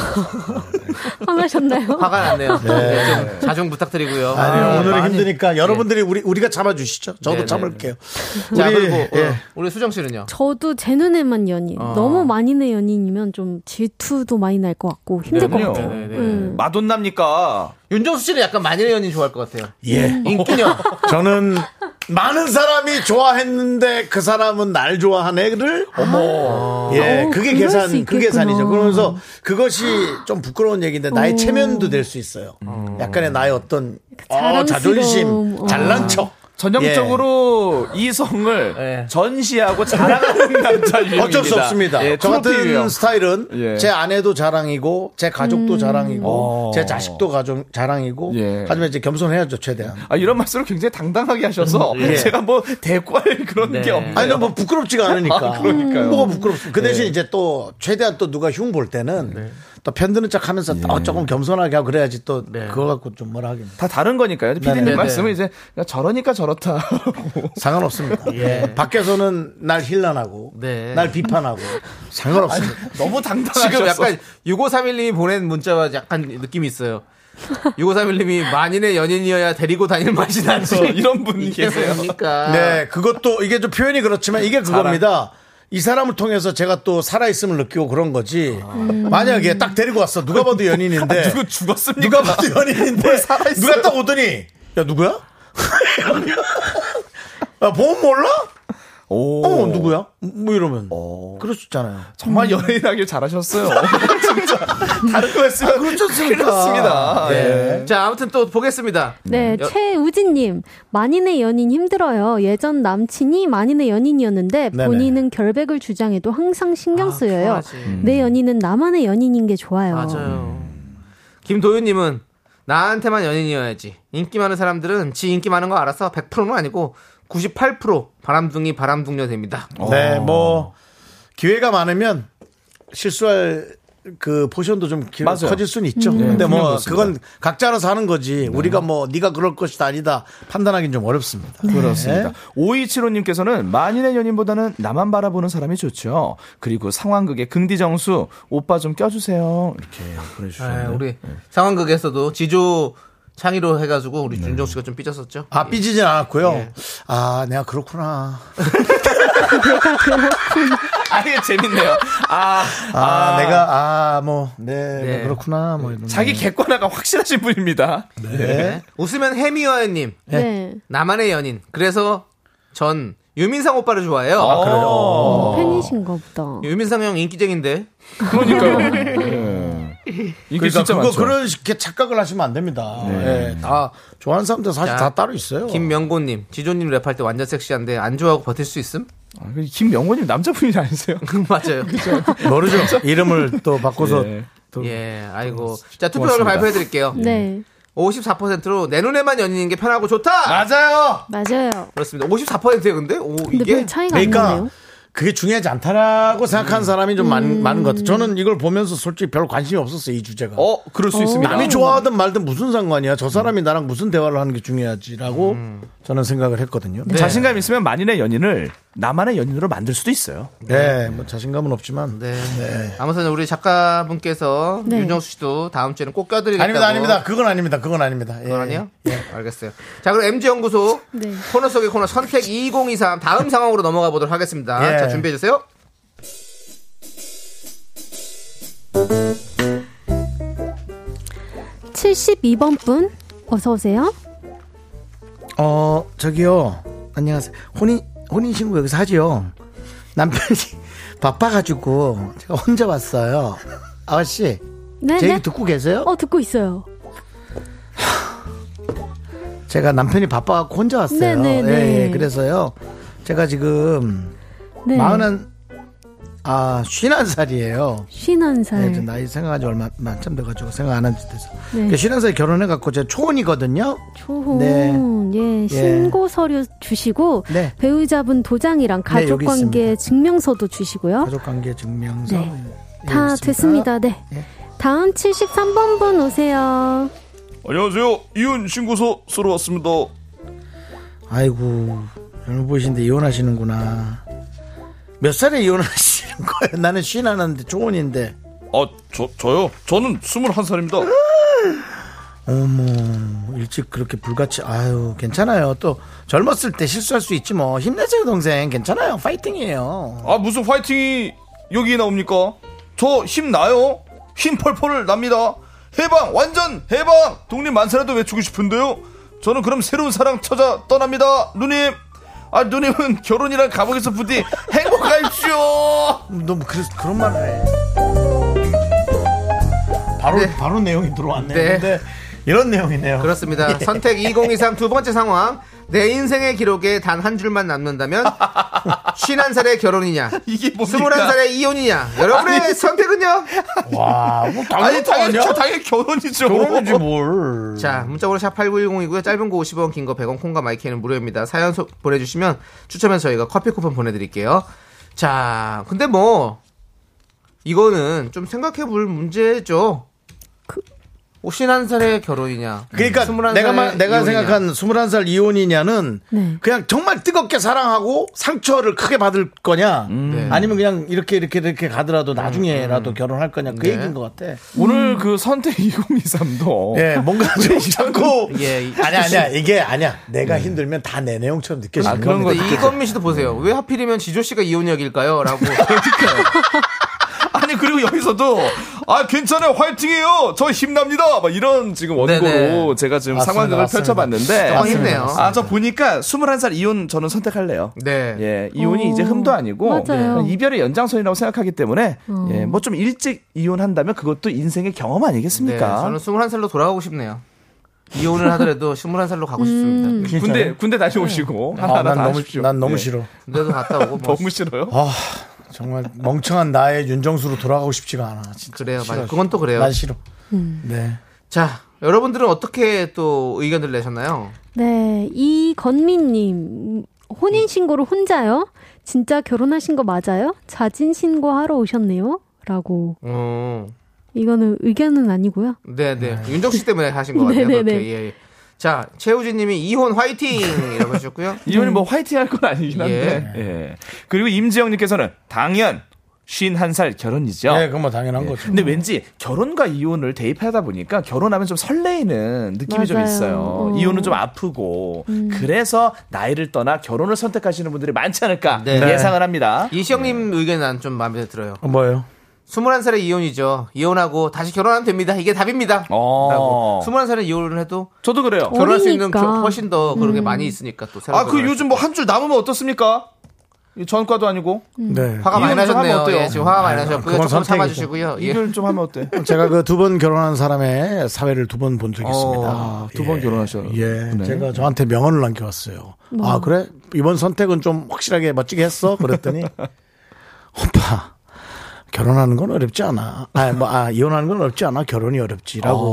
Speaker 9: 화나셨나요?
Speaker 2: 화가 났네요. 네, 좀 자중 부탁드리고요.
Speaker 1: 아니요, 네,
Speaker 9: 네,
Speaker 2: 아,
Speaker 1: 오늘은
Speaker 2: 많이-
Speaker 1: 힘드니까
Speaker 9: 예.
Speaker 1: 여러분들이 우리 우리가 잡아주시죠. 저도
Speaker 2: 네, 네,
Speaker 1: 참을게요.
Speaker 2: 자,
Speaker 1: 우리,
Speaker 2: 그리고 어,
Speaker 1: 예.
Speaker 2: 우리 수정 씨는요?
Speaker 9: *laughs* 저도 제 눈에만 연인. 너무 많이 내 연인이면 좀 질투도 많이 날 것 같고 힘들 것
Speaker 7: 그럼요.
Speaker 9: 같아요.
Speaker 7: 네,
Speaker 9: 음.
Speaker 7: 마돈납니까?
Speaker 2: 윤정수 씨는 약간 만인의 연인 좋아할 것 같아요.
Speaker 9: 네.
Speaker 1: 예.
Speaker 7: *laughs*
Speaker 2: 인기녀.
Speaker 1: 저는 많은 사람이 좋아했는데 그 사람은 날 좋아하네를 어머 예
Speaker 9: 어,
Speaker 1: 그게
Speaker 9: 그럴 수
Speaker 1: 계산
Speaker 9: 있겠구나.
Speaker 1: 그 계산이죠 그러면서 그것이 좀 부끄러운 얘기인데 나의 체면도 될 수 있어요 약간의 나의 어떤 어,
Speaker 9: 음. 그 자랑스러움.
Speaker 1: 자존심
Speaker 9: 어.
Speaker 1: 잘난 척
Speaker 7: 전형적으로 이성을
Speaker 2: 네.
Speaker 7: 전시하고 자랑하는 남자 유형입니다.
Speaker 1: 어쩔 수 없습니다.
Speaker 7: 예,
Speaker 1: 저 같은
Speaker 7: 프로필 유형.
Speaker 1: 스타일은
Speaker 7: 예.
Speaker 1: 제 아내도 자랑이고 제 가족도
Speaker 7: 음.
Speaker 1: 자랑이고
Speaker 7: 어.
Speaker 1: 제 자식도 가족 자랑이고
Speaker 7: 예.
Speaker 1: 하지만 이제 겸손해야죠 최대한.
Speaker 7: 아, 이런 말씀을 굉장히 당당하게 하셔서
Speaker 1: 예.
Speaker 7: 제가 뭐 대꾸할 그런 게 없네요.
Speaker 1: 아니 뭐 부끄럽지가 않으니까.
Speaker 7: 아, 그러니까요. 예.
Speaker 1: 뭐가 부끄럽습니까? 그 대신 이제 또 최대한 또 누가 흉 볼 때는
Speaker 7: 네.
Speaker 1: 또 편드는 척하면서 어, 조금 겸손하게 하고 그래야지 또 그거 갖고 좀 뭐라 하긴.
Speaker 7: 예. 네. 다 다른 거니까요. 피디님
Speaker 1: 네네.
Speaker 7: 말씀은 이제 그냥 저러니까 저렇다.
Speaker 1: 상관없습니다.
Speaker 7: *laughs* 예.
Speaker 1: 밖에서는 날 힐난하고
Speaker 2: 네.
Speaker 1: 날
Speaker 7: *laughs*
Speaker 1: 비판하고 상관없습니다.
Speaker 7: 너무 당당하셨어.
Speaker 2: 지금 약간 6531님이 보낸 문자와 약간 느낌이 있어요. 6531님이 만인의 연인이어야 데리고 다닐 맛이 나지.
Speaker 7: 어, 이런 분이
Speaker 2: 이게
Speaker 7: 계세요.
Speaker 2: 뭡니까?
Speaker 1: 네, 그것도 이게 좀 표현이 그렇지만 이게 그겁니다. 이 사람을 통해서 제가 또 살아있음을 느끼고 그런 거지. 만약에 딱 데리고 왔어. 누가 봐도 연인인데.
Speaker 7: *laughs* 누구 죽었습니까?
Speaker 1: 누가 봐도 연인인데.
Speaker 7: 살아있어요?
Speaker 1: 누가 딱 오더니, 야,
Speaker 7: *laughs*
Speaker 1: 누구야? 야, 보험 몰라?
Speaker 7: 오.
Speaker 1: 어, 누구야? 뭐 이러면.
Speaker 7: 어,
Speaker 1: 그렇잖아요.
Speaker 7: 정말 연예인하길 잘하셨어요. *laughs* 진짜 다른 거 했으면
Speaker 1: 그렇습니까?
Speaker 7: 그렇습니다. 예.
Speaker 2: 네. 자, 아무튼 또 보겠습니다.
Speaker 9: 네,
Speaker 2: 여-
Speaker 9: 최우진님. 만인의 연인 힘들어요. 예전 남친이 만인의 연인이었는데
Speaker 1: 네네.
Speaker 9: 본인은 결백을 주장해도 항상 신경
Speaker 2: 아,
Speaker 9: 쓰여요.
Speaker 2: 편하지.
Speaker 9: 내 연인은 나만의 연인인 게
Speaker 1: 음.
Speaker 9: 좋아요.
Speaker 2: 맞아요. 김도윤님은 나한테만 연인이어야지. 인기 많은 사람들은 지 인기 많은 거 알아서 100%는 아니고 98% 바람둥이 바람둥녀 됩니다.
Speaker 7: 어.
Speaker 1: 네, 뭐 기회가 많으면 실수할 그 포션도 좀 기-
Speaker 7: 맞아요.
Speaker 1: 커질 수는 있죠. 근데
Speaker 7: 분명히
Speaker 1: 뭐
Speaker 7: 그렇습니다.
Speaker 1: 그건 각자 알아서 하는 거지. 우리가 뭐 네가 그럴 것이다 아니다 판단하기는 좀 어렵습니다.
Speaker 7: 그렇습니다.
Speaker 1: 네.
Speaker 7: 5275님께서는 만인의 연인보다는 나만 바라보는 사람이 좋죠. 그리고 상황극의 긍디정수 오빠 좀 껴주세요. 이렇게
Speaker 2: 아,
Speaker 7: 보내주셨네요.
Speaker 2: 우리 상황극에서도 지조 창의로 해가지고
Speaker 7: 네.
Speaker 2: 우리 윤정 씨가 좀 삐졌었죠.
Speaker 1: 아 삐지진 않았고요. 아 내가 그렇구나.
Speaker 7: *laughs* 아, 이게 재밌네요. 아,
Speaker 1: 아, 내가 아 뭐 네,
Speaker 2: 네.
Speaker 1: 그렇구나 뭐 이런.
Speaker 7: 자기 객관화가 확실하신 분입니다.
Speaker 1: 네.
Speaker 2: 웃으면 해미와님
Speaker 9: 네.
Speaker 2: 나만의 연인. 그래서 전 유민상 오빠를 좋아해요. 어.
Speaker 1: 어.
Speaker 9: 팬이신가 보다.
Speaker 1: 예.
Speaker 2: 유민상 형 인기쟁인데.
Speaker 7: 그러니까요. 예. 이게
Speaker 1: 그러니까
Speaker 7: 진짜
Speaker 1: 그거
Speaker 7: 많죠. 네.
Speaker 1: 그렇게 착각을 하면 안 됩니다. 예, 다 좋아하는 사람들 사실
Speaker 2: 자,
Speaker 1: 다 따로 있어요.
Speaker 2: 김명곤님, 지조님 랩할 때 완전 섹시한데 안 좋아하고 버틸 수 있음? *laughs*
Speaker 7: 아, 김명호님 남자분이 아니세요?
Speaker 2: 맞아요.
Speaker 1: 모르죠. 이름을 또 바꿔서
Speaker 7: 예.
Speaker 1: 또
Speaker 2: 예, 아이고. 자, 투표를
Speaker 7: 고맙습니다.
Speaker 2: 발표해 드릴게요.
Speaker 9: 네,
Speaker 2: 54%로 내 눈에만 연인인 게 편하고 좋다.
Speaker 7: 맞아요.
Speaker 9: 맞아요.
Speaker 2: 그렇습니다. 54%예요, 근데. 오,
Speaker 9: 근데
Speaker 2: 이게
Speaker 9: 별 차이가 안
Speaker 1: 그러니까
Speaker 9: 나네요.
Speaker 1: 그게 중요하지 않다라고 생각하는 사람이 좀 많, 많은 것 같아요. 저는 이걸 보면서 솔직히 별 관심이 없었어요, 이 주제가.
Speaker 7: 어, 그럴 수 있습니다.
Speaker 9: 음.
Speaker 1: 남이 좋아하든 말든 무슨 상관이야. 저 사람이 나랑 무슨 대화를 하는 게 중요하지라고 저는 생각을 했거든요. 네.
Speaker 7: 자신감 있으면 만인의 연인을 나만의 연인으로 만들 수도 있어요.
Speaker 1: 뭐 자신감은 없지만.
Speaker 2: 네. 아무튼 우리 작가분께서
Speaker 9: 네.
Speaker 2: 윤정수 씨도 다음 주에는 꼭 껴드리겠다고.
Speaker 1: 아닙니다, 아닙니다. 그건 아닙니다. 그건 아닙니다. 예.
Speaker 2: 그건 아니요? 예, 알겠어요. 자, 그럼 MG연구소
Speaker 9: 네.
Speaker 2: 코너 속의 코너 선택 2023 다음 상황으로 넘어가 보도록 하겠습니다.
Speaker 1: 예.
Speaker 2: 자, 준비해주세요.
Speaker 9: 칠십이 번분 어서 오세요.
Speaker 1: 어, 저기요. 안녕하세요. 혼인, 혼인신고 여기서 하지요. 남편이 *laughs* 바빠가지고 제가 혼자 왔어요. 아가씨,
Speaker 9: 네,
Speaker 1: 제
Speaker 9: 네.
Speaker 1: 얘기 듣고 계세요?
Speaker 9: 어 듣고 있어요.
Speaker 1: 제가 남편이 바빠갖고 혼자 왔어요.
Speaker 9: 네, 네, 네.
Speaker 1: 예, 예. 그래서요. 제가 지금
Speaker 9: 네.
Speaker 1: 마흔한 아 쉰한 살이에요.
Speaker 9: 쉰한
Speaker 1: 네,
Speaker 9: 살.
Speaker 1: 이제 나이 생각하지 얼마 만참 돼가지고 생각 안 한지 돼서.
Speaker 9: 네. 어?
Speaker 1: 그 쉰한 살에 결혼해갖고 제가 초혼이거든요.
Speaker 9: 초혼
Speaker 1: 네.
Speaker 9: 예 신고 서류 주시고
Speaker 1: 네.
Speaker 9: 배우자분 도장이랑
Speaker 1: 네, 여기
Speaker 9: 가족관계
Speaker 1: 있습니다.
Speaker 9: 증명서도 주시고요.
Speaker 1: 가족관계 증명서.
Speaker 9: 네.
Speaker 1: 예,
Speaker 9: 다
Speaker 1: 있습니다.
Speaker 9: 됐습니다. 네.
Speaker 1: 네.
Speaker 9: 다음 73번 분 오세요.
Speaker 7: 안녕하세요. 이윤 신고서 쓰러 왔습니다.
Speaker 1: 아이고 연보신데 이혼하시는구나. 몇 살에 이혼하시는 거예요? 나는 쉰하는데 초혼인데.
Speaker 7: 아, 저, 저요? 저는 21살입니다.
Speaker 1: 어머 일찍 그렇게 불같이 아유 괜찮아요 또 젊었을 때 실수할 수 있지 뭐 힘내세요 동생 괜찮아요 파이팅이에요
Speaker 7: 아, 무슨 화이팅이 여기 나옵니까? 저 힘 나요? 힘 펄펄 납니다. 해방, 완전 해방! 독립 만세라도 외치고 싶은데요? 저는 그럼 새로운 사랑 찾아 떠납니다. 누님! 아, 누님은 *laughs* 결혼이랑 가옥에서 부디 행복하십시오!
Speaker 1: 너무 그, 그런 말을 해 바로 바로 내용이 네. 들어왔네
Speaker 2: 네.
Speaker 1: 근데 이런
Speaker 7: *laughs*
Speaker 1: 내용이네요
Speaker 7: 예.
Speaker 2: 그렇습니다. 선택 2023 두 번째 상황. 내 인생의 기록에 단 한 줄만
Speaker 7: *laughs*
Speaker 2: 남는다면 51살의 결혼이냐
Speaker 7: 이게 뭡니까?
Speaker 2: 21살의 이혼이냐 여러분의
Speaker 7: 아니.
Speaker 2: 선택은요
Speaker 1: 와, 뭐
Speaker 7: 아니,
Speaker 1: 당연히
Speaker 7: 당연히,
Speaker 1: *laughs* 아니야? 어,
Speaker 7: 당연히 결혼이죠.
Speaker 1: 결혼이지 뭘.
Speaker 2: 자, 문자번호 샵 8910이고요. 짧은 거 50원, 긴 거 100원, 콩과 마이크는 무료입니다. 사연 소- 보내주시면 추첨해서 저희가 커피 쿠폰 보내드릴게요. 자, 근데 뭐, 이거는 좀 생각해 볼 문제죠. 그... 51살의 결혼이냐.
Speaker 1: 그러니까
Speaker 2: 21
Speaker 1: 내가
Speaker 2: 음, 살의
Speaker 1: 말, 내가
Speaker 2: 이혼이냐.
Speaker 1: 생각한 21살 이혼이냐는
Speaker 9: 네.
Speaker 1: 그냥 정말 뜨겁게 사랑하고 상처를 크게 받을 거냐
Speaker 2: 네.
Speaker 1: 아니면 그냥 이렇게 이렇게 이렇게 가더라도 나중에라도 결혼할 거냐 그 얘기인 것 같아.
Speaker 7: *laughs* 오늘 그 선택 2023도.
Speaker 2: 아,
Speaker 1: 예, 뭔가 *laughs* 좀 자꾸
Speaker 2: 예, 이-
Speaker 1: 아니야 아니야 *laughs* 이게 아니야 내가 힘들면 다 내 내용처럼 느껴지는
Speaker 7: 아, 그런
Speaker 1: 겁니다.
Speaker 7: 거
Speaker 2: 근데 이건민 씨도 보세요. 왜 하필이면 지조 씨가 이혼 이야기일까요?
Speaker 7: *laughs*
Speaker 2: 라고.
Speaker 7: 아니, 그리고 여기서도, 아, 괜찮아요. 화이팅해요. 저 힘납니다. 막 이런 지금 원고로
Speaker 2: 네네.
Speaker 7: 제가 지금
Speaker 1: 예. 맞습니다,
Speaker 7: 상황극을
Speaker 1: 맞습니다.
Speaker 7: 펼쳐봤는데.
Speaker 2: 어, 힘내요.
Speaker 7: 아, 저 보니까 21살 이혼 저는 선택할래요.
Speaker 2: 네.
Speaker 7: 예, 이혼이
Speaker 9: 오.
Speaker 7: 이제 흠도
Speaker 1: 어,
Speaker 7: 아니고
Speaker 1: 네.
Speaker 9: 맞아요. 음.
Speaker 7: 이별의 연장선이라고 생각하기 때문에 예, 뭐 좀 일찍 이혼한다면 그것도 인생의 경험
Speaker 2: 네,
Speaker 7: 아니겠습니까?
Speaker 2: 저는 21살로 돌아가고 싶네요. 이혼을 하더라도 21살로 가고
Speaker 7: 음.
Speaker 2: 싶습니다.
Speaker 7: 군대 군대 다녀오시고
Speaker 1: 아,
Speaker 7: 하나하나
Speaker 1: 난
Speaker 7: 다
Speaker 1: 너무
Speaker 7: 하십시오.
Speaker 1: 난 너무
Speaker 7: 예.
Speaker 1: 싫어.
Speaker 2: 군대도 갔다 오고. 뭐
Speaker 7: 너무 싫어요?
Speaker 1: 아 정말 멍청한 나의 윤정수로 돌아가고 싶지가 않아. 진짜
Speaker 2: 그래요. 맞아.
Speaker 1: 싫어.
Speaker 2: 그건 또 그래요.
Speaker 1: 난 싫어. 네.
Speaker 2: 자, 여러분들은 어떻게 또 의견들 내셨나요?
Speaker 9: 네, 이건민님
Speaker 7: 네.
Speaker 9: 혼인 신고를 혼자요? 진짜 결혼하신 거 맞아요? 자진 신고하러 오셨네요.라고
Speaker 2: 어,
Speaker 9: 이거는 의견은 아니고요.
Speaker 2: 네, 네. 윤정 씨 때문에 하신 것
Speaker 7: *laughs*
Speaker 2: 같아요.
Speaker 9: 네네네.
Speaker 2: 그렇게. 예, 예. 자, 최우진님이 이혼 화이팅 이라고 하셨고요.
Speaker 7: 이혼이 뭐 *laughs* 화이팅 할 건 아니긴 한데. 예. 그리고 임지영님께서는 당연 51살 결혼이죠.
Speaker 1: 네, 그건 뭐 당연한 거죠.
Speaker 7: 근데 왠지 결혼과 이혼을 대입하다 보니까 결혼하면 좀 설레이는 느낌이 좀
Speaker 9: 맞아요.
Speaker 7: 있어요.
Speaker 9: 어. 음.
Speaker 7: 이혼은 좀 아프고 그래서 나이를 떠나 결혼을 선택하시는 분들이 많지 않을까
Speaker 2: 네.
Speaker 7: 예상을 합니다.
Speaker 2: 이시영님 의견 난 좀 마음에 들어요.
Speaker 1: 어, 뭐예요?
Speaker 2: 21살에 이혼이죠. 이혼하고 다시 결혼하면 됩니다. 이게 답입니다.
Speaker 7: 어.
Speaker 2: 라고. 21살에 이혼을 해도
Speaker 7: 저도 그래요.
Speaker 2: 음. 결혼할 수 있는
Speaker 9: 어리니까. 음.
Speaker 2: 겨- 훨씬 네. 더 그런 게 많이 있으니까 또 새로
Speaker 7: 아 그
Speaker 2: 결혼할
Speaker 7: 요즘 뭐 한 줄 남으면 어떻습니까? 이 전과도 아니고
Speaker 1: 네.
Speaker 2: 수- 화가 많이
Speaker 7: 이혼 좀 하면
Speaker 2: 나셨네요.
Speaker 7: 어때요? 아,
Speaker 2: 예, 지금 화가 많이 나셨고요.
Speaker 1: 그건
Speaker 2: 조금
Speaker 1: 선택이죠.
Speaker 2: 참아주시고요. 예.
Speaker 7: 이별 좀 하면 어때?
Speaker 1: 제가 그 두 번 결혼한 사람의 사회를 두 번 본 적이 있습니다.
Speaker 7: 아, 두 번
Speaker 1: 예.
Speaker 7: 결혼하셨.
Speaker 1: 예, 제가 저한테 명언을 남겨왔어요. 아 그래 이번 선택은 좀 확실하게 멋지게 했어. 그랬더니 *laughs* 오빠 결혼하는 건 어렵지 않아. 아, 뭐, 아 이혼하는 건 어렵지 않아. 결혼이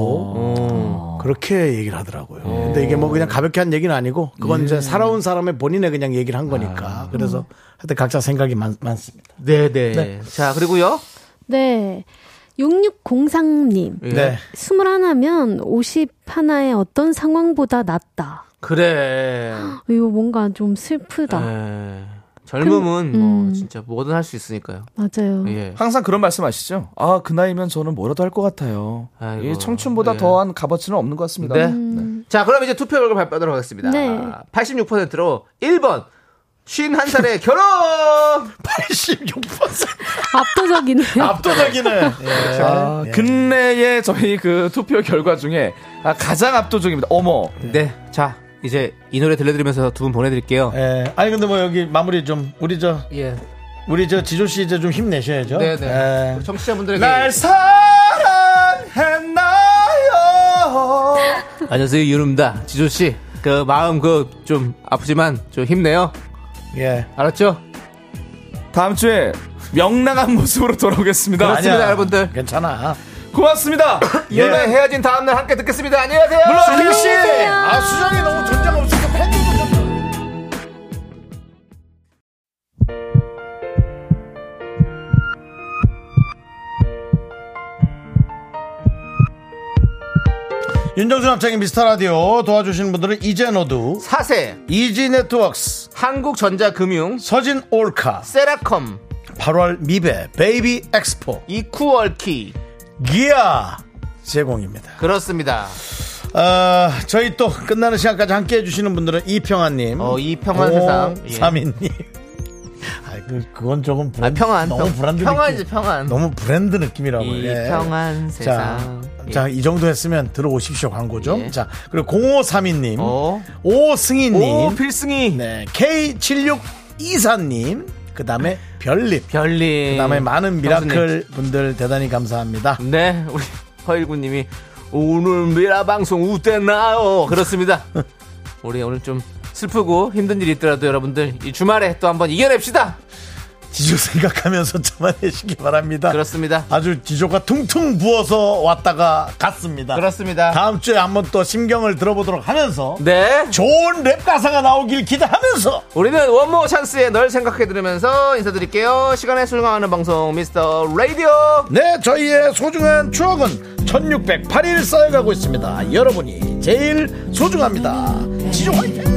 Speaker 1: 어렵지라고 그렇게 얘기를 하더라고요. 근데 이게 뭐 그냥 가볍게 한 얘기는 아니고 그건 이제 살아온 사람의 본인의 그냥 얘기를 한 거니까 그래서 하여튼 각자 생각이 많, 많습니다.
Speaker 2: 네, 네. 자, 그리고요.
Speaker 9: 네, 6603님
Speaker 2: 예.
Speaker 1: *laughs* 네.
Speaker 9: 21하면 51의 어떤 상황보다 낫다.
Speaker 2: 그래.
Speaker 9: 이거 뭔가 좀 슬프다.
Speaker 2: 예. 젊음은
Speaker 9: 그,
Speaker 2: 뭐 진짜 뭐든 할 수 있으니까요.
Speaker 9: 맞아요.
Speaker 2: 예.
Speaker 7: 항상 그런 말씀하시죠. 아 그 나이면 저는 뭐라도 할 것 같아요.
Speaker 2: 아이고.
Speaker 7: 이 청춘보다
Speaker 2: 예.
Speaker 7: 더한 값어치는 없는 것 같습니다.
Speaker 2: 네. 자, 그럼 이제 투표 결과 발표하도록 하겠습니다.
Speaker 9: 음. 네.
Speaker 2: 86%로 1번 51살의 결혼!
Speaker 1: 86%
Speaker 2: 아,
Speaker 9: 압도적이네요.
Speaker 1: 압도적이네. 예.
Speaker 7: 아, 근래에 저희 그 투표 결과 중에 아, 가장 압도적입니다. 어머.
Speaker 2: 네. 자, 이제 이 노래 들려드리면서 두 분 보내드릴게요.
Speaker 1: 예. 아니 근데 뭐 여기 마무리 좀 우리 저
Speaker 2: 예.
Speaker 1: 우리 저 지조 씨 이제 좀 힘내셔야죠.
Speaker 2: 네네. 그렇죠.
Speaker 1: 예.
Speaker 2: 청취자분들에게.
Speaker 7: 날 사랑했나요?
Speaker 2: *laughs* 안녕하세요, 유름다. 지조씨. 그 마음 그 좀 아프지만 좀 힘내요.
Speaker 1: 예.
Speaker 2: 알았죠?
Speaker 7: 다음 주에 명랑한 모습으로 돌아오겠습니다.
Speaker 2: 그렇습니다,
Speaker 1: 아니야.
Speaker 2: 여러분들.
Speaker 1: 괜찮아.
Speaker 2: *laughs*
Speaker 7: 고맙습니다.
Speaker 2: 예. 이 노래 헤어진 다음날 함께 듣겠습니다. 안녕하세요.
Speaker 7: 물론 수정 씨.
Speaker 1: 아 수정이 너무 존재감 없으니까 팬들도 좀. 윤정수 남창의 미스터 라디오 도와주시는 분들은 이젠어두,
Speaker 2: 사세,
Speaker 1: 이지 네트웍스,
Speaker 2: 한국전자금융,
Speaker 1: 서진 올카,
Speaker 2: 세라컴,
Speaker 1: 8월 미베, 베이비 엑스포,
Speaker 2: 이쿠얼키.
Speaker 1: 기아 제공입니다.
Speaker 2: 그렇습니다.
Speaker 1: 아, 저희 또 끝나는 시간까지 함께 해주시는 분들은 이평환님,
Speaker 2: 어, 이평환 세상. 예.
Speaker 1: 삼인님. 아, 그 그건 조금
Speaker 2: 아,
Speaker 1: 브랜드,
Speaker 2: 평안.
Speaker 1: 너무
Speaker 2: 평-
Speaker 1: 브랜드
Speaker 2: 평안이지,
Speaker 1: 느낌.
Speaker 2: 평안.
Speaker 1: 너무 브랜드 느낌이라고.
Speaker 2: 이
Speaker 1: 예.
Speaker 2: 평안
Speaker 1: 자,
Speaker 2: 세상. 예.
Speaker 1: 자, 이 정도 했으면 들어오십시오 광고 좀.
Speaker 2: 예.
Speaker 1: 자, 그리고 0532님,
Speaker 2: 어. 오,
Speaker 1: 오승희님,
Speaker 2: 필승이.
Speaker 1: 네, K7624님, 그 다음에 별님,
Speaker 2: 별님.
Speaker 1: 그 다음에 많은 미라클
Speaker 2: 예. 형수님.
Speaker 1: 분들 대단히 감사합니다.
Speaker 2: 네, 우리
Speaker 1: *laughs*
Speaker 2: 허일구님이 오늘 미라 방송 우대나요? 그렇습니다. 우리 오늘 좀 슬프고 힘든 일이 있더라도 여러분들 이 주말에 또 한번 이겨냅시다.
Speaker 1: 지조 생각하면서 *laughs* 참아내시기 바랍니다.
Speaker 2: 그렇습니다.
Speaker 1: 아주 지조가 퉁퉁 부어서 왔다가 갔습니다.
Speaker 2: 그렇습니다.
Speaker 1: 아. 다음 주에 한번 또 심경을 들어보도록 하면서
Speaker 2: 네.
Speaker 1: 좋은 랩 가사가 나오길 기대하면서
Speaker 2: 우리는 원모 찬스에 널 생각해 들으면서 인사드릴게요. 시간에 소중하는 방송 미스터 라디오.
Speaker 1: 네 저희의 소중한 추억은 1608일 쌓여가고 있습니다. 여러분이 제일 소중합니다. 지조 화이팅!